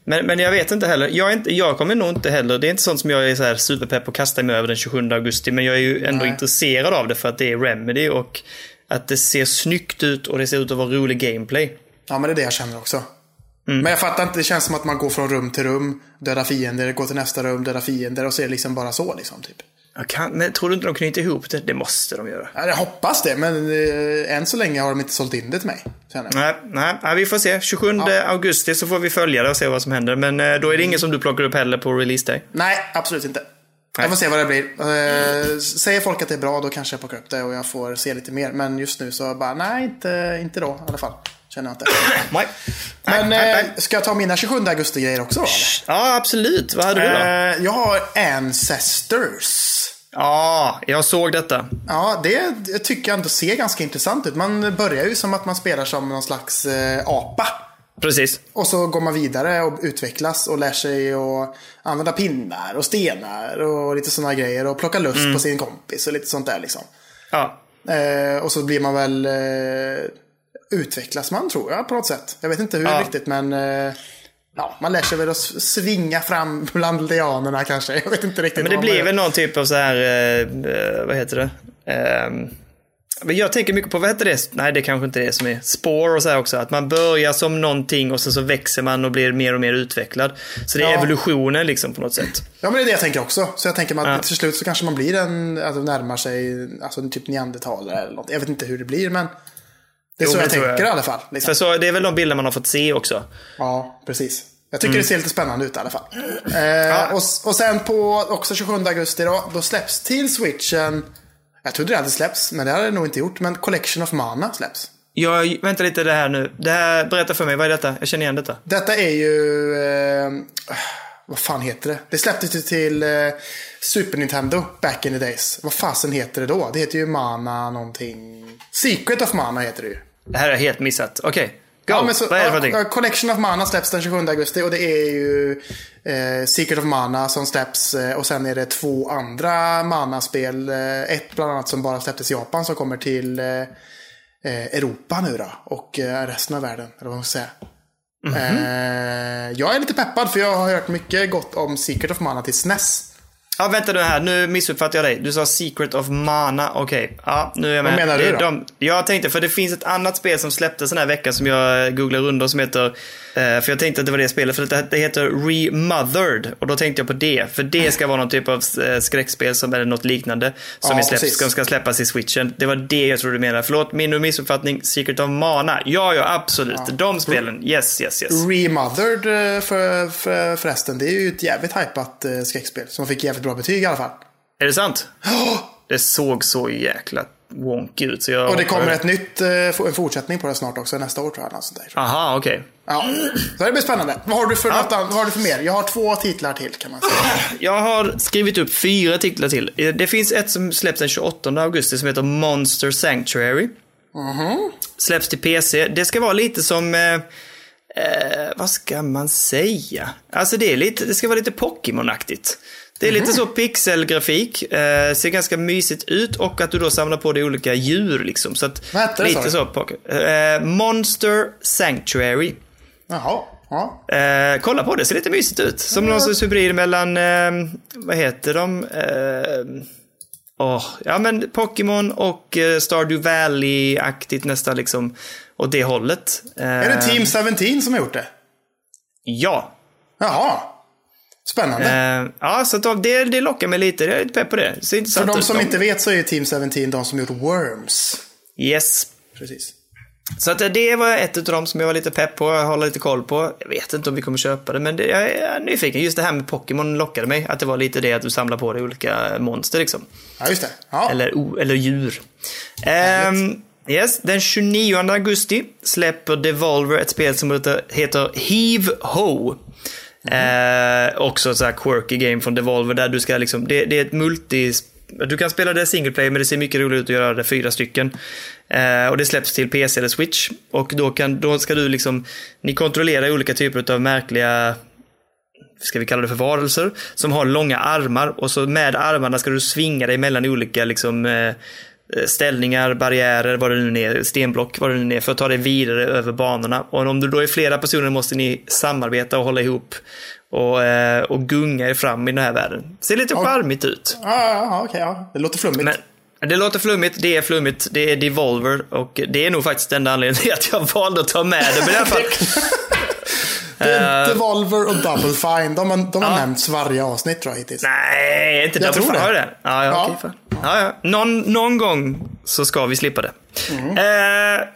men, men jag vet inte heller. Jag, är inte, jag kommer nog inte heller... Det är inte sånt som jag är så här superpepp på att kasta mig över den 27 augusti. Men jag är ju ändå intresserad av det för att det är Remedy och att det ser snyggt ut och det ser ut att vara rolig gameplay.
Ja, men det är det jag känner också.
Mm.
Men jag fattar inte. Det känns som att man går från rum till rum. Döda fiender, går till nästa rum, döda fiender. Och så är det liksom bara så liksom. Typ.
Jag kan, men tror du inte de knyter ihop det? Det måste de göra.
Ja, Jag hoppas det, men eh, än så länge har de inte sålt in det till mig. Känner jag.
Nej, nej, nej, vi får se. 27 augusti så får vi följa det och se vad som händer. Men eh, då är det ingen som du plockar upp heller på release day.
Nej, absolut inte. Jag får se vad det blir. Eh, säger folk att det är bra, då kanske jag plockar upp det och jag får se lite mer. Men just nu så bara, nej, inte, inte då i alla fall. Känner jag inte.
Nej.
Men
nej,
eh,
nej.
ska jag ta mina 27 augusti-grejer också då? eller?
Ja, absolut. Vad hade du då?
Eh, jag har Ancestors.
Ja, jag såg detta.
Ja, det tycker jag ändå ser ganska intressant ut. Man börjar ju som att man spelar som någon slags eh, apa.
Precis.
Och så går man vidare och utvecklas och lär sig att använda pinnar och stenar och lite sådana grejer. Och plocka lust
Mm.
på sin kompis och lite sånt där liksom.
Ja.
Eh, och så blir man väl... Eh, utvecklas man tror jag på något sätt. Jag vet inte hur
Ja.
riktigt men... Eh, ja, man lär sig väl att s- svinga fram bland lianerna kanske. Jag vet inte riktigt.
Men
vad
det
man
blir
gör.
väl någon typ av så här, eh, eh, vad heter det? Ehm, men jag tänker mycket på, vad heter det? Nej, det kanske inte är det som är spår och så här också. Att man börjar som någonting och sen så växer man och blir mer och mer utvecklad. Så det är
Ja.
evolutionen liksom på något sätt.
Ja, men det är det jag tänker också. Så jag tänker mig att till slut så kanske man blir en... Alltså närmar sig alltså, typ neandertalare eller något. Jag vet inte hur det blir men... Det är
Jo,
så
det
jag
tror
tänker
jag.
i alla fall. Liksom.
För så, det är väl de bilder man har fått se också.
Ja, precis. Jag tycker det ser lite spännande ut i alla fall. Eh, och, och sen på också 27 augusti då, då släpps till switchen. Jag trodde det hade släppts, men det hade det nog inte gjort. Men Collection of Mana släpps.
Jag, vänta lite det här nu. Det här, berätta för mig, vad är detta? Jag känner igen detta.
Detta är ju... Eh, vad fan heter det? Det släpptes ju till eh, Super Nintendo back in the days. Vad fasen heter det då? Det heter ju Mana någonting. Secret of Mana heter det ju.
Det här är helt missat. Okej, go.
Ja, men så,
vad är det för
ja,
någonting?
Collection of Mana släpps den 27 augusti och det är ju eh, Secret of Mana som släpps eh, och sen är det två andra Mana-spel. Eh, ett bland annat som bara släpptes i Japan som kommer till eh, eh, Europa nu då och eh, resten av världen. Eller vad man ska säga.
Mhm.
eh, jag är lite peppad för jag har hört mycket gott om Secret of Mana till SNES.
Ja, vänta nu här. Nu missuppfattar jag dig. Du sa Secret of Mana. Okej, ja, nu är jag med.
Vad menar
det
du
är
då?
De, jag tänkte, för det finns ett annat spel som släpptes den här veckan som jag eh, googlar under som heter... eh, För jag tänkte att det var det spelet, för det, det heter Remothered. Och då tänkte jag på det, för det ska vara någon typ av eh, skräckspel som är något liknande. Som
Ja,
är släppt,
precis.
som ska släppas i switchen. Det var det jag trodde du menade. Förlåt min missuppfattning. Secret of Mana. Ja, ja, absolut. De spelen. Yes, yes, yes.
Remothered eh, för, för, förresten, det är ju ett jävligt hypat eh, skräckspel som fick jävligt bra betyg i alla fall.
Är det sant? Det såg så jäkla wonky ut. Så jag
Och det
hoppar
kommer
över.
ett nytt, eh, f- en fortsättning på det snart också, nästa år tror jag. eller något sånt där.
Aha, okej.
Ja. Så det blir spännande. Vad har, du för något annat, vad har du för mer? Jag har två titlar till kan man säga.
Jag har skrivit upp fyra titlar till. Eh, Det finns ett som släpps den 28 augusti som heter Monster Sanctuary.
Mhm.
Släpps till PC. Det ska vara lite som... Eh, eh, vad ska man säga? Alltså det, är lite, det ska vara lite Pokémon-aktigt. Det är
Mhm.
lite så pixelgrafik, eh, ser ganska mysigt ut och att du då samlar på dig olika djur liksom. Så att,
Vad heter det, sa
lite
du?
så. Poké- Eh, Monster Sanctuary.
Jaha. Ja.
Eh, kolla på det, ser lite mysigt ut. Som någon sorts hybrid mellan, eh, vad heter de? Eh, åh, ja men Pokémon och eh, Stardew Valley-aktigt nästan liksom åt det hållet. Eh,
Är det Team 17 som har gjort det?
Ja.
Jaha. Spännande.
Eh, ja, så att de- det, det lockar mig lite. Jag är lite pepp på det. Det
För
ser intressant
de
ut.
som inte vet så är ju Team 17 de som gjort Worms.
Yes.
Precis.
Så att eh, det var ett av dem som jag var lite pepp på, jag håller lite koll på. Jag vet inte om vi kommer köpa det, men det, jag är nyfiken. Just det här med Pokémon lockade mig. Att det var lite det att du samlar på dig olika monster liksom.
Ja, just det. Ja.
Eller, o- eller djur. Ehm, yes, den 29 augusti släpper Devolver ett spel som heter- heter Heave Ho. Eh, också ett så här quirky game från Devolver där du ska liksom, det, det är ett multi... Du kan spela det single player men det ser mycket roligt ut att göra det fyra stycken. Eh, och det släpps till PC eller Switch. Och då, kan, då ska du liksom, ni kontrollerar olika typer av märkliga ska vi kalla det för varelser, som har långa armar och så med armarna ska du svinga dig mellan olika liksom, eh, ställningar, barriärer, vad det nu är, stenblock, vad det nu är, för att ta dig vidare över banorna. Och om du då är flera personer måste ni samarbeta och hålla ihop och, eh, och gunga er fram i den här världen. Ser lite charmigt ut.
Ja, ja, ja, okej. Ja. Det låter flummigt.
Men det låter flummigt, det är flummigt, det är Devolver och det är nog faktiskt enda anledningen till att jag valde att ta med det. Men i alla fall,
Det
eh,
är Devolver och Double Fine. De har, de har nämnts varje avsnitt tror jag hittills.
Nej, inte jag
tror
tror det.
det.
Har du det? Ja, ja,
Ja.
okej. Fan. Ja, ja. Någon, någon gång så ska vi slippa det. Eh,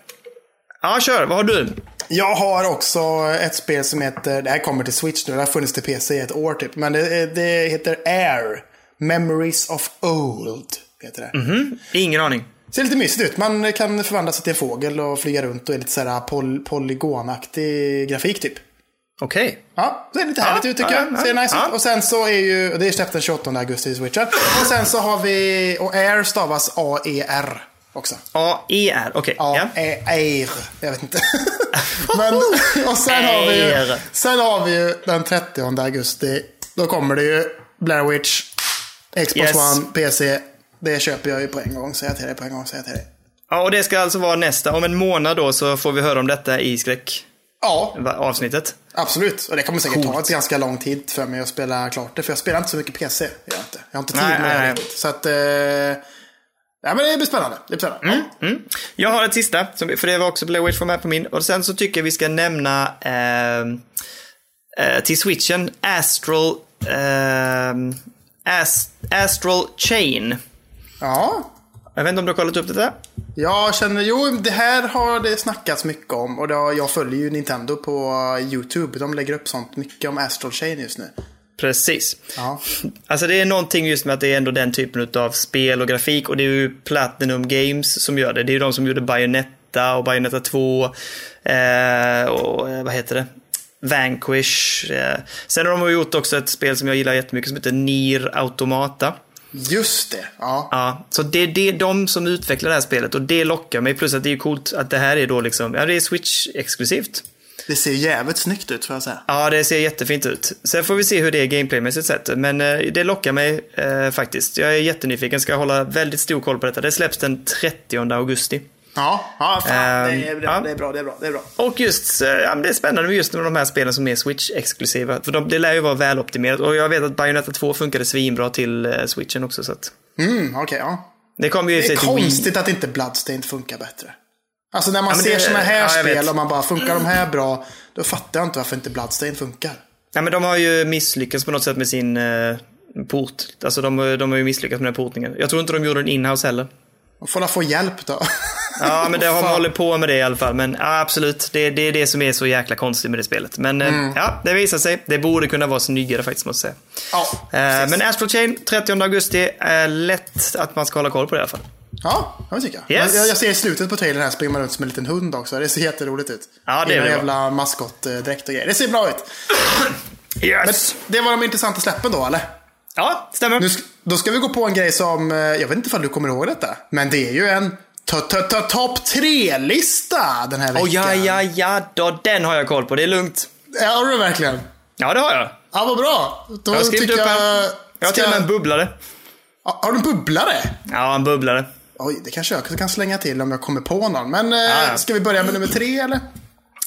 ja, kör. Vad har du?
Jag har också ett spel som heter, det här kommer till Switch nu, det har funnits till PC i ett år typ. Men det, det heter Air. Memories of Old. Heter det.
Mhm. Ingen aning.
Ser lite mysigt ut. Man kan förvandla sig till en fågel och flyga runt och är lite såhär pol- polygonaktig grafik typ.
Okej.
Ja, det är lite härligt ut tycker
ja,
jag. Ser
ja,
nice
ja.
ut. Och sen så är ju, det är släppt den 28 augusti i Switchen. Och sen så har vi, och Air stavas A-E-R också.
A-E-R. Okej.
Ja,
Ja.
e- Eir. Jag vet inte. Men, och sen har, vi ju,
Eir.
sen har vi ju den 30 augusti. Då kommer det ju Blair Witch, Xbox
Yes.
One, PC. Det köper jag ju på en gång, säger jag till dig. På en gång, säger jag till dig.
ja, och det ska alltså vara nästa. Om en månad då så får vi höra om detta i skräckavsnittet.
Ja, absolut. Och det kommer säkert ta ett ganska lång tid för mig att spela klart det. För jag spelar inte så mycket PC. Jag, inte. jag har inte tid
Nej,
med
nej,
det
nej.
riktigt. Så att... Eh, ja, men det blir spännande. Det blir spännande. Ja.
Mm. Jag har ett sista, som- för det var också Blair Witch var med på min. Och sen så tycker jag vi ska nämna ehm, eh, till switchen Astral, ehm, Ast- Astral Chain.
ja.
Eh, Jag vet inte om du har kollat upp det där?
Jag känner, jo det här har det snackats mycket om och det har, jag följer ju Nintendo på YouTube. De lägger upp sånt mycket om Astral Chain just nu.
Precis.
Ja.
Alltså det är någonting just med att det är ändå den typen av spel och grafik och det är ju Platinum Games som gör det. Det är ju de som gjorde Bayonetta och Bayonetta 2 eh, och eh, vad heter det? Vanquish. Eh. Sen har de gjort också ett spel som jag gillar jättemycket som heter Nier Automata.
Just det, ja.
Ja, så det är det, de som utvecklar det här spelet och det lockar mig. Plus att det är ju coolt att det här är då liksom, ja det är Switch-exklusivt.
Det ser jävligt snyggt ut får jag säga.
Ja, det ser jättefint ut. Sen får vi se hur det är gameplaymässigt sett. Men eh, det lockar mig eh, faktiskt. Jag är jättenyfiken, ska hålla väldigt stor koll på detta. Det släpps den 30 augusti.
Ja, ja fan,
Ehm,
det, är bra,
ja.
det är bra, det är bra, det är bra.
Och just, eh, ja, men det är spännande med just med de här spelen som är Switch-exklusiva. För de, det lär ju vara väloptimerat. Och jag vet att Bayonetta 2 funkade svinbra till eh, Switchen också. Så att.
Mm, okej, ja.
Det kom ju i och
Det
för
är
sig till Wii.
konstigt att inte Bloodstained funkar bättre. Alltså när man
Ja, men
ser
det-
såna här
ja, jag
spel
vet.
och man bara, funkar de här bra? Då fattar jag inte varför inte Bloodstained funkar.
Ja, men de har ju misslyckats på något sätt med sin eh, port. Alltså de, de har ju misslyckats med den här portningen. Jag tror inte de gjorde den inhouse heller.
Man får la få hjälp då.
Ja, men det har man
Fan.
håller på med det i alla fall. Men ja, absolut, det, det är det som är så jäkla konstigt med det spelet. Men eh,
Mm.
ja, det visar sig. Det borde kunna vara snyggare faktiskt, måste jag säga.
Ja,
Eh,
precis.
men Astral Chain, 30 augusti. Eh, lätt att man ska hålla koll på det i alla fall.
Ja, det tycker jag.
Yes.
Jag, jag ser i slutet på trailern här springer man runt som en liten hund också. Det ser jätteroligt ut.
Ja, det är
I en
det
jävla maskottdräkt och grejer. Det ser bra ut.
Yes!
Det var de intressanta släppen då, eller?
ja, stämmer.
Nu sk- då ska vi gå på en grej som, eh, jag vet inte om du kommer ihåg detta, men det är ju en to- to- to- topp tre-lista den här veckan.
Oh, ja, ja, ja, då, den har jag koll på. Det är lugnt.
Ja, Har du verkligen?
Ja, det har jag.
Ja, vad bra. Då
Jag har skrivit
tycker
upp en. Jag har
ska-
till och med en bubblare.
Ja, Har du en bubblare?
Ja, en bubblare.
Oj, det kanske jag kan slänga till om jag kommer på någon. Men eh,
ja.
ska vi börja med nummer tre, eller?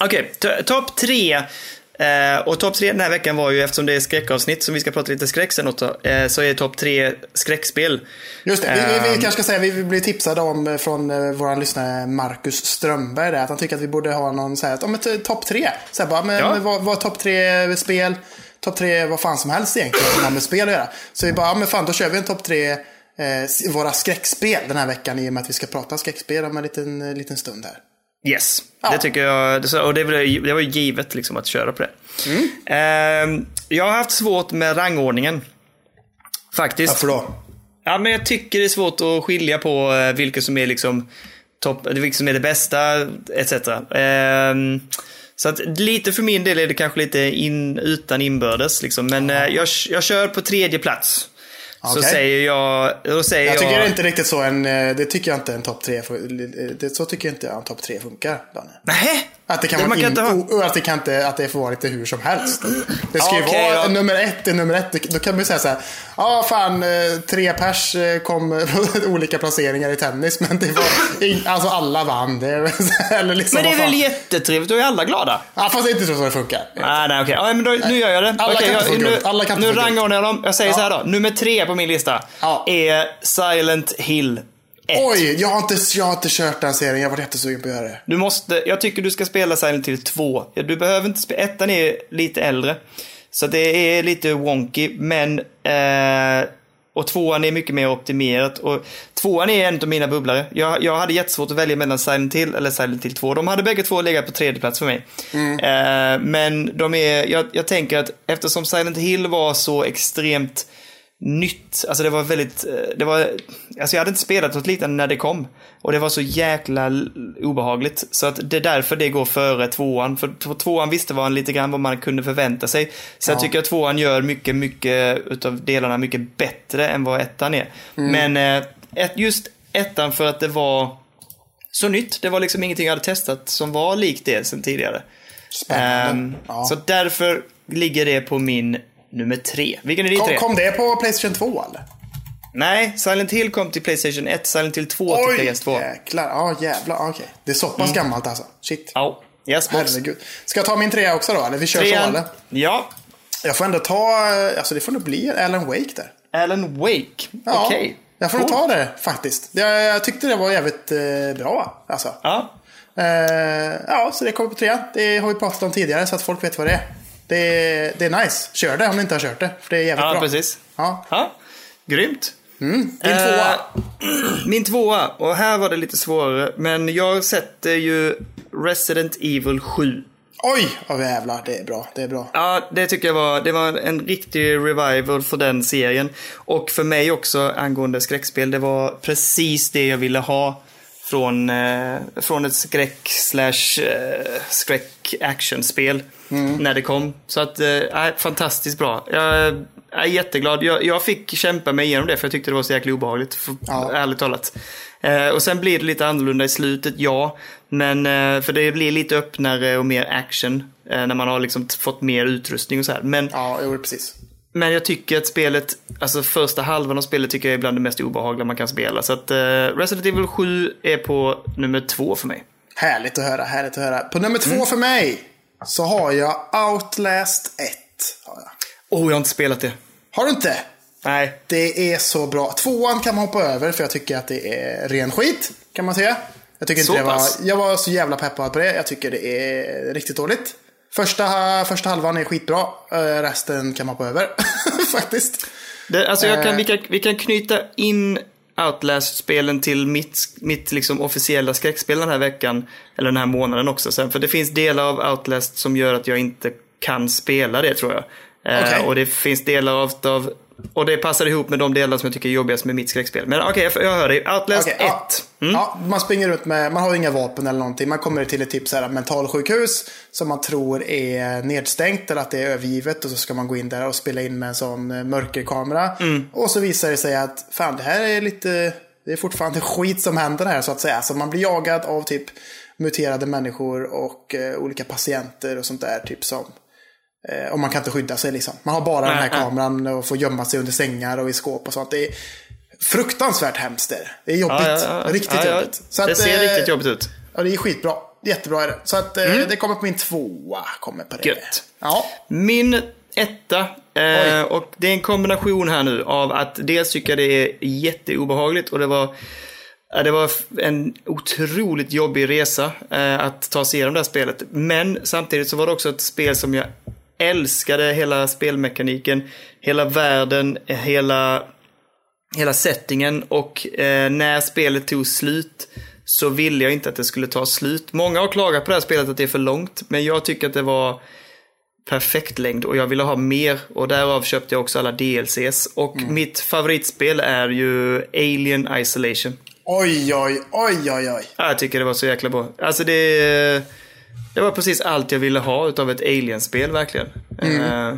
Okej, okay, topp tre. Eh, och topp tre den här veckan var ju, eftersom det är skräckavsnitt som vi ska prata lite skräck sen också, eh, så är topp tre skräckspel.
Just det, vi, vi, vi
Ehm.
kanske ska säga vi, vi blev tipsade om eh, från eh, vår lyssnare Marcus Strömberg där, att han tycker att vi borde ha någon så här, om ett eh, topp tre. Så här, bara, men
Ja.
vad, vad topp tre spel, topp tre vad fan som helst egentligen, som har med spel att göra. Så vi bara, ja men fan då kör vi en topp tre eh, s- våra skräckspel den här veckan i och med att vi ska prata skräckspel om en liten, eh, liten stund här.
Yes,
Ja.
det tycker jag. det- Och det, var ju- det var ju givet liksom att köra på det.
Mm.
Ehm, jag har haft svårt med rangordningen. Faktiskt.
då?
Ja, men jag tycker det är svårt att skilja på eh, vilka som är liksom topp, vilka som är det bästa, etc. Ehm, så att lite för min del är det kanske lite in, utan inbördes, liksom. men eh, jag, jag kör på tredje plats. Så
Okej.
säger jag... Då säger
Jag
jag,
tycker inte riktigt så en, eh, det tycker jag inte en topp tre, fun- eh, det, så tycker jag inte en topp tre funkar, Daniel.
Nej,
Att det kan vara
man kan
in,
inte ha... Mm,
o- att det kan inte, att det får vara lite hur som helst. Det ska ju
Ja, okej,
vara
ja.
nummer ett är nummer ett. Då kan man ju säga så här. Ja, fan, eh, tre pers eh, kom på olika placeringar i tennis, men det var in, alltså alla vann. Det är väl så här, Eller liksom,
Men det är
vad fan.
väl jättetrevligt, då är alla glada.
Ja, fast det är inte så det funkar.
Ah, nej, okej. Ja, men då, nu gör jag det.
Alla
Okej,
kan inte
jag,
få
nu
guld. Alla kan inte
nu
få guld.
rangordnar jag dem. Jag säger så här då. Nummer tre på min lista
Ja.
är Silent Hill 1.
Oj, jag har, inte, jag har inte kört den serien. Jag var jättesugen på att göra det.
Du måste, jag tycker du ska spela Silent Hill 2. Ja, Du behöver inte spela, ettan är lite äldre. Så det är lite wonky, men... Eh, och tvåan är mycket mer optimerat. Och tvåan är en av mina bubblare. Jag, jag hade jättesvårt att välja mellan Silent Hill eller Silent Hill 2. De hade bägge två legat på tredje plats för mig. Eh, men de är, jag, jag tänker att eftersom Silent Hill var så extremt nytt. Alltså det var väldigt, eh, det var, alltså jag hade inte spelat något liknande när det kom. Och det var så jäkla l- obehagligt. Så att det är därför det går före tvåan. För t- tvåan visste man lite grann vad man kunde förvänta sig. Sen tycker jag tvåan gör mycket, mycket utav delarna mycket bättre än vad ettan är.
Mm.
Men eh, ett, just ettan för att det var så nytt. Det var liksom ingenting jag hade testat som var likt det sen tidigare.
Spännande.
Ehm,
ja.
Så därför ligger det på min nummer tre. Vilken är din
kom,
tre?
kom det på Playstation 2 eller?
Nej, Silent Hill kom till Playstation 1, Silent Hill 2 till PS2.
jäklar. Ja, jävlar. Okej. Det är så pass gammalt alltså. Shit.
Mm. Ja, yes box.
Herregud. Ska jag ta min trea också då? Eller vi kör så
Trean.
eller?
Ja,
Jag får ändå ta, eh, alltså det får nog bli en Alan Wake där.
Alan Wake.
Ja,
Okej.
Jag får nog
Cool.
ta det faktiskt. Jag, jag tyckte det var jävligt eh, bra. Alltså.
Ja.
Eh, ja, så det kommer på trean. Det har vi pratat om tidigare så att folk vet vad det är. Det, är- det är nice. Kör det om ni inte har kört det. För det är jävligt
ja,
bra.
precis.
Ja.
Ja, grymt. Eh,
Din tvåa.
Min tvåa, och här var det lite svårare, men jag sätter ju Resident Evil 7.
Oj, vad jävlar. Det är bra. Det är bra.
Ja, det tycker jag var, det var en riktig revival för den serien. Och för mig också angående skräckspel, det var precis det jag ville ha från, eh, från ett skräck slash eh, skräck actionspel när det kom. Så att, eh, nej, fantastiskt bra. Jag är jätteglad. Jag, jag fick kämpa mig igenom det för jag tyckte det var så jäkla obehagligt, för,
Ja.
ärligt talat. Eh, och sen blir det lite annorlunda i slutet, ja. Men eh, för det blir lite öppnare och mer action eh, när man har liksom t- fått mer utrustning och så här. Men,
Ja, jo, precis.
men jag tycker att spelet, alltså första halvan av spelet tycker jag är bland det mest obehagliga man kan spela. Så att eh, Resident Evil 7 är på nummer två för mig.
Härligt att höra. Härligt att höra. På nummer två för mig så har jag Outlast 1. Har, jag.
Oh, jag har inte spelat det.
har du inte?
Nej.
Det är så bra. Tvåan kan man hoppa över för jag tycker att det är ren skit. Kan man säga. Jag, tycker inte
Så
det var,
pass.
jag var så jävla peppad på det. Jag tycker det är riktigt dåligt. Första, första halvan är skitbra. Eh, Resten kan man hoppa över. Faktiskt.
Det, alltså jag
Eh.
kan, vi, kan, vi kan knyta in Outlast-spelen till mitt, mitt liksom officiella skräckspel den här veckan. Eller den här månaden också. Sen, för det finns delar av Outlast som gör att jag inte kan spela det tror jag. Eh,
Okej.
och det finns delar av, av... Och det passar ihop med de delar som jag tycker är jobbigast med mitt skräckspel. Men okej, jag, jag hör dig. Outlast
Okej,
1.
ja. Ja, man springer runt med, man har inga vapen eller någonting. Man kommer till ett typ så här mentalsjukhus som man tror är nedstängt eller att det är övergivet. Och så ska man gå in där och spela in med en sån eh, mörkerkamera. Och så visar det sig att fan det här är lite, det är fortfarande skit som händer här så att säga. Så man blir jagad av typ muterade människor och eh, olika patienter och sånt där. Typ som Eh, Och man kan inte skydda sig liksom. Man har bara den här
nej.
kameran och får gömma sig under sängar och i skåp och sånt. Det är fruktansvärt hemskt det är det. Det är jobbigt. Riktigt
ja, ja.
jobbigt.
det ser
eh,
riktigt jobbigt ut.
Ja, det är skitbra. Jättebra är det. Så att eh, det kommer på min tvåa. Kommer på det.
Gött.
Ja.
Min etta.
Oj.
Eh, och det är en kombination här nu av att dels tycker jag det är jätteobehagligt och det var, ja, det var f- en otroligt jobbig resa eh, att ta sig igenom det här spelet. Men samtidigt så var det också ett spel som jag älskade hela spelmekaniken, hela världen, hela hela settingen och eh, när spelet tog slut så ville jag inte att det skulle ta slut. Många har klagat på det här spelet att det är för långt, men jag tycker att det var perfekt längd och jag ville ha mer och därav köpte jag också alla DLCs. Och mitt favoritspel är ju Alien Isolation.
Oj, oj, oj, oj, oj.
Ja, Ah, Jag tycker det var så jäkla bra. Alltså det, det var precis allt jag ville ha utav ett Alien-spel verkligen. Eh,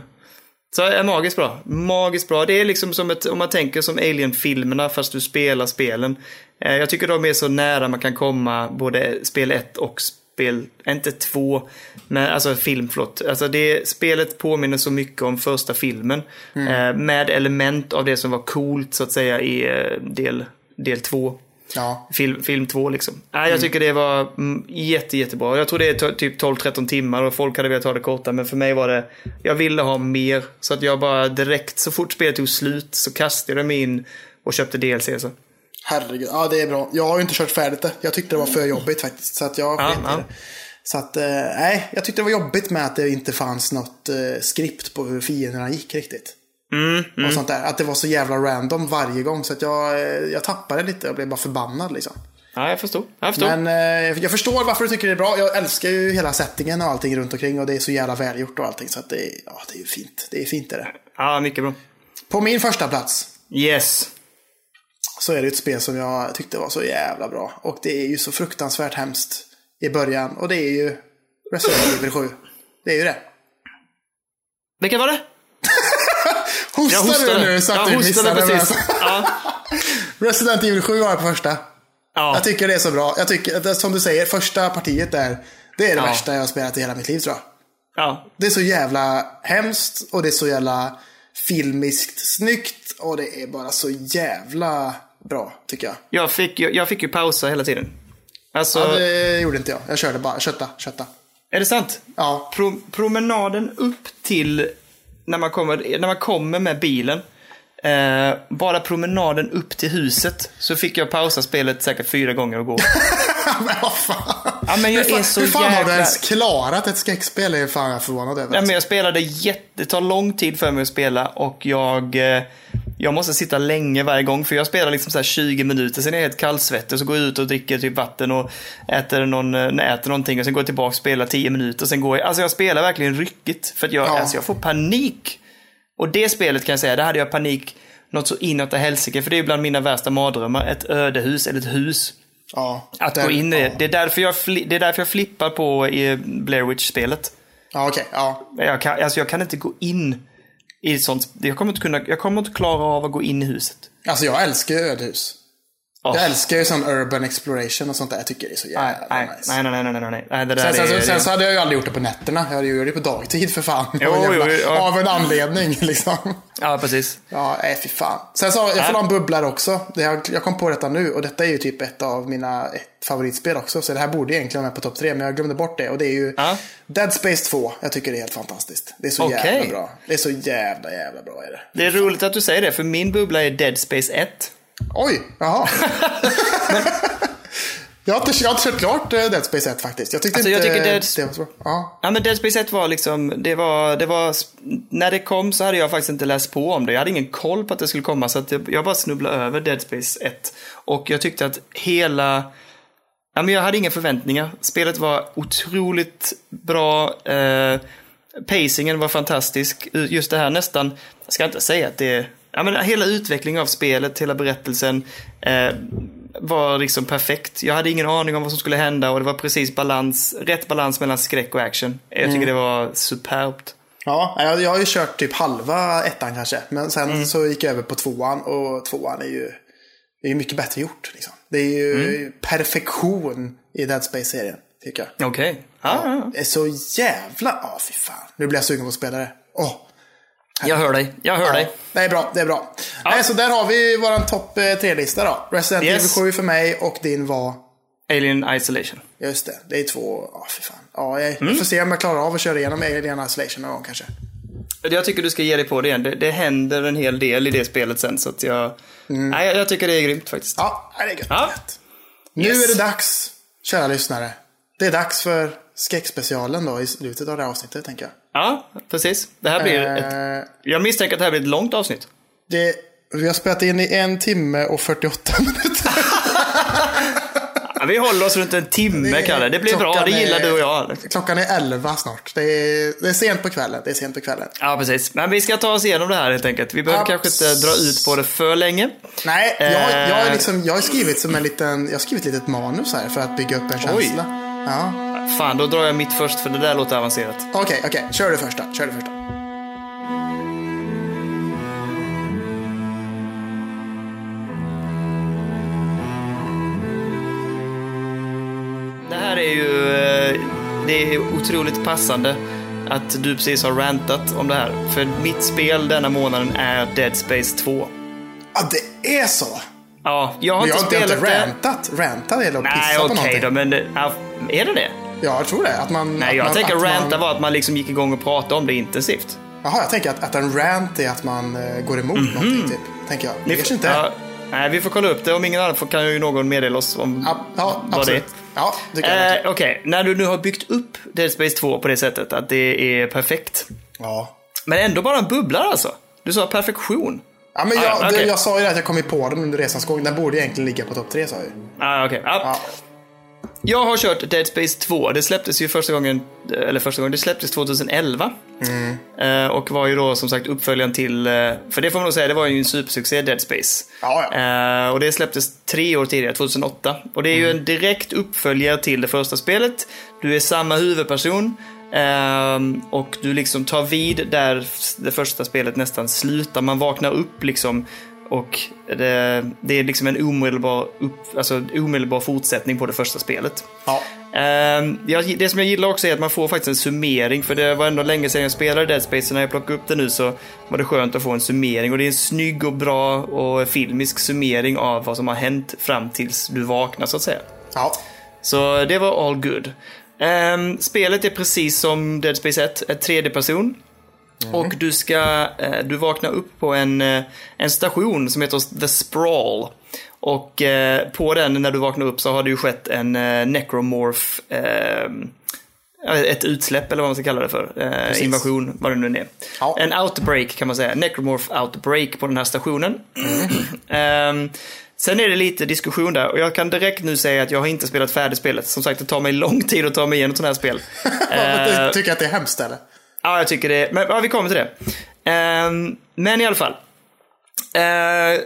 Så är magiskt bra. Magiskt bra. Det är liksom som ett, om man tänker som Alien-filmerna fast du spelar spelen. Eh, Jag tycker de är så nära man kan komma både spel 1 och spel, inte 2, men alltså film förlåt. Alltså det, spelet påminner så mycket om första filmen. eh, Med element av det som var coolt så att säga i eh, del, del 2.
Ja.
Film, film två liksom. Nej, jag tycker det var mm, jätte, jättebra. Jag tror det är to- typ 12-13 timmar och folk hade velat ha det korta. Men för mig var det, jag ville ha mer. Så att jag bara direkt, så fort spelet tog slut så kastade jag mig in och köpte DLC. Så.
Herregud. Ja, det är bra. Jag har ju inte kört färdigt det. Jag tyckte det var för jobbigt faktiskt. Så att jag
Mm. Ja,
sket i
ja.
det. Så att, eh, nej, jag tyckte det var jobbigt med att det inte fanns något eh, skript på hur fienderna gick riktigt.
Mm,
Och sånt där. Att det var så jävla random varje gång. Så att jag, eh, jag tappade lite. Jag blev bara förbannad liksom.
Ja, jag förstår. Jag förstår.
Men eh, jag förstår varför du tycker det är bra. Jag älskar ju hela settingen och allting runt omkring. Och det är så jävla välgjort och allting. Så att det, är- ja, det är ju fint. Det är fint det där.
Ja, mycket bra.
På min första plats
Yes.
så är det ett spel som jag tyckte var så jävla bra. Och det är ju så fruktansvärt hemskt i början. Och det är ju Resident Evil 7. Det är ju det.
Vilka var det? Jag
Hostar du
hostade.
nu så att
jag
du missade?
hostade
men-
precis. Ja.
Resident Evil 7 har jag på första.
Ja.
Jag tycker det är så bra. Jag tycker, att, som du säger, första partiet där. Det är det
Ja.
värsta jag har spelat i hela mitt liv tror jag.
ja.
Det är så jävla hemskt och det är så jävla filmiskt snyggt. Och det är bara så jävla bra, tycker jag.
Jag, fick, ju- jag fick ju pausa hela tiden. Alltså,
Ja, det gjorde inte jag. Jag körde bara. Kötta, kötta.
är det sant?
Ja,
Pro promenaden upp till när man kommer, när man kommer med bilen. Eh, bara promenaden upp till huset så fick jag pausa spelet säkert fyra gånger och gå.
men vad fan.
Ja, men jag
hur fan,
är så
hur fan har du
jäkla-
ens klarat ett skräckspel? Det är fan jag förvånad över.
Nej, men jag spelade jätte, det tar lång tid för mig att spela och jag, eh, jag, Jag måste sitta länge varje gång för jag spelar liksom så här 20 minuter, sen är jag helt kallsvettig så går jag ut och dricker typ vatten och äter, någon, eh, nej, äter någonting och sen går jag tillbaka och spelar 10 minuter. Sen går jag, alltså jag spelar verkligen ryckigt för att jag,
Ja.
alltså jag får panik. Och det spelet kan jag säga, där hade jag panik något så inåt i helsike för det är bland mina värsta mardrömmar. Ett ödehus eller ett hus.
Ja,
Att
den-
gå in i
ja.
det. Det är därför jag, fli- det är därför jag flippar på i Blair Witch-spelet.
Ja, okej. ja.
Jag kan, alltså jag kan inte gå in i ett sånt. Jag kommer inte, kunna, jag kommer inte klara av att gå in i huset.
Alltså jag älskar ju ödehus.
Åh.
Jag älskar ju sån urban exploration och sånt där. Jag tycker det är så
Nej,
jävla
nej,
nice.
nej, nej, nej, nej, nej, nej. Det där
Sen, sen,
är,
sen,
det är-
sen så hade jag ju aldrig gjort det på nätterna. Jag hade ju gjort det på dagtid för fan.
Jo,
Av en jävla-
jo, ja.
Av en anledning liksom.
Ja, precis.
Ja, nej fy fan. Sen så, jag får ha en bubbla också. Det Jag, jag kom på detta nu och detta är ju typ ett av mina ett favoritspel också. Så det här borde egentligen vara med på topp tre, men jag glömde bort det. Och det är ju
Ja.
Dead Space 2. Jag tycker det är helt fantastiskt. Det är så
Okej.
jävla bra. Det är så jävla, jävla bra är det.
Det är roligt att du säger det, för min bubbla är Dead Space 1.
Oj, jaha. jag, har inte, jag har inte kört klart eh, Dead Space 1 faktiskt. Jag tyckte
Alltså, jag
inte
tycker Dead-
det var så bra. Ja.
Ja, men Dead Space 1 var liksom, det var, det var, när det kom så hade jag faktiskt inte läst på om det. Jag hade ingen koll på att det skulle komma, så att jag, jag bara snubblade över Dead Space 1. Och jag tyckte att hela, ja men jag hade inga förväntningar. Spelet var otroligt bra, eh, pacingen var fantastisk. Just det här nästan, jag ska inte säga att det, ja men hela utvecklingen av spelet, hela berättelsen, eh, var liksom perfekt. Jag hade ingen aning om vad som skulle hända och det var precis balans, rätt balans mellan skräck och action. Jag tycker det var superbt.
Ja, jag, jag har ju kört typ halva ettan kanske. Men sen så gick jag över på tvåan och tvåan är ju det är ju mycket bättre gjort. Liksom. Det är ju perfektion i Dead Space-serien, tycker jag.
Okej. Ja, ja,
Det är så jävla... Ja, fy fan. Nu blir jag sugen på att spela det. Åh.
ja. Jag hör dig. Jag hör dig.
Det är bra, det är bra. Nej, så där har vi våran topp eh, tre-lista då. Resident
Yes.
Evil 7 för mig och din var...
Alien Isolation.
Just det, det är två... Ja, fy fan. Ja, jag jag får se om jag klarar av att köra igenom Alien Isolation någon gång kanske.
Jag tycker du ska ge dig på det igen. Det, det händer en hel del i det spelet sen så att jag... Nej, jag, jag tycker det är grymt faktiskt.
Mm. Ja, det är gött.
Ja.
Nu
Yes.
är det dags, kära lyssnare. Det är dags för skräckspecialen då i slutet av det här avsnittet, tänker jag.
Ja, precis. Det här blir ett...
Eh,
Jag misstänker att det här blir ett långt avsnitt.
det, vi har spelat in i en timme och 48 minuter.
Ja, vi håller oss runt en timme, Kalle. Det blir bra.
Klockan
Det gillar
är-
du och jag.
Klockan är 11 snart. Det är, det är sent på kvällen. Det är sent på kvällen.
Ja, precis. Men vi ska ta oss igenom det här helt enkelt. Vi behöver
Abs-
kanske inte dra ut på det för länge.
Nej, jag,
Eh.
jag, är liksom, jag har skrivit som en liten, jag har skrivit ett litet manus här för att bygga upp en
Oj.
känsla. Ja.
Fan, då drar jag mitt först för det där låter avancerat.
Okej, okej. Kör det första. Kör det första.
Det här är ju eh, det är otroligt passande att du precis har rantat om det här. För mitt spel denna månaden är Dead Space 2.
Ja, det är så.
Ja, jag har
Men jag
inte
har inte, jag
spelat
har inte
det.
rantat. Rantat eller att
Nej,
pissa på
okej
någonting.
då, men det, ja, är det det?
Ja, jag tror det. Att man,
Nej,
att
jag
man,
tänker
att
ranta
man,
var att man liksom gick igång och pratade om det intensivt.
Jaha, jag tänker att, att en rant är att man eh, går emot någonting, typ. Tänker jag. Det kanske inte är.
Mhm. Ja, nej, vi får kolla upp det. Om ingen annan får kan ju någon meddela oss om
Ja, ja
vad
absolut.
det är.
Ja, tycker jag.
Eh,
verkligen.
Okej, när du nu har byggt upp Dead Space 2 på det sättet att det är perfekt.
Ja.
Men ändå bara en bubblar alltså. Du sa perfektion.
Ja, men
Ah,
jag,
ja,
det,
okej.
jag sa ju det att jag kom ju på den under resans gång. Den borde egentligen ligga på topp tre, sa jag ju.
Ah, okej. Ja.
Ja.
Jag har kört Dead Space 2. Det släpptes ju första gången, eller första gången, det släpptes 2011. Eh, och var ju då som sagt uppföljaren till, eh, för det får man nog säga, det var ju en supersuccé Dead Space.
Ja, ja. Mm.
Eh, och det släpptes tre år tidigare, 2008. Och det är ju en direkt uppföljare till det första spelet. Du är samma huvudperson. ehm, och du liksom tar vid där f- det första spelet nästan slutar. Man vaknar upp liksom. Och det, det är liksom en omedelbar, upp, alltså, omedelbar fortsättning på det första spelet.
Ja.
Ehm, jag, det som jag gillar också är att man får faktiskt en summering, för det var ändå länge sedan jag spelade Dead Space, så när jag plockade upp det nu så var det skönt att få en summering. Och det är en snygg och bra och filmisk summering av vad som har hänt fram tills du vaknar, så att säga.
Ja.
Så det var all good. Ehm, spelet är precis som Dead Space 1, ett tredje person. Och du ska, eh, du vaknar upp på en, eh, en station som heter The Sprawl. Och eh, på den, när du vaknar upp, så har det ju skett en eh, necromorph eh, ett utsläpp eller vad man ska kalla det för. Eh, invasion, vad det nu är.
Ja.
En outbreak kan man säga. Necromorph outbreak på den här stationen. Ehm, sen är det lite diskussion där och jag kan direkt nu säga att jag har inte spelat färdigt spelet. Som sagt, det tar mig lång tid att ta mig igenom ett sånt här spel. Eh.
Uh... Tycker att det är hemskt eller?
Ja, jag tycker det. Men ja, vi kommer till det. Ehm, men i alla fall. Eh,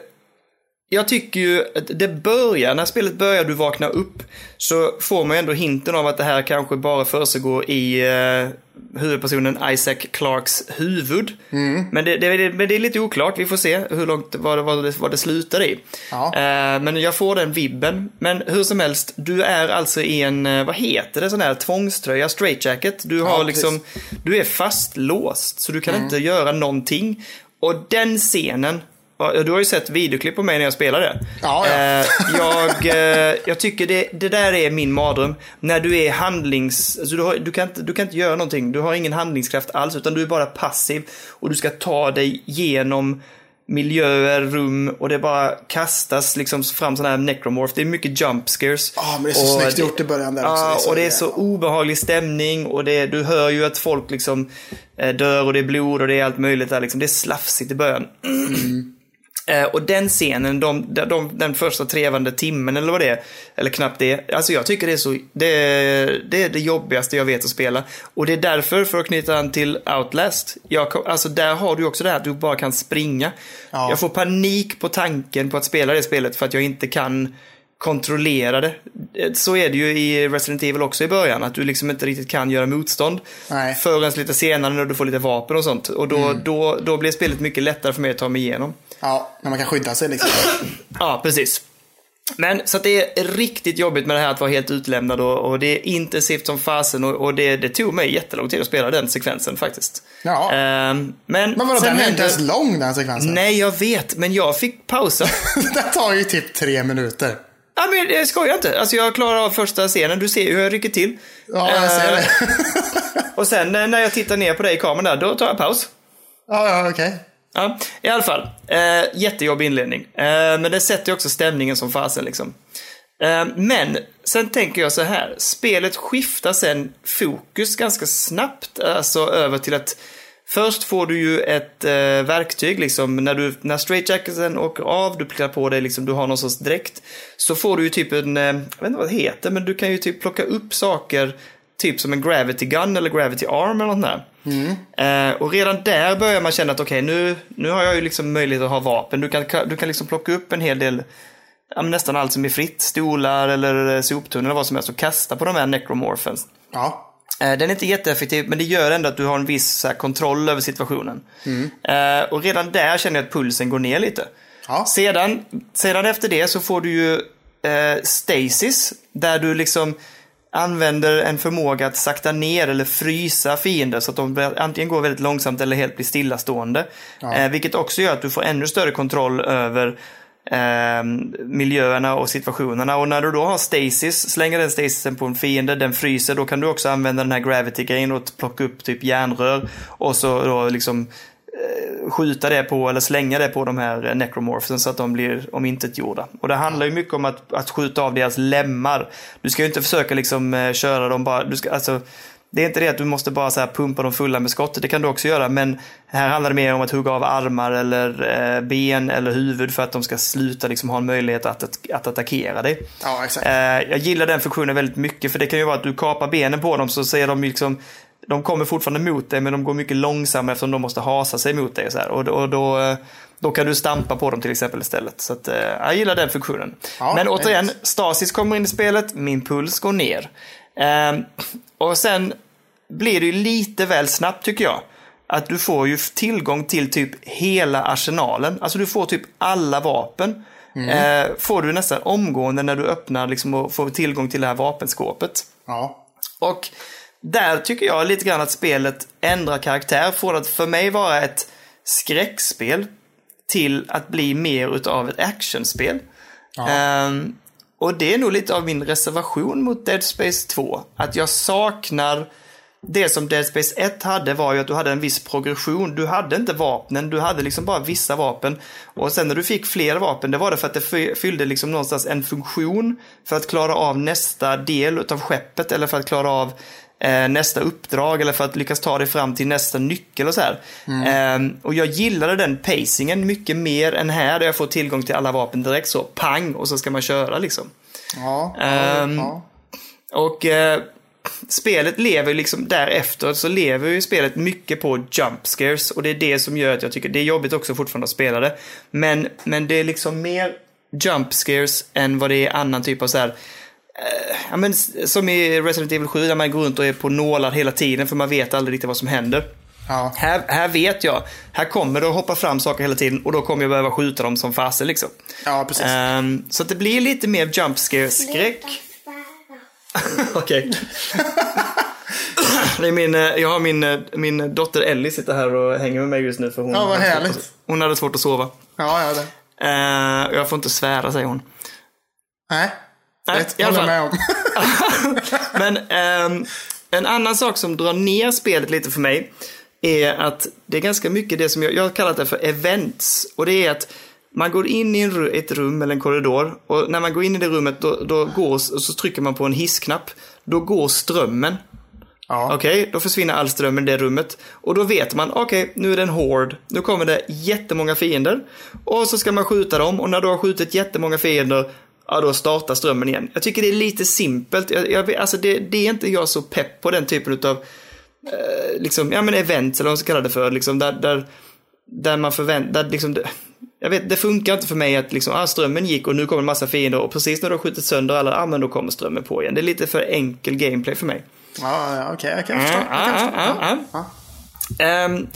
jag tycker ju att det börjar, när spelet börjar du vaknar upp, så får man ju ändå hinten av att det här kanske bara försiggår i eh, huvudpersonen Isaac Clarks huvud. Men, det, det, det, men det är lite oklart, vi får se hur långt, vad, det- vad, det, vad det slutar i.
Ja.
Eh, men jag får den vibben. Men hur som helst, du är alltså i en, eh, vad heter det, sån här tvångströja, straightjacket. Du har
Ja, precis. Mm.
liksom, du är fastlåst, så du kan inte göra någonting. Och den scenen, och du har ju sett videoklipp på mig när jag spelade.
Ja, ja.
Eh, jag, eh, jag tycker det, det där är min mardröm. När du är handlings... Alltså du, har, du, kan inte, du kan inte göra någonting. Du har ingen handlingskraft alls, utan du är bara passiv. Och du ska ta dig genom miljöer, rum och det bara kastas liksom fram sådana här necromorph. Det är mycket jump scares.
Ja, men det är så
Och
snyggt
det-
gjort i början där också.
Ja, och det är
jävla-
så obehaglig stämning och det, du hör ju att folk liksom eh, dör och det är blod och det är allt möjligt där liksom. Det är slafsigt i början. Eh, och den scenen, de, de, de, den första trevande timmen eller vad det är, eller knappt det. Alltså jag tycker det är så, det, det är det jobbigaste jag vet att spela. Och det är därför, för att knyta an till Outlast, jag, kom- alltså där har du också det här att du bara kan springa.
Ja.
Jag får panik på tanken på att spela det spelet för att jag inte kan kontrollera det. Eh, Så är det ju i Resident Evil också i början, att du liksom inte riktigt kan göra motstånd.
Nej. Mm.
Förrän lite senare när du får lite vapen och sånt. Och då, då, då blir spelet mycket lättare för mig att ta mig igenom.
Ja, när man kan skydda sig liksom.
Ja, precis. Men så att det är riktigt jobbigt med det här att vara helt utlämnad och, och det är intensivt som fasen och, och det, det tog mig jättelång tid att spela den sekvensen faktiskt.
Ja.
Ehm, men
Men vadå,
sen
den är inte ens
händer-
lång den sekvensen.
Nej, jag vet, men jag fick pausa.
det tar ju typ tre minuter.
Ja, men jag skojar inte. Alltså jag klarar av första scenen, du ser ju hur jag rycker till.
Ja, jag
Eh.
ser det.
Och sen eh, när jag tittar ner på dig i kameran där, då tar jag paus.
ja, ja, okej.
Ja, i alla fall. Eh, jättejobbig inledning. Eh, men det sätter ju också stämningen som fasen liksom. Eh, men sen tänker jag så här. Spelet skiftar sen fokus ganska snabbt. Alltså över till att först får du ju ett eh, verktyg liksom. När, du, när straightjacketen åker av, du klär på dig liksom, du har någon sorts dräkt. Så får du ju typ en, eh, jag vet inte vad det heter, men du kan ju typ plocka upp saker Typ som en gravity gun eller gravity arm eller något där. Eh, och redan där börjar man känna att okej, nu, nu har jag ju liksom möjlighet att ha vapen. Du kan, du kan liksom plocka upp en hel del, ja, men nästan allt som är fritt. Stolar eller eh, soptunnor eller vad som helst och kasta på de här necromorphen.
Ja.
Eh, Den är inte jätteeffektiv, men det gör ändå att du har en viss så här, kontroll över situationen. Eh, och redan där känner jag att pulsen går ner lite.
Ja.
Sedan, sedan efter det så får du ju eh, stasis, där du liksom använder en förmåga att sakta ner eller frysa fiender så att de blir- antingen går väldigt långsamt eller helt blir stillastående. Eh, vilket också gör att du får ännu större kontroll över eh, miljöerna och situationerna. Och när du då har stasis, slänger den stasisen på en fiende, den fryser, då kan du också använda den här gravity-grejen och plocka upp typ järnrör och så då liksom skjuta det på eller slänga det på de här eh, necromorphsen så att de blir omintetgjorda. Och det handlar ju mycket om att, att skjuta av deras lemmar. Du ska ju inte försöka liksom eh, köra dem bara, du ska, alltså, det är inte det att du måste bara så här pumpa dem fulla med skott, det kan du också göra, men här handlar det mer om att hugga av armar eller eh, ben eller huvud för att de ska sluta liksom ha en möjlighet att, att, att attackera dig.
Ja, exakt.
Eh, jag gillar den funktionen väldigt mycket för det kan ju vara att du kapar benen på dem så ser de ju liksom de kommer fortfarande mot dig men de går mycket långsammare eftersom de måste hasa sig mot dig. Och, så här. och, då- och då, eh, då kan du stampa på dem till exempel istället. Så att, eh, jag gillar den funktionen.
Ja,
men
det är
återigen,
nice.
stasis kommer in i spelet, min puls går ner. Ehm, och sen blir det ju lite väl snabbt tycker jag. Att du får ju tillgång till typ hela arsenalen. Alltså du får typ alla vapen.
Mm.
Eh, får du nästan omgående när du öppnar liksom och får tillgång till det här vapenskåpet.
Ja.
Och där tycker jag lite grann att spelet ändrar karaktär från att för mig vara ett skräckspel till att bli mer utav ett actionspel. Ehm, och det är nog lite av min reservation mot Dead Space 2. Att jag saknar det som Dead Space 1 hade var ju att du hade en viss progression. Du hade inte vapnen, du hade liksom bara vissa vapen. Och sen när du fick fler vapen, det var det för att det fy- fyllde liksom någonstans en funktion för att klara av nästa del utav skeppet eller för att klara av eh, nästa uppdrag eller för att lyckas ta dig fram till nästa nyckel och så här. Eh, och jag gillade den pacingen mycket mer än här där jag får tillgång till alla vapen direkt så pang och så ska man köra liksom.
Ja, ja,
Ehm,
ja.
Och eh, spelet lever ju liksom därefter så lever ju spelet mycket på jump scares och det är det som gör att jag tycker det är jobbigt också fortfarande att spela det. Men, men det är liksom mer jump scares än vad det är annan typ av så här eh, Ja, men s- som i Resident Evil 7 där man går runt och är på nålar hela tiden för man vet aldrig riktigt vad som händer.
ja.
Här, här vet jag, här kommer det att hoppa fram saker hela tiden och då kommer jag behöva skjuta dem som fasen liksom.
ja precis.
Ehm, så att det blir lite mer jump scare-skräck. Okej. Det är min, eh, jag har min, eh, min dotter Ellie sitter här och hänger med mig just nu för hon,
Ja, vad
hade svårt
härligt.
att- hon hade svårt att sova.
Ja, ja, det.
Eh, och jag får inte svära säger hon.
Nej,
Nej,
rätt.
Ehm, i alla
Håller
fall.
med om.
Men ehm, en annan sak som drar ner spelet lite för mig är att det är ganska mycket det som jag, jag har kallat det för events. Och det är att man går in i en, ru- ett rum eller en korridor och när man går in i det rummet då, då går, och så trycker man på en hissknapp. Då går strömmen.
Ja.
Okej, då försvinner all ström i det rummet. Och då vet man, okej, nu är det en hord. Nu kommer det jättemånga fiender. Och så ska man skjuta dem och när du har skjutit jättemånga fiender, ja då startar strömmen igen. Jag tycker det är lite simpelt. Jag, jag, alltså det, det är inte jag så pepp på den typen utav eh, liksom, ja men events eller vad man ska kalla det för, liksom där, där, där man förväntar, där liksom, det, jag vet, det funkar inte för mig att liksom, ah, strömmen gick och nu kommer en massa fiender och precis när du har skjutit sönder alla, ah, men då kommer strömmen på igen. Det är lite för enkel gameplay för mig.
Ja, ja, okej, jag kan förstå.
Mm, Ja,
Jag kan förstå.
ja, ja, ja. mm. Ehm,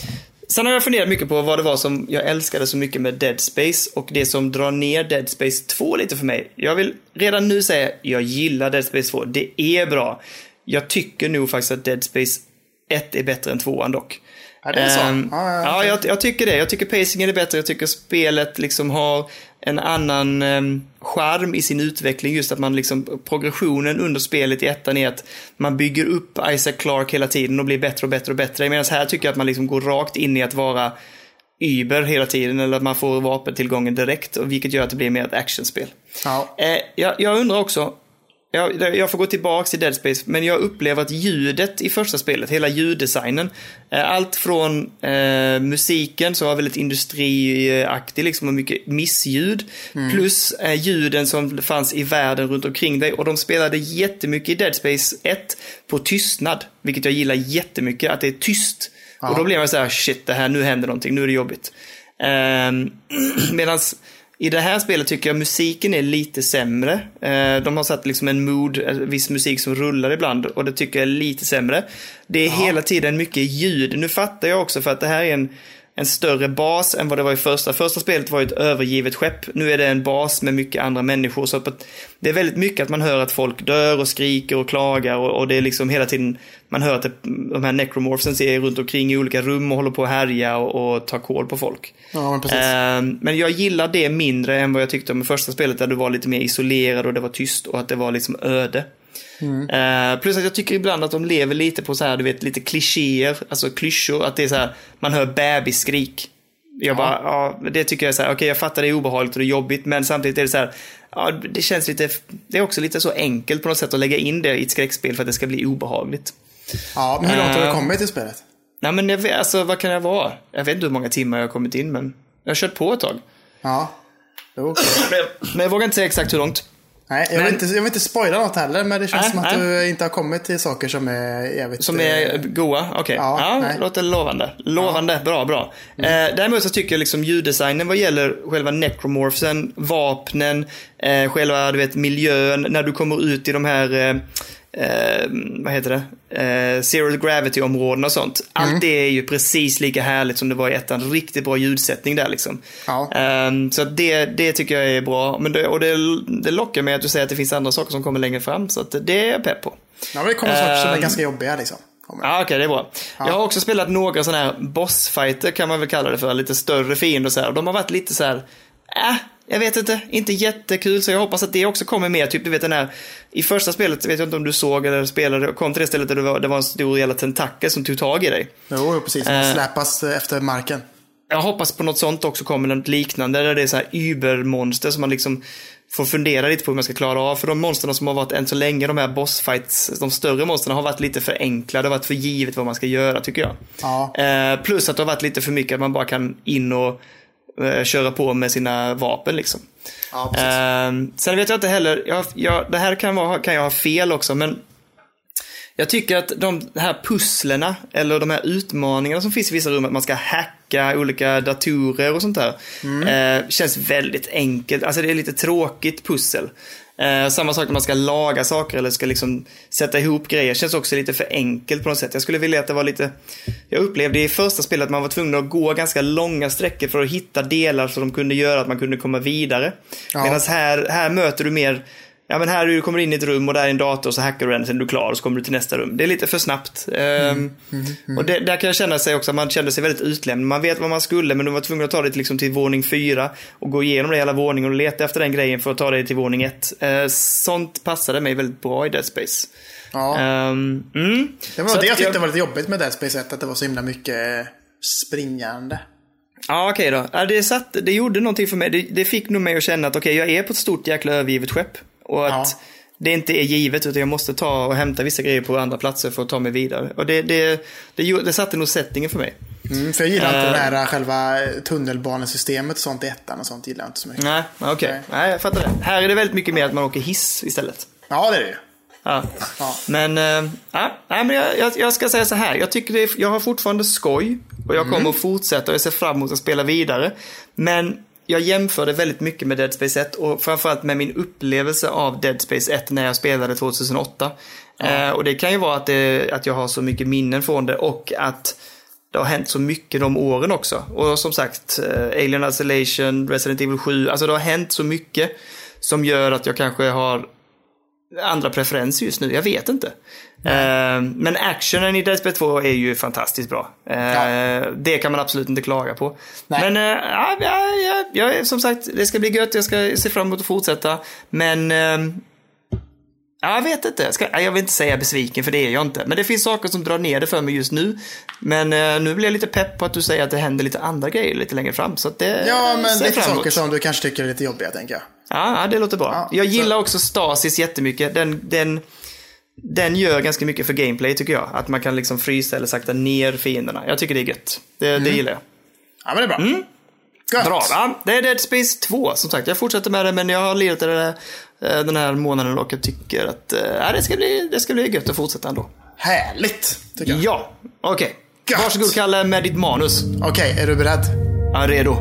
sen har jag funderat mycket på vad det var som jag älskade så mycket med Dead Space och det som drar ner Dead Space 2 lite för mig. Jag vill redan nu säga, jag gillar Dead Space 2. Det är bra. Jag tycker nog faktiskt att Dead Space 1 är bättre än 2 dock.
Ja, det är så.
Ehm,
Ja, ja,
ja, jag, jag tycker det. Jag tycker pacingen är bättre. Jag tycker spelet liksom har en annan um, charm i sin utveckling. Just att man liksom, progressionen under spelet i ettan är att man bygger upp Isaac Clark hela tiden och blir bättre och bättre och bättre. Medan här tycker jag att man liksom går rakt in i att vara Uber hela tiden eller att man får vapentillgången direkt. och Vilket gör att det blir mer ett actionspel.
Ja.
Eh, jag, jag undrar också, jag, jag får gå tillbaks till Dead Space, men jag upplever att ljudet i första spelet, hela ljuddesignen, eh, allt från eh, musiken som var väldigt industriaktig liksom och mycket missljud, plus eh, ljuden som fanns i världen runt omkring dig och de spelade jättemycket i Dead Space 1 på tystnad, vilket jag gillar jättemycket, att det är tyst. Och då blir man så här, shit, det här, nu händer någonting, nu är det jobbigt. Um, Medan i det här spelet tycker jag musiken är lite sämre. Eh, de har satt liksom en mood, eh, viss musik som rullar ibland och det tycker jag är lite sämre. Det är hela tiden mycket ljud. Nu fattar jag också för att det här är en, en större bas än vad det var i första. Första spelet var ju ett övergivet skepp. Nu är det en bas med mycket andra människor. Så att det är väldigt mycket att man hör att folk dör och skriker och klagar och, och det är liksom hela tiden man hör att det, de här necromorphsen är runt omkring i olika rum och håller på att härja och, och tar koll på folk.
ja, men precis.
Ehm, Men jag gillar det mindre än vad jag tyckte om det första spelet där du var lite mer isolerad och det var tyst och att det var liksom öde. Ehm, plus att jag tycker ibland att de lever lite på så här, du vet, lite klichéer, alltså klyschor, att det är så här, man hör bebisskrik. Jag bara, ja, det tycker jag är så här, okej jag fattar det är obehagligt och det är jobbigt, men samtidigt är det så här, ja, det känns lite, det är också lite så enkelt på något sätt att lägga in det i ett skräckspel för att det ska bli obehagligt.
Ja, men hur långt har du
Eh,
kommit i spelet?
Nej men jag vet, alltså vad kan jag vara? Jag vet inte hur många timmar jag har kommit in, men jag har kört på ett tag.
Ja. Jo.
Men- Men jag vågar inte säga exakt hur långt.
Nej, jag, vill
Men-
inte, jag vill inte spoila något heller, men det känns
Nej,
som att
nej.
du inte har kommit till saker som är eh, jävligt...
Som är goa? Okej.
Ja,
Ja,
nej. Mm.
låter lovande. Lovande, bra, bra. Eh, däremot så tycker jag liksom ljuddesignen vad gäller själva necromorphsen, vapnen, eh, själva du vet, miljön, när du kommer ut i de här eh, Eh, vad heter det? Eh, zero gravity-områden och sånt. Allt
Mm.
det är ju precis lika härligt som det var i ettan. Riktigt bra ljudsättning där liksom.
Ja.
Ehm, så att det, det tycker jag är bra. Men det, och det, det lockar mig att du säger att det finns andra saker som kommer längre fram. Så att det är jag pepp på.
Ja, men det kommer saker som är
Ehm.
ganska jobbiga liksom. Kommer.
Ja, okej, det är bra. Jag har också spelat några sådana här bossfighter kan man väl kalla det för, lite större fiender och så här. Och de har varit lite så här, äh, jag vet inte, inte jättekul, så jag hoppas att det också kommer mer. Typ, du vet den här, i första spelet vet jag inte om du såg eller spelade, kom till det stället där det var, det var en stor jävla tentakel som tog tag i dig.
Jo, jo, precis. Man släpas eh, efter marken.
Jag hoppas på något sånt också kommer, något liknande där det är så här übermonster som man liksom får fundera lite på hur man ska klara av. För de monstren som har varit än så länge, de här bossfights, de större monstren har varit lite för enkla. Det har varit för givet vad man ska göra tycker jag.
Ja.
Eh, plus att det har varit lite för mycket att man bara kan in och eh, köra på med sina vapen liksom.
Ja, precis.
Ehm, sen vet jag inte heller, jag, jag, det här kan, vara, kan jag ha fel också, men jag tycker att de här pusslerna, eller de här utmaningarna som finns i vissa rum, att man ska hacka olika datorer och sånt där, eh, känns väldigt enkelt. Alltså det är lite tråkigt pussel. Eh, samma sak när man ska laga saker eller ska liksom sätta ihop grejer, känns också lite för enkelt på något sätt. Jag skulle vilja att det var lite, jag upplevde i första spelet att man var tvungen att gå ganska långa sträckor för att hitta delar som de kunde göra att man kunde komma vidare.
Ja.
Medan här, här möter du mer Ja men här är du kommer in i ett rum och där är en dator och så hackar du den sen är du klar och så kommer du till nästa rum. Det är lite för snabbt.
Mm,
Ehm, Och det, där kan jag känna sig också, man kände sig väldigt utlämnad. Man vet vad man skulle men du var tvungen att ta dig till, liksom, till våning fyra och gå igenom det hela våningen och leta efter den grejen för att ta dig till våning ett. Eh, sånt passade mig väldigt bra i Dead Space.
ja.
Ehm, mm.
Det var
Så
det jag
att
tyckte var lite jobbigt med Dead Space 1, att det var så himla mycket eh, springande.
Ja, okej då. Ja, det, satt, det gjorde någonting för mig. Det, det fick nog mig att känna att okej, jag är på ett stort jäkla övergivet skepp. Och att
Ja.
det inte är givet, utan jag måste ta och hämta vissa grejer på andra platser för att ta mig vidare. Och det, det, det, gjorde- det satte nog settingen för mig.
Mm, för jag gillar inte
Eh.
det här själva tunnelbanesystemet och sånt i ettan och sånt gillar jag inte så mycket.
Nej, okej. Nej, jag fattar det. Här är det väldigt mycket mer att man åker hiss istället.
Ja, det är det ju.
Ja.
Ja.
Men, eh, ja, nej, men jag, jag, jag ska säga så här. Jag, tycker det är, jag har fortfarande skoj och jag kommer att fortsätta och jag ser fram emot att spela vidare. Men jag jämförde väldigt mycket med Dead Space 1 och framförallt med min upplevelse av Dead Space 1 när jag spelade 2008. Eh, och det kan ju vara att, det, att jag har så mycket minnen från det och att det har hänt så mycket de åren också. Och som sagt, eh, Alien Isolation, Resident Evil 7, alltså det har hänt så mycket som gör att jag kanske har andra preferenser just nu. Jag vet inte. Eh, men actionen i Dead Space 2 är ju fantastiskt bra. Eh,
Ja.
Det kan man absolut inte klaga på.
Nej.
Men eh, ja, ja, ja, jag är, som sagt, det ska bli gött. Jag ska se fram emot att fortsätta. Men eh, ja, jag vet inte. Jag, ska, ja, jag vill inte säga besviken, för det är jag inte. Men det finns saker som drar ner det för mig just nu. Men eh, nu blir jag lite pepp på att du säger att det händer lite andra grejer lite längre fram. Så att det
Ja, men
ser
lite
Eh, fram emot.
saker som du kanske tycker är lite jobbiga, tänker jag.
Ja, ja, det låter bra.
Ja,
jag
så-
gillar också Stasis jättemycket. Den, den, den gör ganska mycket för gameplay tycker jag. Att man kan liksom frysa eller sakta ner fienderna. Jag tycker det är gött. Det, det gillar jag.
Ja, men det är bra. Mm. Gött.
Mm. Bra va? Det är Dead Space 2 som sagt. Jag fortsätter med det men jag har lirat det där, eh, den här månaden och jag tycker att eh, ja, det, ska bli, det ska bli gött att fortsätta ändå.
Härligt, tycker jag.
Ja, okej.
Gött.
Varsågod Kalle med ditt manus.
Okej, är du beredd?
Ja, redo.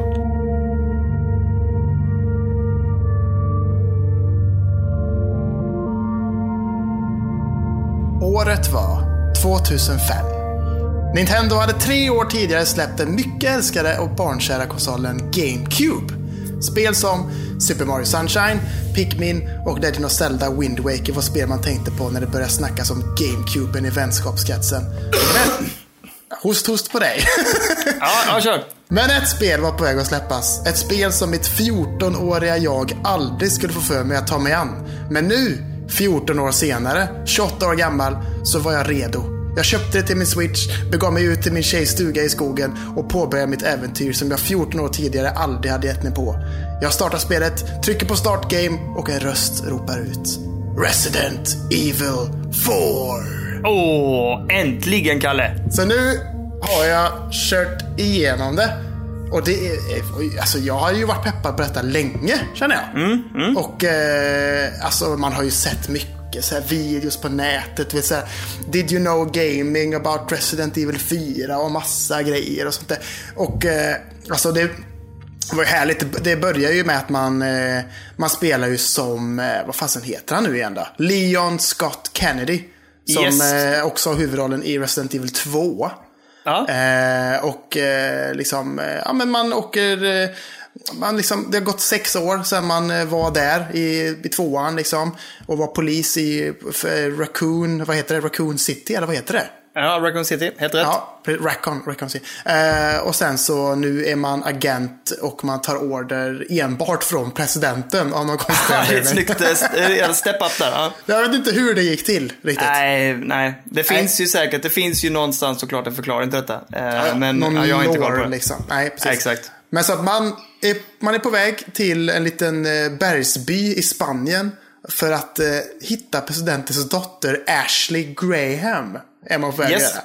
Året var 2005. Nintendo hade tre år tidigare släppt den mycket älskade och barnkära konsolen GameCube. Spel som Super Mario Sunshine, Pikmin och Legend of Zelda Wind Waker var spel man tänkte på när det började snackas om GameCuben i vänskapskretsen. Men, host host på dig.
Ja, ja kör.
Men ett spel var på väg att släppas. Ett spel som mitt 14-åriga jag aldrig skulle få för mig att ta mig an. Men nu, 14 år senare, 28 år gammal, så var jag redo. Jag köpte det till min switch, begav mig ut till min tjejs stuga i skogen och påbörjade mitt äventyr som jag 14 år tidigare aldrig hade gett mig på. Jag startar spelet, trycker på start game och en röst ropar ut. Resident Evil 4!
Åh, äntligen Kalle.
Så nu har jag kört igenom det. Och det är, oj, alltså jag har ju varit peppad på detta länge, känner jag. Och eh, alltså man har ju sett mycket så här, videos på nätet. du Vet, så här, Did you know gaming about Resident Evil 4 och massa grejer och sånt där. Och eh, alltså det det var ju härligt. Det börjar ju med att man, eh, man spelar ju som, eh, vad fasen heter han nu igen då? Leon Scott Kennedy. Som
Yes.
eh, också har huvudrollen i Resident Evil 2.
Ja.
Eh, och eh, liksom, eh, ja men man åker, eh, man liksom, det har gått sex år sedan man eh, var där i, i eh, tvåan liksom. Och var polis i för, Raccoon, vad heter det, Raccoon City eller vad heter det?
Ja, Raccoon City. Helt rätt.
Ja, Raccoon, Raccoon City. Eh, och sen så nu är man agent och man tar order enbart från presidenten av någon konstig
Ja, det är ett
anledning.
snyggt eh, step up där. Ja.
Jag vet inte hur det gick till riktigt.
Nej, nej. Det finns ju säkert. Det finns ju någonstans såklart en förklaring till detta. Eh, men
Någon
ja, jag har inte koll på
lore,
det.
liksom. Nej, precis.
Nej, exakt.
Men så att man är, man är på väg till en liten eh, bergsby i Spanien för att eh, hitta presidentens dotter Ashley Graham. Är man på väg
Yes.
att göra.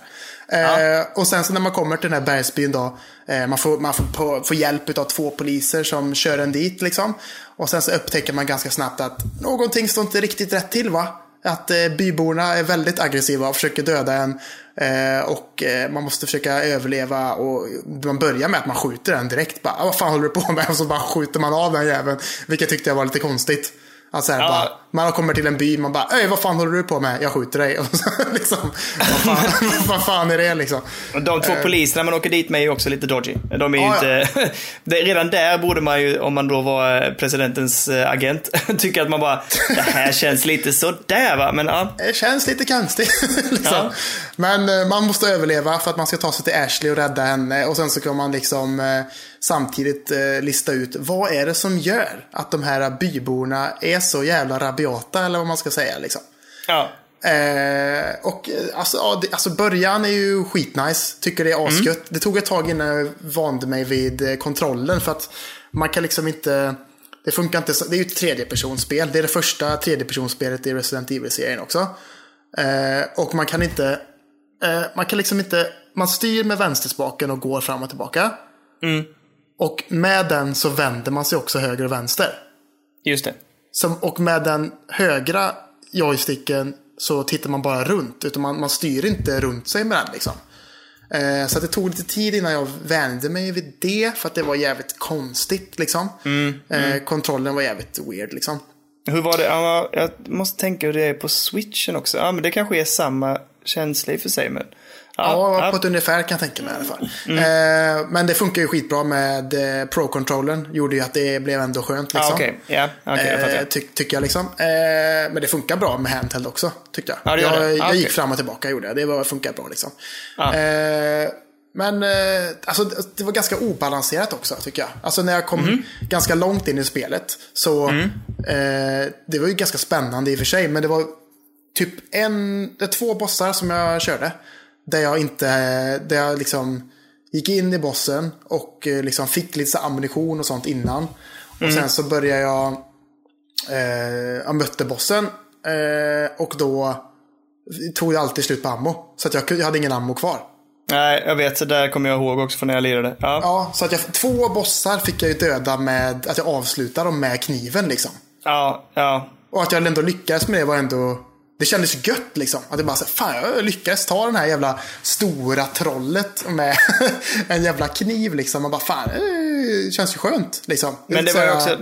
Eh, Och sen så när man kommer till den här bergsbyn då. Eh, man får, man får, på, får hjälp av två poliser som kör en dit liksom. Och sen så upptäcker man ganska snabbt att någonting står inte riktigt rätt till va? Att eh, byborna är väldigt aggressiva och försöker döda en. Eh, och eh, man måste försöka överleva och man börjar med att man skjuter den direkt. Bara, "Ah, vad fan håller du på med? Och så bara skjuter man av den jäveln. Vilket tyckte jag var lite konstigt. Att så här,
Ja.
bara, man kommer till en by, man bara Öj, vad fan håller du på med? Jag skjuter dig. Och så, liksom, vad, fan, vad fan är det liksom?
Och De två poliserna man åker dit med är ju också lite dodgy. De är ju
Ja, ja.
inte... Det- Redan där borde man ju, om man då var eh, presidentens eh, agent, tycka att man bara, det här känns lite sådär va. Men ja,
Det känns lite konstigt. liksom.
Ja.
Men eh, man måste överleva för att man ska ta sig till Ashley och rädda henne. Och sen så kan man liksom eh, samtidigt eh, lista ut vad är det som gör att de här byborna är så jävla rabiata eller vad man ska säga. Liksom.
ja.
Eh, och eh, alltså, ja, det, alltså början är ju skitnice. Tycker det är asgött. Det tog ett tag innan jag vande mig vid eh, kontrollen. För att man kan liksom inte... Det funkar inte. så- Det är ju ett tredjepersonsspel. Det är det första tredjepersonsspelet i Resident Evil-serien också. Eh, och man kan inte... Eh, man kan liksom inte... Man styr med vänsterspaken och går fram och tillbaka. Och med den så vänder man sig också höger och vänster.
Just det.
Som, och med den högra joysticken så tittar man bara runt. Utan man, man styr inte runt sig med den. Liksom. Eh, så att det tog lite tid innan jag vände mig vid det. För att det var jävligt konstigt. Liksom.
Mm,
Eh, kontrollen var jävligt weird. Liksom.
Hur var det? Ja, jag måste tänka hur det är på switchen också. Ja, men det kanske är samma känsla i och för sig. Men,
Ja,
ja, Mm.
på ett ungefär kan jag tänka mig i alla fall. Eh, men det funkar ju skitbra med eh, Pro-controllen. Gjorde ju att det blev ändå skönt. Liksom.
ja, Ah, okej. Ja, okej, jag
Eh,
fattar.
tyck- tycker jag liksom. Eh, men det funkar bra med handheld också, tyckte jag.
Ja, det gör
jag
det. Ah,
jag
okej.
gick fram och tillbaka, gjorde jag. Det var, funkar bra liksom.
Ah.
Eh, men eh, alltså, det- det var ganska obalanserat också, tycker jag. Alltså när jag kom
Mm.
ganska långt in i spelet så eh, det var ju ganska spännande i och för sig, men det var typ en, det är två bossar som jag körde. Där jag inte, där jag liksom gick in i bossen och eh, liksom fick lite så här ammunition och sånt innan. Och
Mm.
sen så började jag, eh, jag mötte bossen eh, och då tog jag alltid slut på ammo. Så att jag, kunde- jag hade ingen ammo kvar.
Nej, jag vet. Det där kommer jag ihåg också från när jag lirade. Ja,
Ja, så att jag, två bossar fick jag ju döda med att jag avslutade dem med kniven liksom.
ja, ja.
Och att jag ändå lyckades med det var ändå... Det kändes gött liksom. Att det bara så, här, fan jag lyckades ta den här jävla stora trollet med en jävla kniv liksom. Man bara, fan eh, känns ju skönt liksom.
Men det
Så
var ju
jag-
också,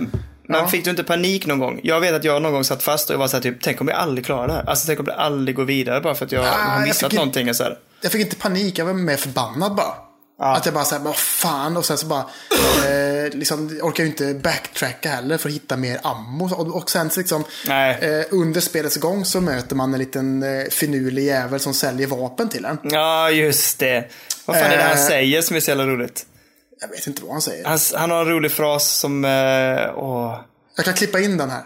men
ja.
fick du inte panik någon gång? Jag vet att jag någon gång satt fast och jag var såhär typ, tänk om jag aldrig klarar det här. Alltså tänk om jag aldrig går vidare bara för att jag har
Ah, jag
missat
fick-
någonting och så här.
Jag fick inte panik, jag var mer förbannad bara. Att jag bara såhär, vad fan. Och sen så bara, eh, liksom, orkar ju inte backtracka heller för att hitta mer ammo. Och, och sen så liksom,
Nej.
eh, under spelets gång så möter man en liten eh, finurlig jävel som säljer vapen till en.
Ja, just det. Vad fan är det han
Eh.
säger som är så jävla roligt?
Jag vet inte vad han säger.
Han, s- han har en rolig fras som, eh, åh.
Jag kan klippa in den här.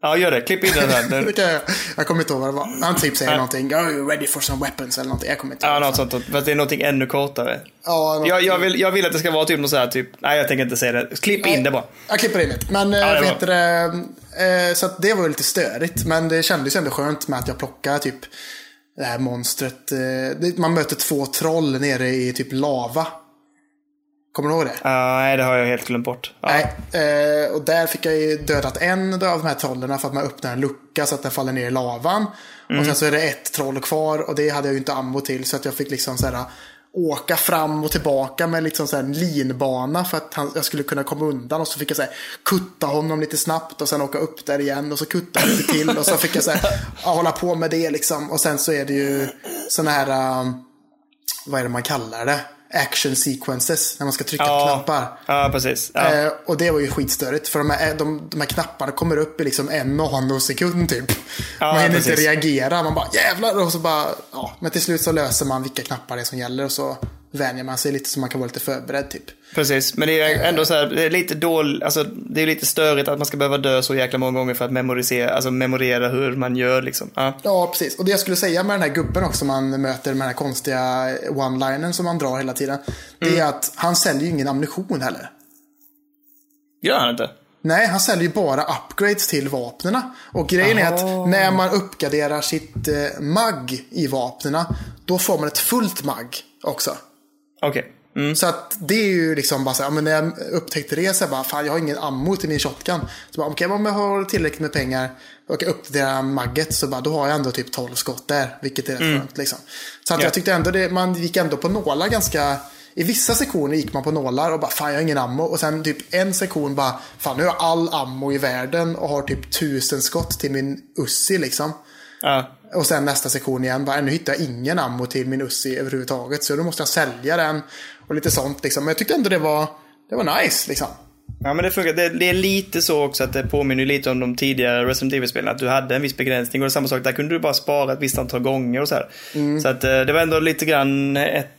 Ja, gör det. Klipp in den där.
Det
Den-
kan jag, göra. jag kommer inte ihåg vad det var. Han typ säger någonting. Are you ready for some weapons? Eller någonting. Jag kommer inte
Ja,
ihåg.
något sånt. Fast det är någonting ännu kortare.
Ja, något-
Jag, jag, vill, jag vill att det ska vara typ något så här typ, nej jag tänker inte säga det. Klipp in det bara.
Jag klipper in det. Men ja,
det
vet du, det, eh, så att det var ju lite störigt. Men det kändes ju ändå skönt med att jag plockade typ det här monstret. eh, det- Man möter två troll nere i typ lava. Kommer du ihåg det?
Ja, nej, det har jag helt glömt bort. Ja.
Nej, eh, och där fick jag ju dödat en av de här trollen för att man öppnar en lucka så att den faller ner i lavan.
Mm.
Och sen så är det ett troll kvar och det hade jag ju inte ammo till så att jag fick liksom så här åka fram och tillbaka med liksom så här en linbana för att han, jag skulle kunna komma undan och så fick jag så här kutta honom lite snabbt och sen åka upp där igen och så kutta lite till och så fick jag så här, ja, hålla på med det liksom och sen så är det ju sådana här um, vad är det man kallar det? action sequences när man ska trycka
Ja.
knappar.
Ja, precis. Ja.
Eh, och det var ju skitstörigt. För de här, eh, de, de här knapparna kommer upp i liksom en nanosekund typ.
Ja,
man hinner inte
precis.
reagera. Man bara jävlar. Och så bara, ja. Men till slut så löser man vilka knappar det är som gäller. Och så vänjer man sig lite så man kan vara lite förberedd typ.
Precis, men det är ändå så här, det är lite dåligt, alltså det är lite störigt att man ska behöva dö så jäkla många gånger för att memorisera, alltså memorera hur man gör liksom. Ja,
Ja, precis. Och det jag skulle säga med den här gubben också man möter med den här konstiga one-linern som han drar hela tiden. Det
Mm.
är att han säljer ju ingen ammunition heller.
gör han inte?
Nej, han säljer ju bara upgrades till vapnena. Och grejen är att när man uppgraderar sitt eh, mag i vapnena, då får man ett fullt mag också.
Okej. Mm.
Så att det är ju liksom bara så här, ja, men när jag upptäckte det så jag bara, fan jag har ingen ammo till min shotgun. Så bara, okej, om jag har tillräckligt med pengar och jag uppdaterar magget så bara, då har jag ändå typ 12 skott där, vilket är rätt skönt liksom. Så att
Mm. Ja.
jag tyckte ändå det, man gick ändå på nålar ganska, i vissa sektioner gick man på nålar och bara, fan jag har ingen ammo. Och sen typ en sektion bara, fan nu har jag all ammo i världen och har typ 1000 skott till min Uzi liksom.
Ja.
Och sen nästa sektion igen, bara, nu hittar jag ingen ammo till min Uzi överhuvudtaget. Så då måste jag sälja den och lite sånt. Liksom. Men jag tyckte ändå det var, det var nice. Liksom.
ja, men det funkar. Det, det är lite så också att det påminner ju lite om de tidigare Resident Evil-spelen, att du hade en viss begränsning och det är samma sak, där kunde du bara spara ett visst antal gånger och så här. Så att eh, det var ändå lite grann ett,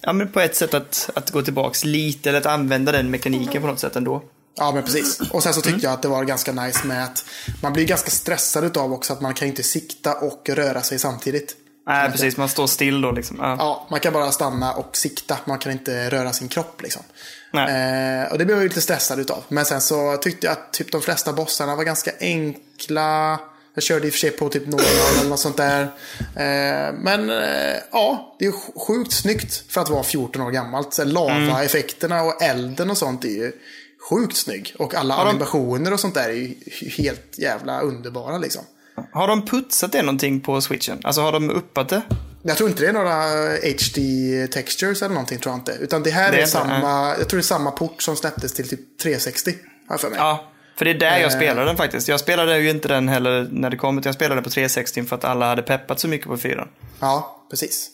ja men på ett sätt att, att gå tillbaks lite, eller att använda den mekaniken på något sätt ändå.
Ja men precis. Och sen så tyckte jag att det var ganska nice med att man blir ganska stressad utav också att man kan inte sikta och röra sig samtidigt.
Nej, precis, man står still då liksom. Ja.
Ja, man kan bara stanna och sikta. Man kan inte röra sin kropp liksom.
Nej.
Eh, och det blev jag ju lite stressad utav. Men sen så tyckte jag att typ de flesta bossarna var ganska enkla. Jag körde i och för sig på typ några eller något sånt där. Eh, men eh, ja, det är sj- sjukt snyggt för att vara 14 år gammalt. Så här Lava-effekterna och elden och sånt är ju sjukt snygg. Och alla animationer och sånt där är ju helt jävla underbara liksom.
Har de putsat det någonting på switchen? Alltså har de uppat det?
Jag tror inte det är några HD textures eller någonting tror jag inte. Utan det här
Det
är,
är inte,
samma, jag tror det är samma port som släpptes till typ 360. Har jag för mig.
Ja, för det är där jag
Eh.
spelar den faktiskt. Jag spelade ju inte den heller när det kom, utan jag spelade på 360 för att alla hade peppat så mycket på 4.
Ja, precis.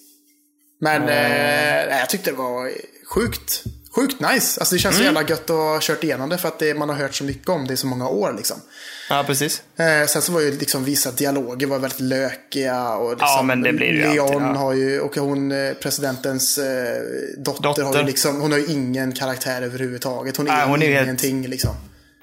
Men eh, nej, jag tyckte det var sjukt, sjukt nice. Alltså det känns
Mm.
så jävla gött att ha kört igenom det för att det, man har hört så mycket om det i så många år. Liksom.
Ja, precis.
Eh, sen så var ju liksom vissa dialoger var väldigt lökiga. Och liksom
Ja, men det blir det ju
Leon
alltid, ja.
har ju, och hon, eh, presidentens eh, dotter, har
Dotter.
ju liksom, hon har ju ingen karaktär överhuvudtaget. Hon är,
Nej, hon är ju helt-
ingenting liksom.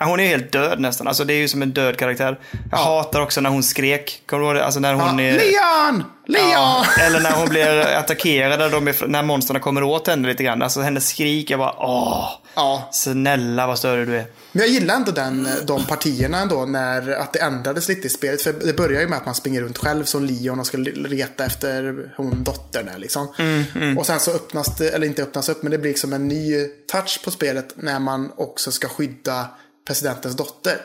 Ja, Hon är ju helt död nästan. Alltså det är ju som en död karaktär. Jag hatar också när hon skrek. Kommer du ihåg det? Alltså när hon
Ah,
är...
Leon! Leon!
Ja, eller när hon blir attackerad, när, de är, när monstren kommer åt henne lite grann. Alltså hennes skrik, jag bara åh.
Ja,
Snälla vad större du är.
Men jag gillar ändå den, eh, de partierna ändå, när, att det ändrades lite i spelet. För det börjar ju med att man springer runt själv som Leon och ska leta efter hon dottern där liksom.
Mm,
Och sen så öppnas det, eller inte öppnas upp, men det blir liksom en ny touch på spelet när man också ska skydda presidentens dotter.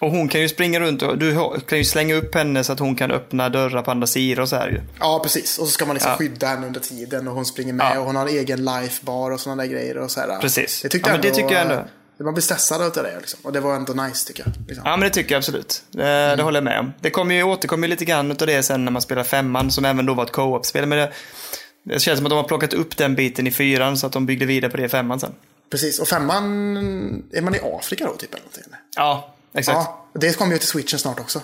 Och hon kan ju springa runt och du kan ju slänga upp henne så att hon kan öppna dörrar på andra sidor och så här ju.
Ja, precis. Och så ska man liksom
Ja.
skydda henne under tiden och hon springer med
Ja.
och hon har en egen lifebar och sådana där grejer. Och så här.
Precis.
Det tyckte
Ja,
jag
men det
ändå,
tycker jag ändå.
Man blir stressad av det liksom. Och det var ändå nice tycker jag. Liksom.
Ja, men det tycker jag absolut. Eh, Det håller jag med om. Det kommer ju återkommer ju lite grann utav det sen när man spelar femman, som även då var ett co-op-spel. Men det, det känns som att de har plockat upp den biten i fyran så att de byggde vidare på det i femman sen.
Precis. Och femman, är man i Afrika då typ? Eller någonting?
Ja, exakt.
Ja, det kommer ju till switchen snart också.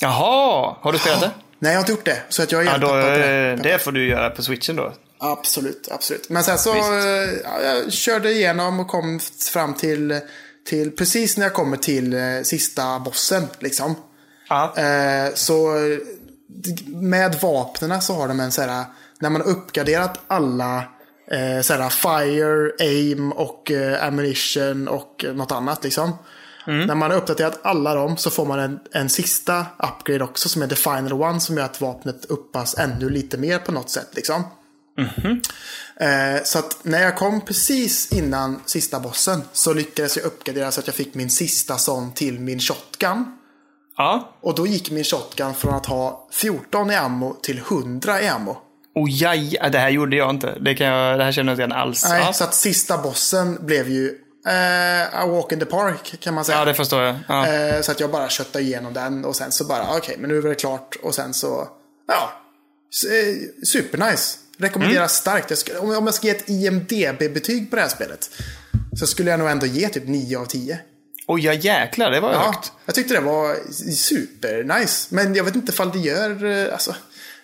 Jaha, har du spelat det?
Nej, jag har inte gjort det. Så att jag är
Ja,
helt
då,
peppad på det.
eh, det får du göra på switchen då.
Absolut, absolut. Men sen så eh, ja, jag körde igenom och kom fram till, till precis när jag kommer till eh, sista bossen. Liksom.
Ja,
Eh, så eh, d- med vapnena så har de en så här, när man har uppgraderat alla eh, så här, fire, aim och eh, ammunition och eh, något annat liksom. När man har uppdaterat alla dem så får man en, en sista upgrade också som är the final one som gör att vapnet uppas ännu lite mer på något sätt liksom. Eh, så att när jag kom precis innan sista bossen så lyckades jag uppgradera så att jag fick min sista sån till min shotgun.
ja.
Och då gick min shotgun från att ha 14 i ammo till 100 i ammo.
Oh, jaja, det här gjorde jag inte. Det, kan jag, det här känner jag inte igen alls.
Nej,
ja.
Så att sista bossen blev ju eh, a walk in the park kan man säga.
ja, det förstår jag. Ja.
Eh, så att jag bara köttade igenom den och sen så bara okej, men nu är det klart. Och sen så, ja, s- eh, supernice. Rekommenderar
Mm.
starkt. Jag skulle, om jag om jag ska ge ett IMDB-betyg på det här spelet. Så skulle jag nog ändå ge typ 9 av 10.
Oj, ja jäklar, det var
Ja,
högt.
jag tyckte det var supernice. Men jag vet inte ifall det gör... eh, Alltså,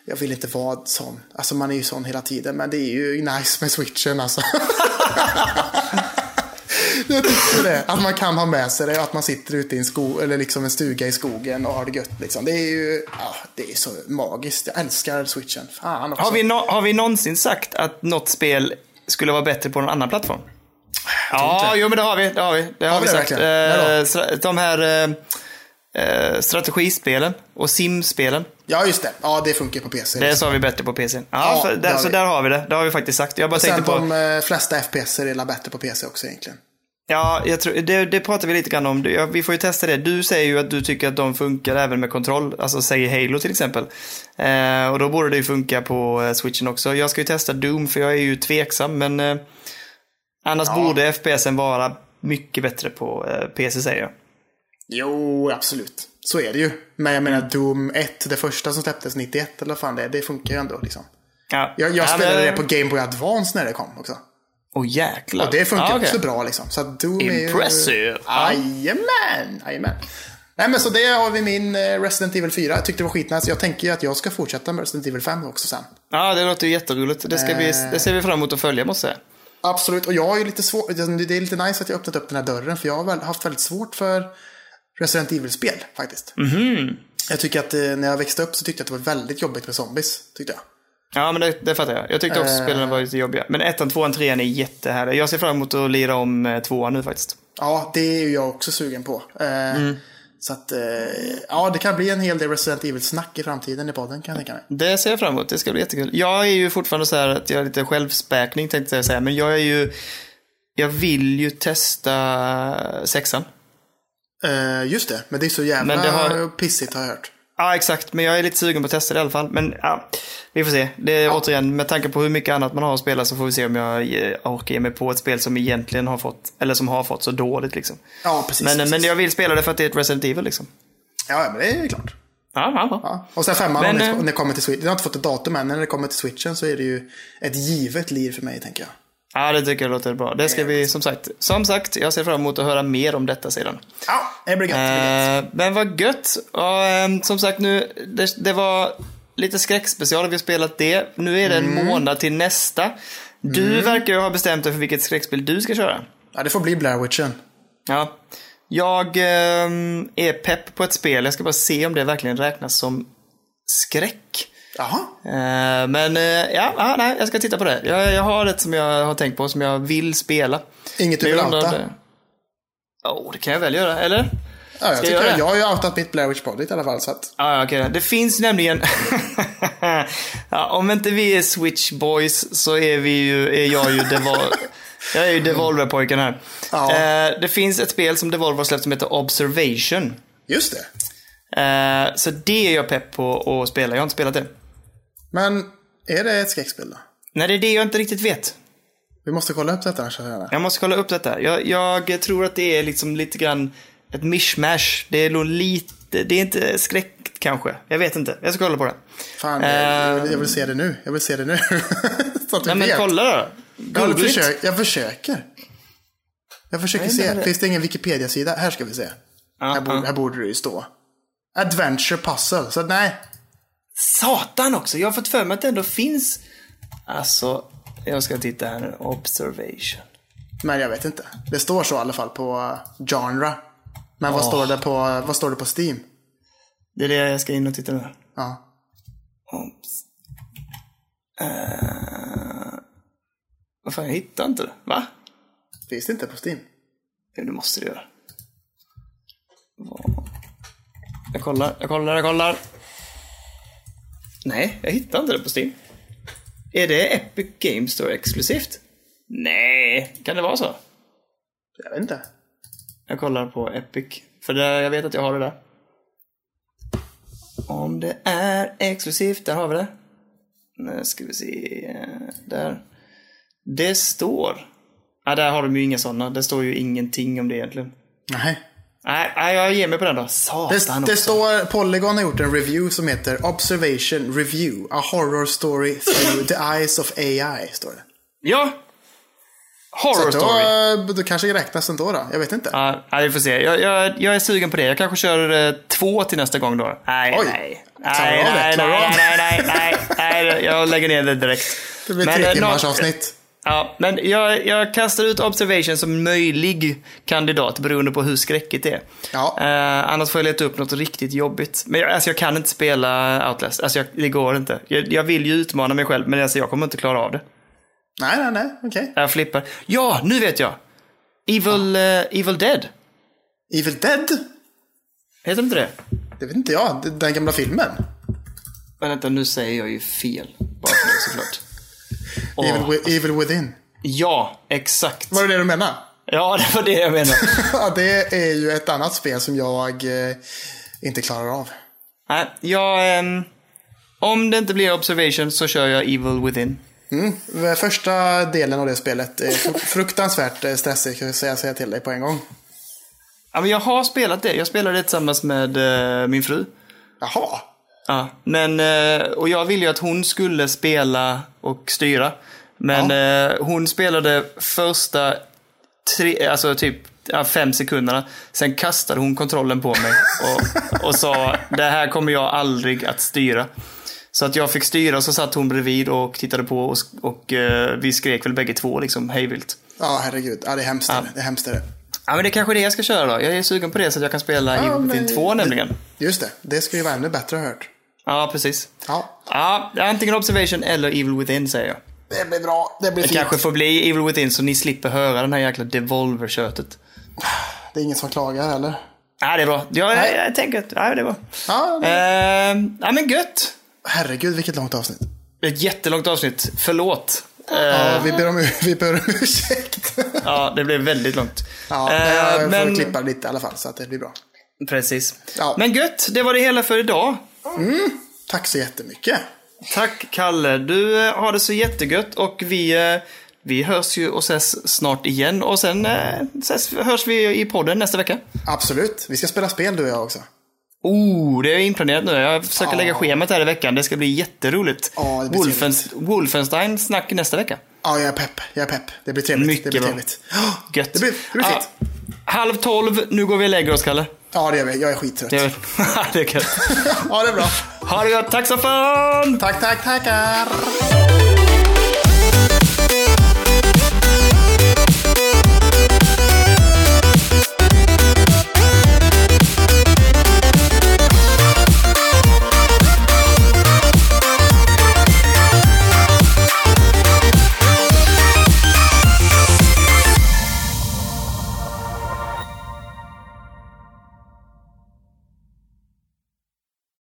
jag vill inte vara sån. Alltså man är ju sån hela tiden. Men det är ju nice med switchen alltså. jag tyckte det. Att man kan ha med sig det och att man sitter ute i en, sko- eller liksom en stuga i skogen och har det gött. Liksom. Det är ju ja, det är så magiskt. Jag älskar switchen. Fan också.
Har, vi no- har vi någonsin sagt att något spel skulle vara bättre på någon annan plattform? Ja, jo men det har vi. Det har vi, det har
vi
vi
det
sagt.
verkligen? Ja
Eh, stra- de här eh, eh, strategispelen och simspelen.
Ja, just det. Ja, det funkar på PC.
Det sa vi bättre på PC. Ja,
Ja,
för,
det
där,
har
så
vi.
där har vi det. Det har vi faktiskt sagt. Jag bara tänkte
Sen
på...
de eh, flesta FPS är illa bättre på PC också egentligen.
Ja, jag tror, det, det pratar vi lite grann om. Du- Ja, vi får ju testa det. Du säger ju att du tycker att de funkar även med kontroll. Alltså säg Halo till exempel. Eh, och då borde det ju funka på eh, switchen också. Jag ska ju testa Doom för jag är ju tveksam men eh, annars borde FPSen vara mycket bättre på eh, PC säger jag.
Jo, absolut. Så är det ju. Men jag
Mm.
menar Doom 1, det första som släpptes 91 eller vad fan det är, det funkar ju ändå liksom.
Ja.
Jag, jag
Ja,
spelade
men-
det på Game Boy Advance när det kom också.
Åh jäklar.
Och det funkar
Ja, Ah, okej.
också bra liksom. Så att Doom är ju...
Impressive. Ja.
Jajamän! Jajamän! Nej men så det har vi min eh, Resident Evil 4. Jag tyckte det var skitnice. Jag tänker ju att jag ska fortsätta med Resident Evil 5 också sen.
Ja, det låter ju jätteroligt. Det, ska vi,
Eh.
det ser vi fram emot att följa måste jag säga.
Absolut, och jag har ju lite svårt. Det är lite nice att jag har öppnat upp den här dörren för jag har väl haft väldigt svårt för Resident Evil-spel faktiskt.
Mhm.
Jag tycker att eh, när jag växte upp så tyckte jag att det var väldigt jobbigt med zombies. Tyckte jag.
Ja, men det, det fattar jag. Jag tyckte också att spelarna var lite jobbiga. Men ettan, tvåan, trean är jättehärliga. Jag ser fram emot att lira om eh, tvåan nu faktiskt.
Ja, det är ju jag också sugen på. Eh,
Mm.
Så att, eh, ja det kan bli en hel del Resident Evil-snack i framtiden i podden kan jag tänka mig.
Det ser jag fram emot. Det ska bli jättekul. Jag är ju fortfarande så här att jag är lite självspäkning tänkte jag säga. Men jag är ju... Jag vill ju testa sexan.
Eh, just det, men det är så jävla
Men det har-
pissigt har jag hört.
Ja, exakt. Men jag är lite sugen på att testa det i alla fall. Men ja, vi får se. Det är återigen, med tanke på hur mycket annat man har att spela så får vi se om jag eh, orkar ge mig på ett spel som egentligen har fått, eller som har fått så dåligt liksom.
Ja, precis.
Men,
precis.
men jag vill spela det för att det är ett Resident Evil liksom.
Ja, ja, men eh, det är ju klart.
Ja, ja, ja.
Ja. Och sen femman om
Men,
det,
eh,
om det kommer till Switch. Jag har inte fått ett datum än, men när det kommer till Switchen så är det ju ett givet liv för mig tänker jag.
Ja, det tycker jag låter bra. Det ska vi, som sagt, som sagt, jag ser fram emot att höra mer om detta sedan.
Ja, det blir gött. det blir gött.
Eh, men vad gött! Och, ehm, som sagt, nu, det, det var lite skräckspecial, vi har spelat det. Nu är det en månad till nästa. Du verkar ju ha bestämt dig för vilket skräckspel du ska köra.
Ja, det får bli Blair Witchen.
Ja. Jag ehm, är pepp på ett spel, jag ska bara se om det verkligen räknas som skräck.
Jaha.
Eh, men eh, ja, ah, nej, jag ska titta på det. Jag, jag har ett som jag har tänkt på, som jag vill spela.
Inget du
Men
vill
jag undrar om
outa?
det- Ja, oh, det kan jag väl göra, eller?
Ja, jag,
Ska jag
tycker,
göra
jag,
det?
har ju outat mitt Blair Witch Project i alla fall. Så att,
Ja, ja, okej. Det finns nämligen... ja, om inte vi är Switch Boys så är, vi ju, är jag ju Devol... jag är ju Devolver-pojken här.
Ja.
Eh, det finns ett spel som Devolver har släppt som heter Observation.
just det.
Eh, så det är jag pepp på att spela. Jag har inte spelat det.
Men är det ett skräckspel då?
Nej, det är det jag inte riktigt vet.
Vi måste kolla upp detta annars. Ja,
Jag måste kolla upp detta. Jag, jag tror att det är liksom lite grann ett mishmash. Det är nog lite... Det är inte skräck kanske. Jag vet inte. Jag ska kolla på det.
Fan, jag, jag vill se det nu. Jag vill se det nu. så att vi
Nej, men
vet.
kolla då.
jag,
Googla
håller-
it.
försök, jag försöker. Jag försöker
Nej,
se.
nej, nej.
Finns det ingen Wikipedia-sida? Här ska vi se.
Ja,
här, borde,
ja.
här borde det ju stå. Adventure Puzzle. Så att, nej.
Satan också! Jag har fått för mig att det ändå finns... Alltså, jag ska titta här nu. Observation.
Men jag vet inte. Det står så i alla fall på eh, genre. Men vad,
Åh.
står det på, vad står det på Steam?
Det är det jag ska in och titta nu.
Ja.
Obs. Eh, Vad fan, jag hittar inte det. Va?
Finns det inte på Steam?
Jo, det måste det göra. Vad- Jag kollar, jag kollar, jag kollar. Nej, jag hittar inte det på Steam. Är det Epic Games Store exklusivt? Nej, kan det vara så?
Jag vet inte.
Jag kollar på Epic. För det, jag vet att jag har det där. Om det är exklusivt, där har vi det. Nu ska vi se. eh, Där. Det står. Ja, där har de ju inga sådana. Det står ju ingenting om det egentligen.
Nej.
Nej, nej, jag ger mig på den då. Satan
Det,
också.
det står, Polygon har gjort en review som heter Observation Review. A horror story through the eyes of AI. Står det.
Ja!
Då,
Horror story.
eh, då kanske det räknas ändå då. Jag vet inte.
Ja, ja, vi får se. Jag, jag, jag är sugen på det. Jag kanske kör eh, två till nästa gång då. Nej,
Oj.
nej.
Klarar du
Nej,
av det?
nej, nej,
Klarar du av
nej,
det?
nej, nej, nej, nej. Jag lägger ner det direkt.
Det blir
Men,
tre
eh,
timmars
nå-
avsnitt.
Ja, men jag, jag kastar ut Observation som möjlig kandidat beroende på hur skräckigt det är.
Ja.
Eh, annars får jag leta upp något riktigt jobbigt. Men jag, alltså jag kan inte spela Outlast. Alltså jag, det går inte. Jag, jag vill ju utmana mig själv, men alltså jag kommer inte klara av det.
Nej, nej, nej. Okej.
Jag flippar. Ja, nu vet jag! Evil, eh, Evil Dead.
Evil Dead?
Heter inte det?
Det vet inte jag. Det- Den gamla filmen.
Men vänta, nu säger jag ju fel. Bara för det såklart. Åh.
Evil, wi- Evil Within.
Ja, exakt.
Var det det du menade?
Ja, det var det jag menade.
Ja, det är ju ett annat spel som jag eh, inte klarar av.
Nej, jag... ehm, om det inte blir observation så kör jag Evil Within.
Mm. Första delen av det spelet är fru- fruktansvärt eh, stressig kan jag säga, säga till dig på en gång.
Ja, men jag har spelat det. Jag spelade det tillsammans med eh, min fru.
Jaha.
Ja, men, eh, och jag ville ju att hon skulle spela och styra. Men eh, hon spelade första tre, alltså typ ja, fem sekunderna. Sen kastade hon kontrollen på mig och, och sa det här kommer jag aldrig att styra. Så att jag fick styra och så satt hon bredvid och tittade på och, sk- och eh, vi skrek väl bägge två liksom hejvilt.
Ja, herregud. Ja, det är hemskt. Ja. Det är hemskt. är Det.
Ja men det är kanske är det jag ska köra då. Jag är sugen på det så att jag kan spela
Ja,
Evil Within
men-
2 nämligen.
Just det. Det skulle ju vara ännu bättre har jag hört.
Ja precis.
Ja,
Ja, antingen Observation eller Evil Within säger jag.
det blir bra. Det blir
Det
fint.
kanske får bli Evil Within så ni slipper höra den här jäkla Devolver-köttet.
Det är ingen som klagar heller.
Nej, Äh, det är bra. Jag, jag, jag tänker att nej, det är bra.
Ja, men-
Ehm, ja, men gött.
herregud vilket långt avsnitt.
Det är Ett jättelångt avsnitt. Förlåt. Ehm,
Ja, vi ber om, ur- vi ber om ursäkt.
ja, det blev väldigt långt.
Ja,
Ehm,
jag får
men-
klippa lite i alla fall så att det blir bra.
Precis.
Ja.
Men gött, det var det hela för idag.
Tack så jättemycket.
Tack Kalle. Du eh, har det så jättegött och vi, eh, vi hörs ju och ses snart igen. Och sen eh, ses, hörs vi i podden nästa vecka.
Absolut. Vi ska spela spel du och jag också.
Oh, det är inplanerat nu. Jag försöker
Ja.
lägga schemat här i veckan. Det ska bli jätteroligt.
Ja, det blir
Wolfens, Wolfenstein snack nästa vecka.
Ja, jag är pepp. Jag är pepp. Det blir trevligt. det
Mycket
blir
bra.
trevligt. Ja,
Gött.
Det blir, det blir fint.
Ja, halv tolv, nu går vi och lägger oss, Kalle.
Ja, det gör vi. Jag är skittrött.
Det är, det är gött.
ja, det är bra.
Ha det gött, tack så fan!
Tack, tack, tackar.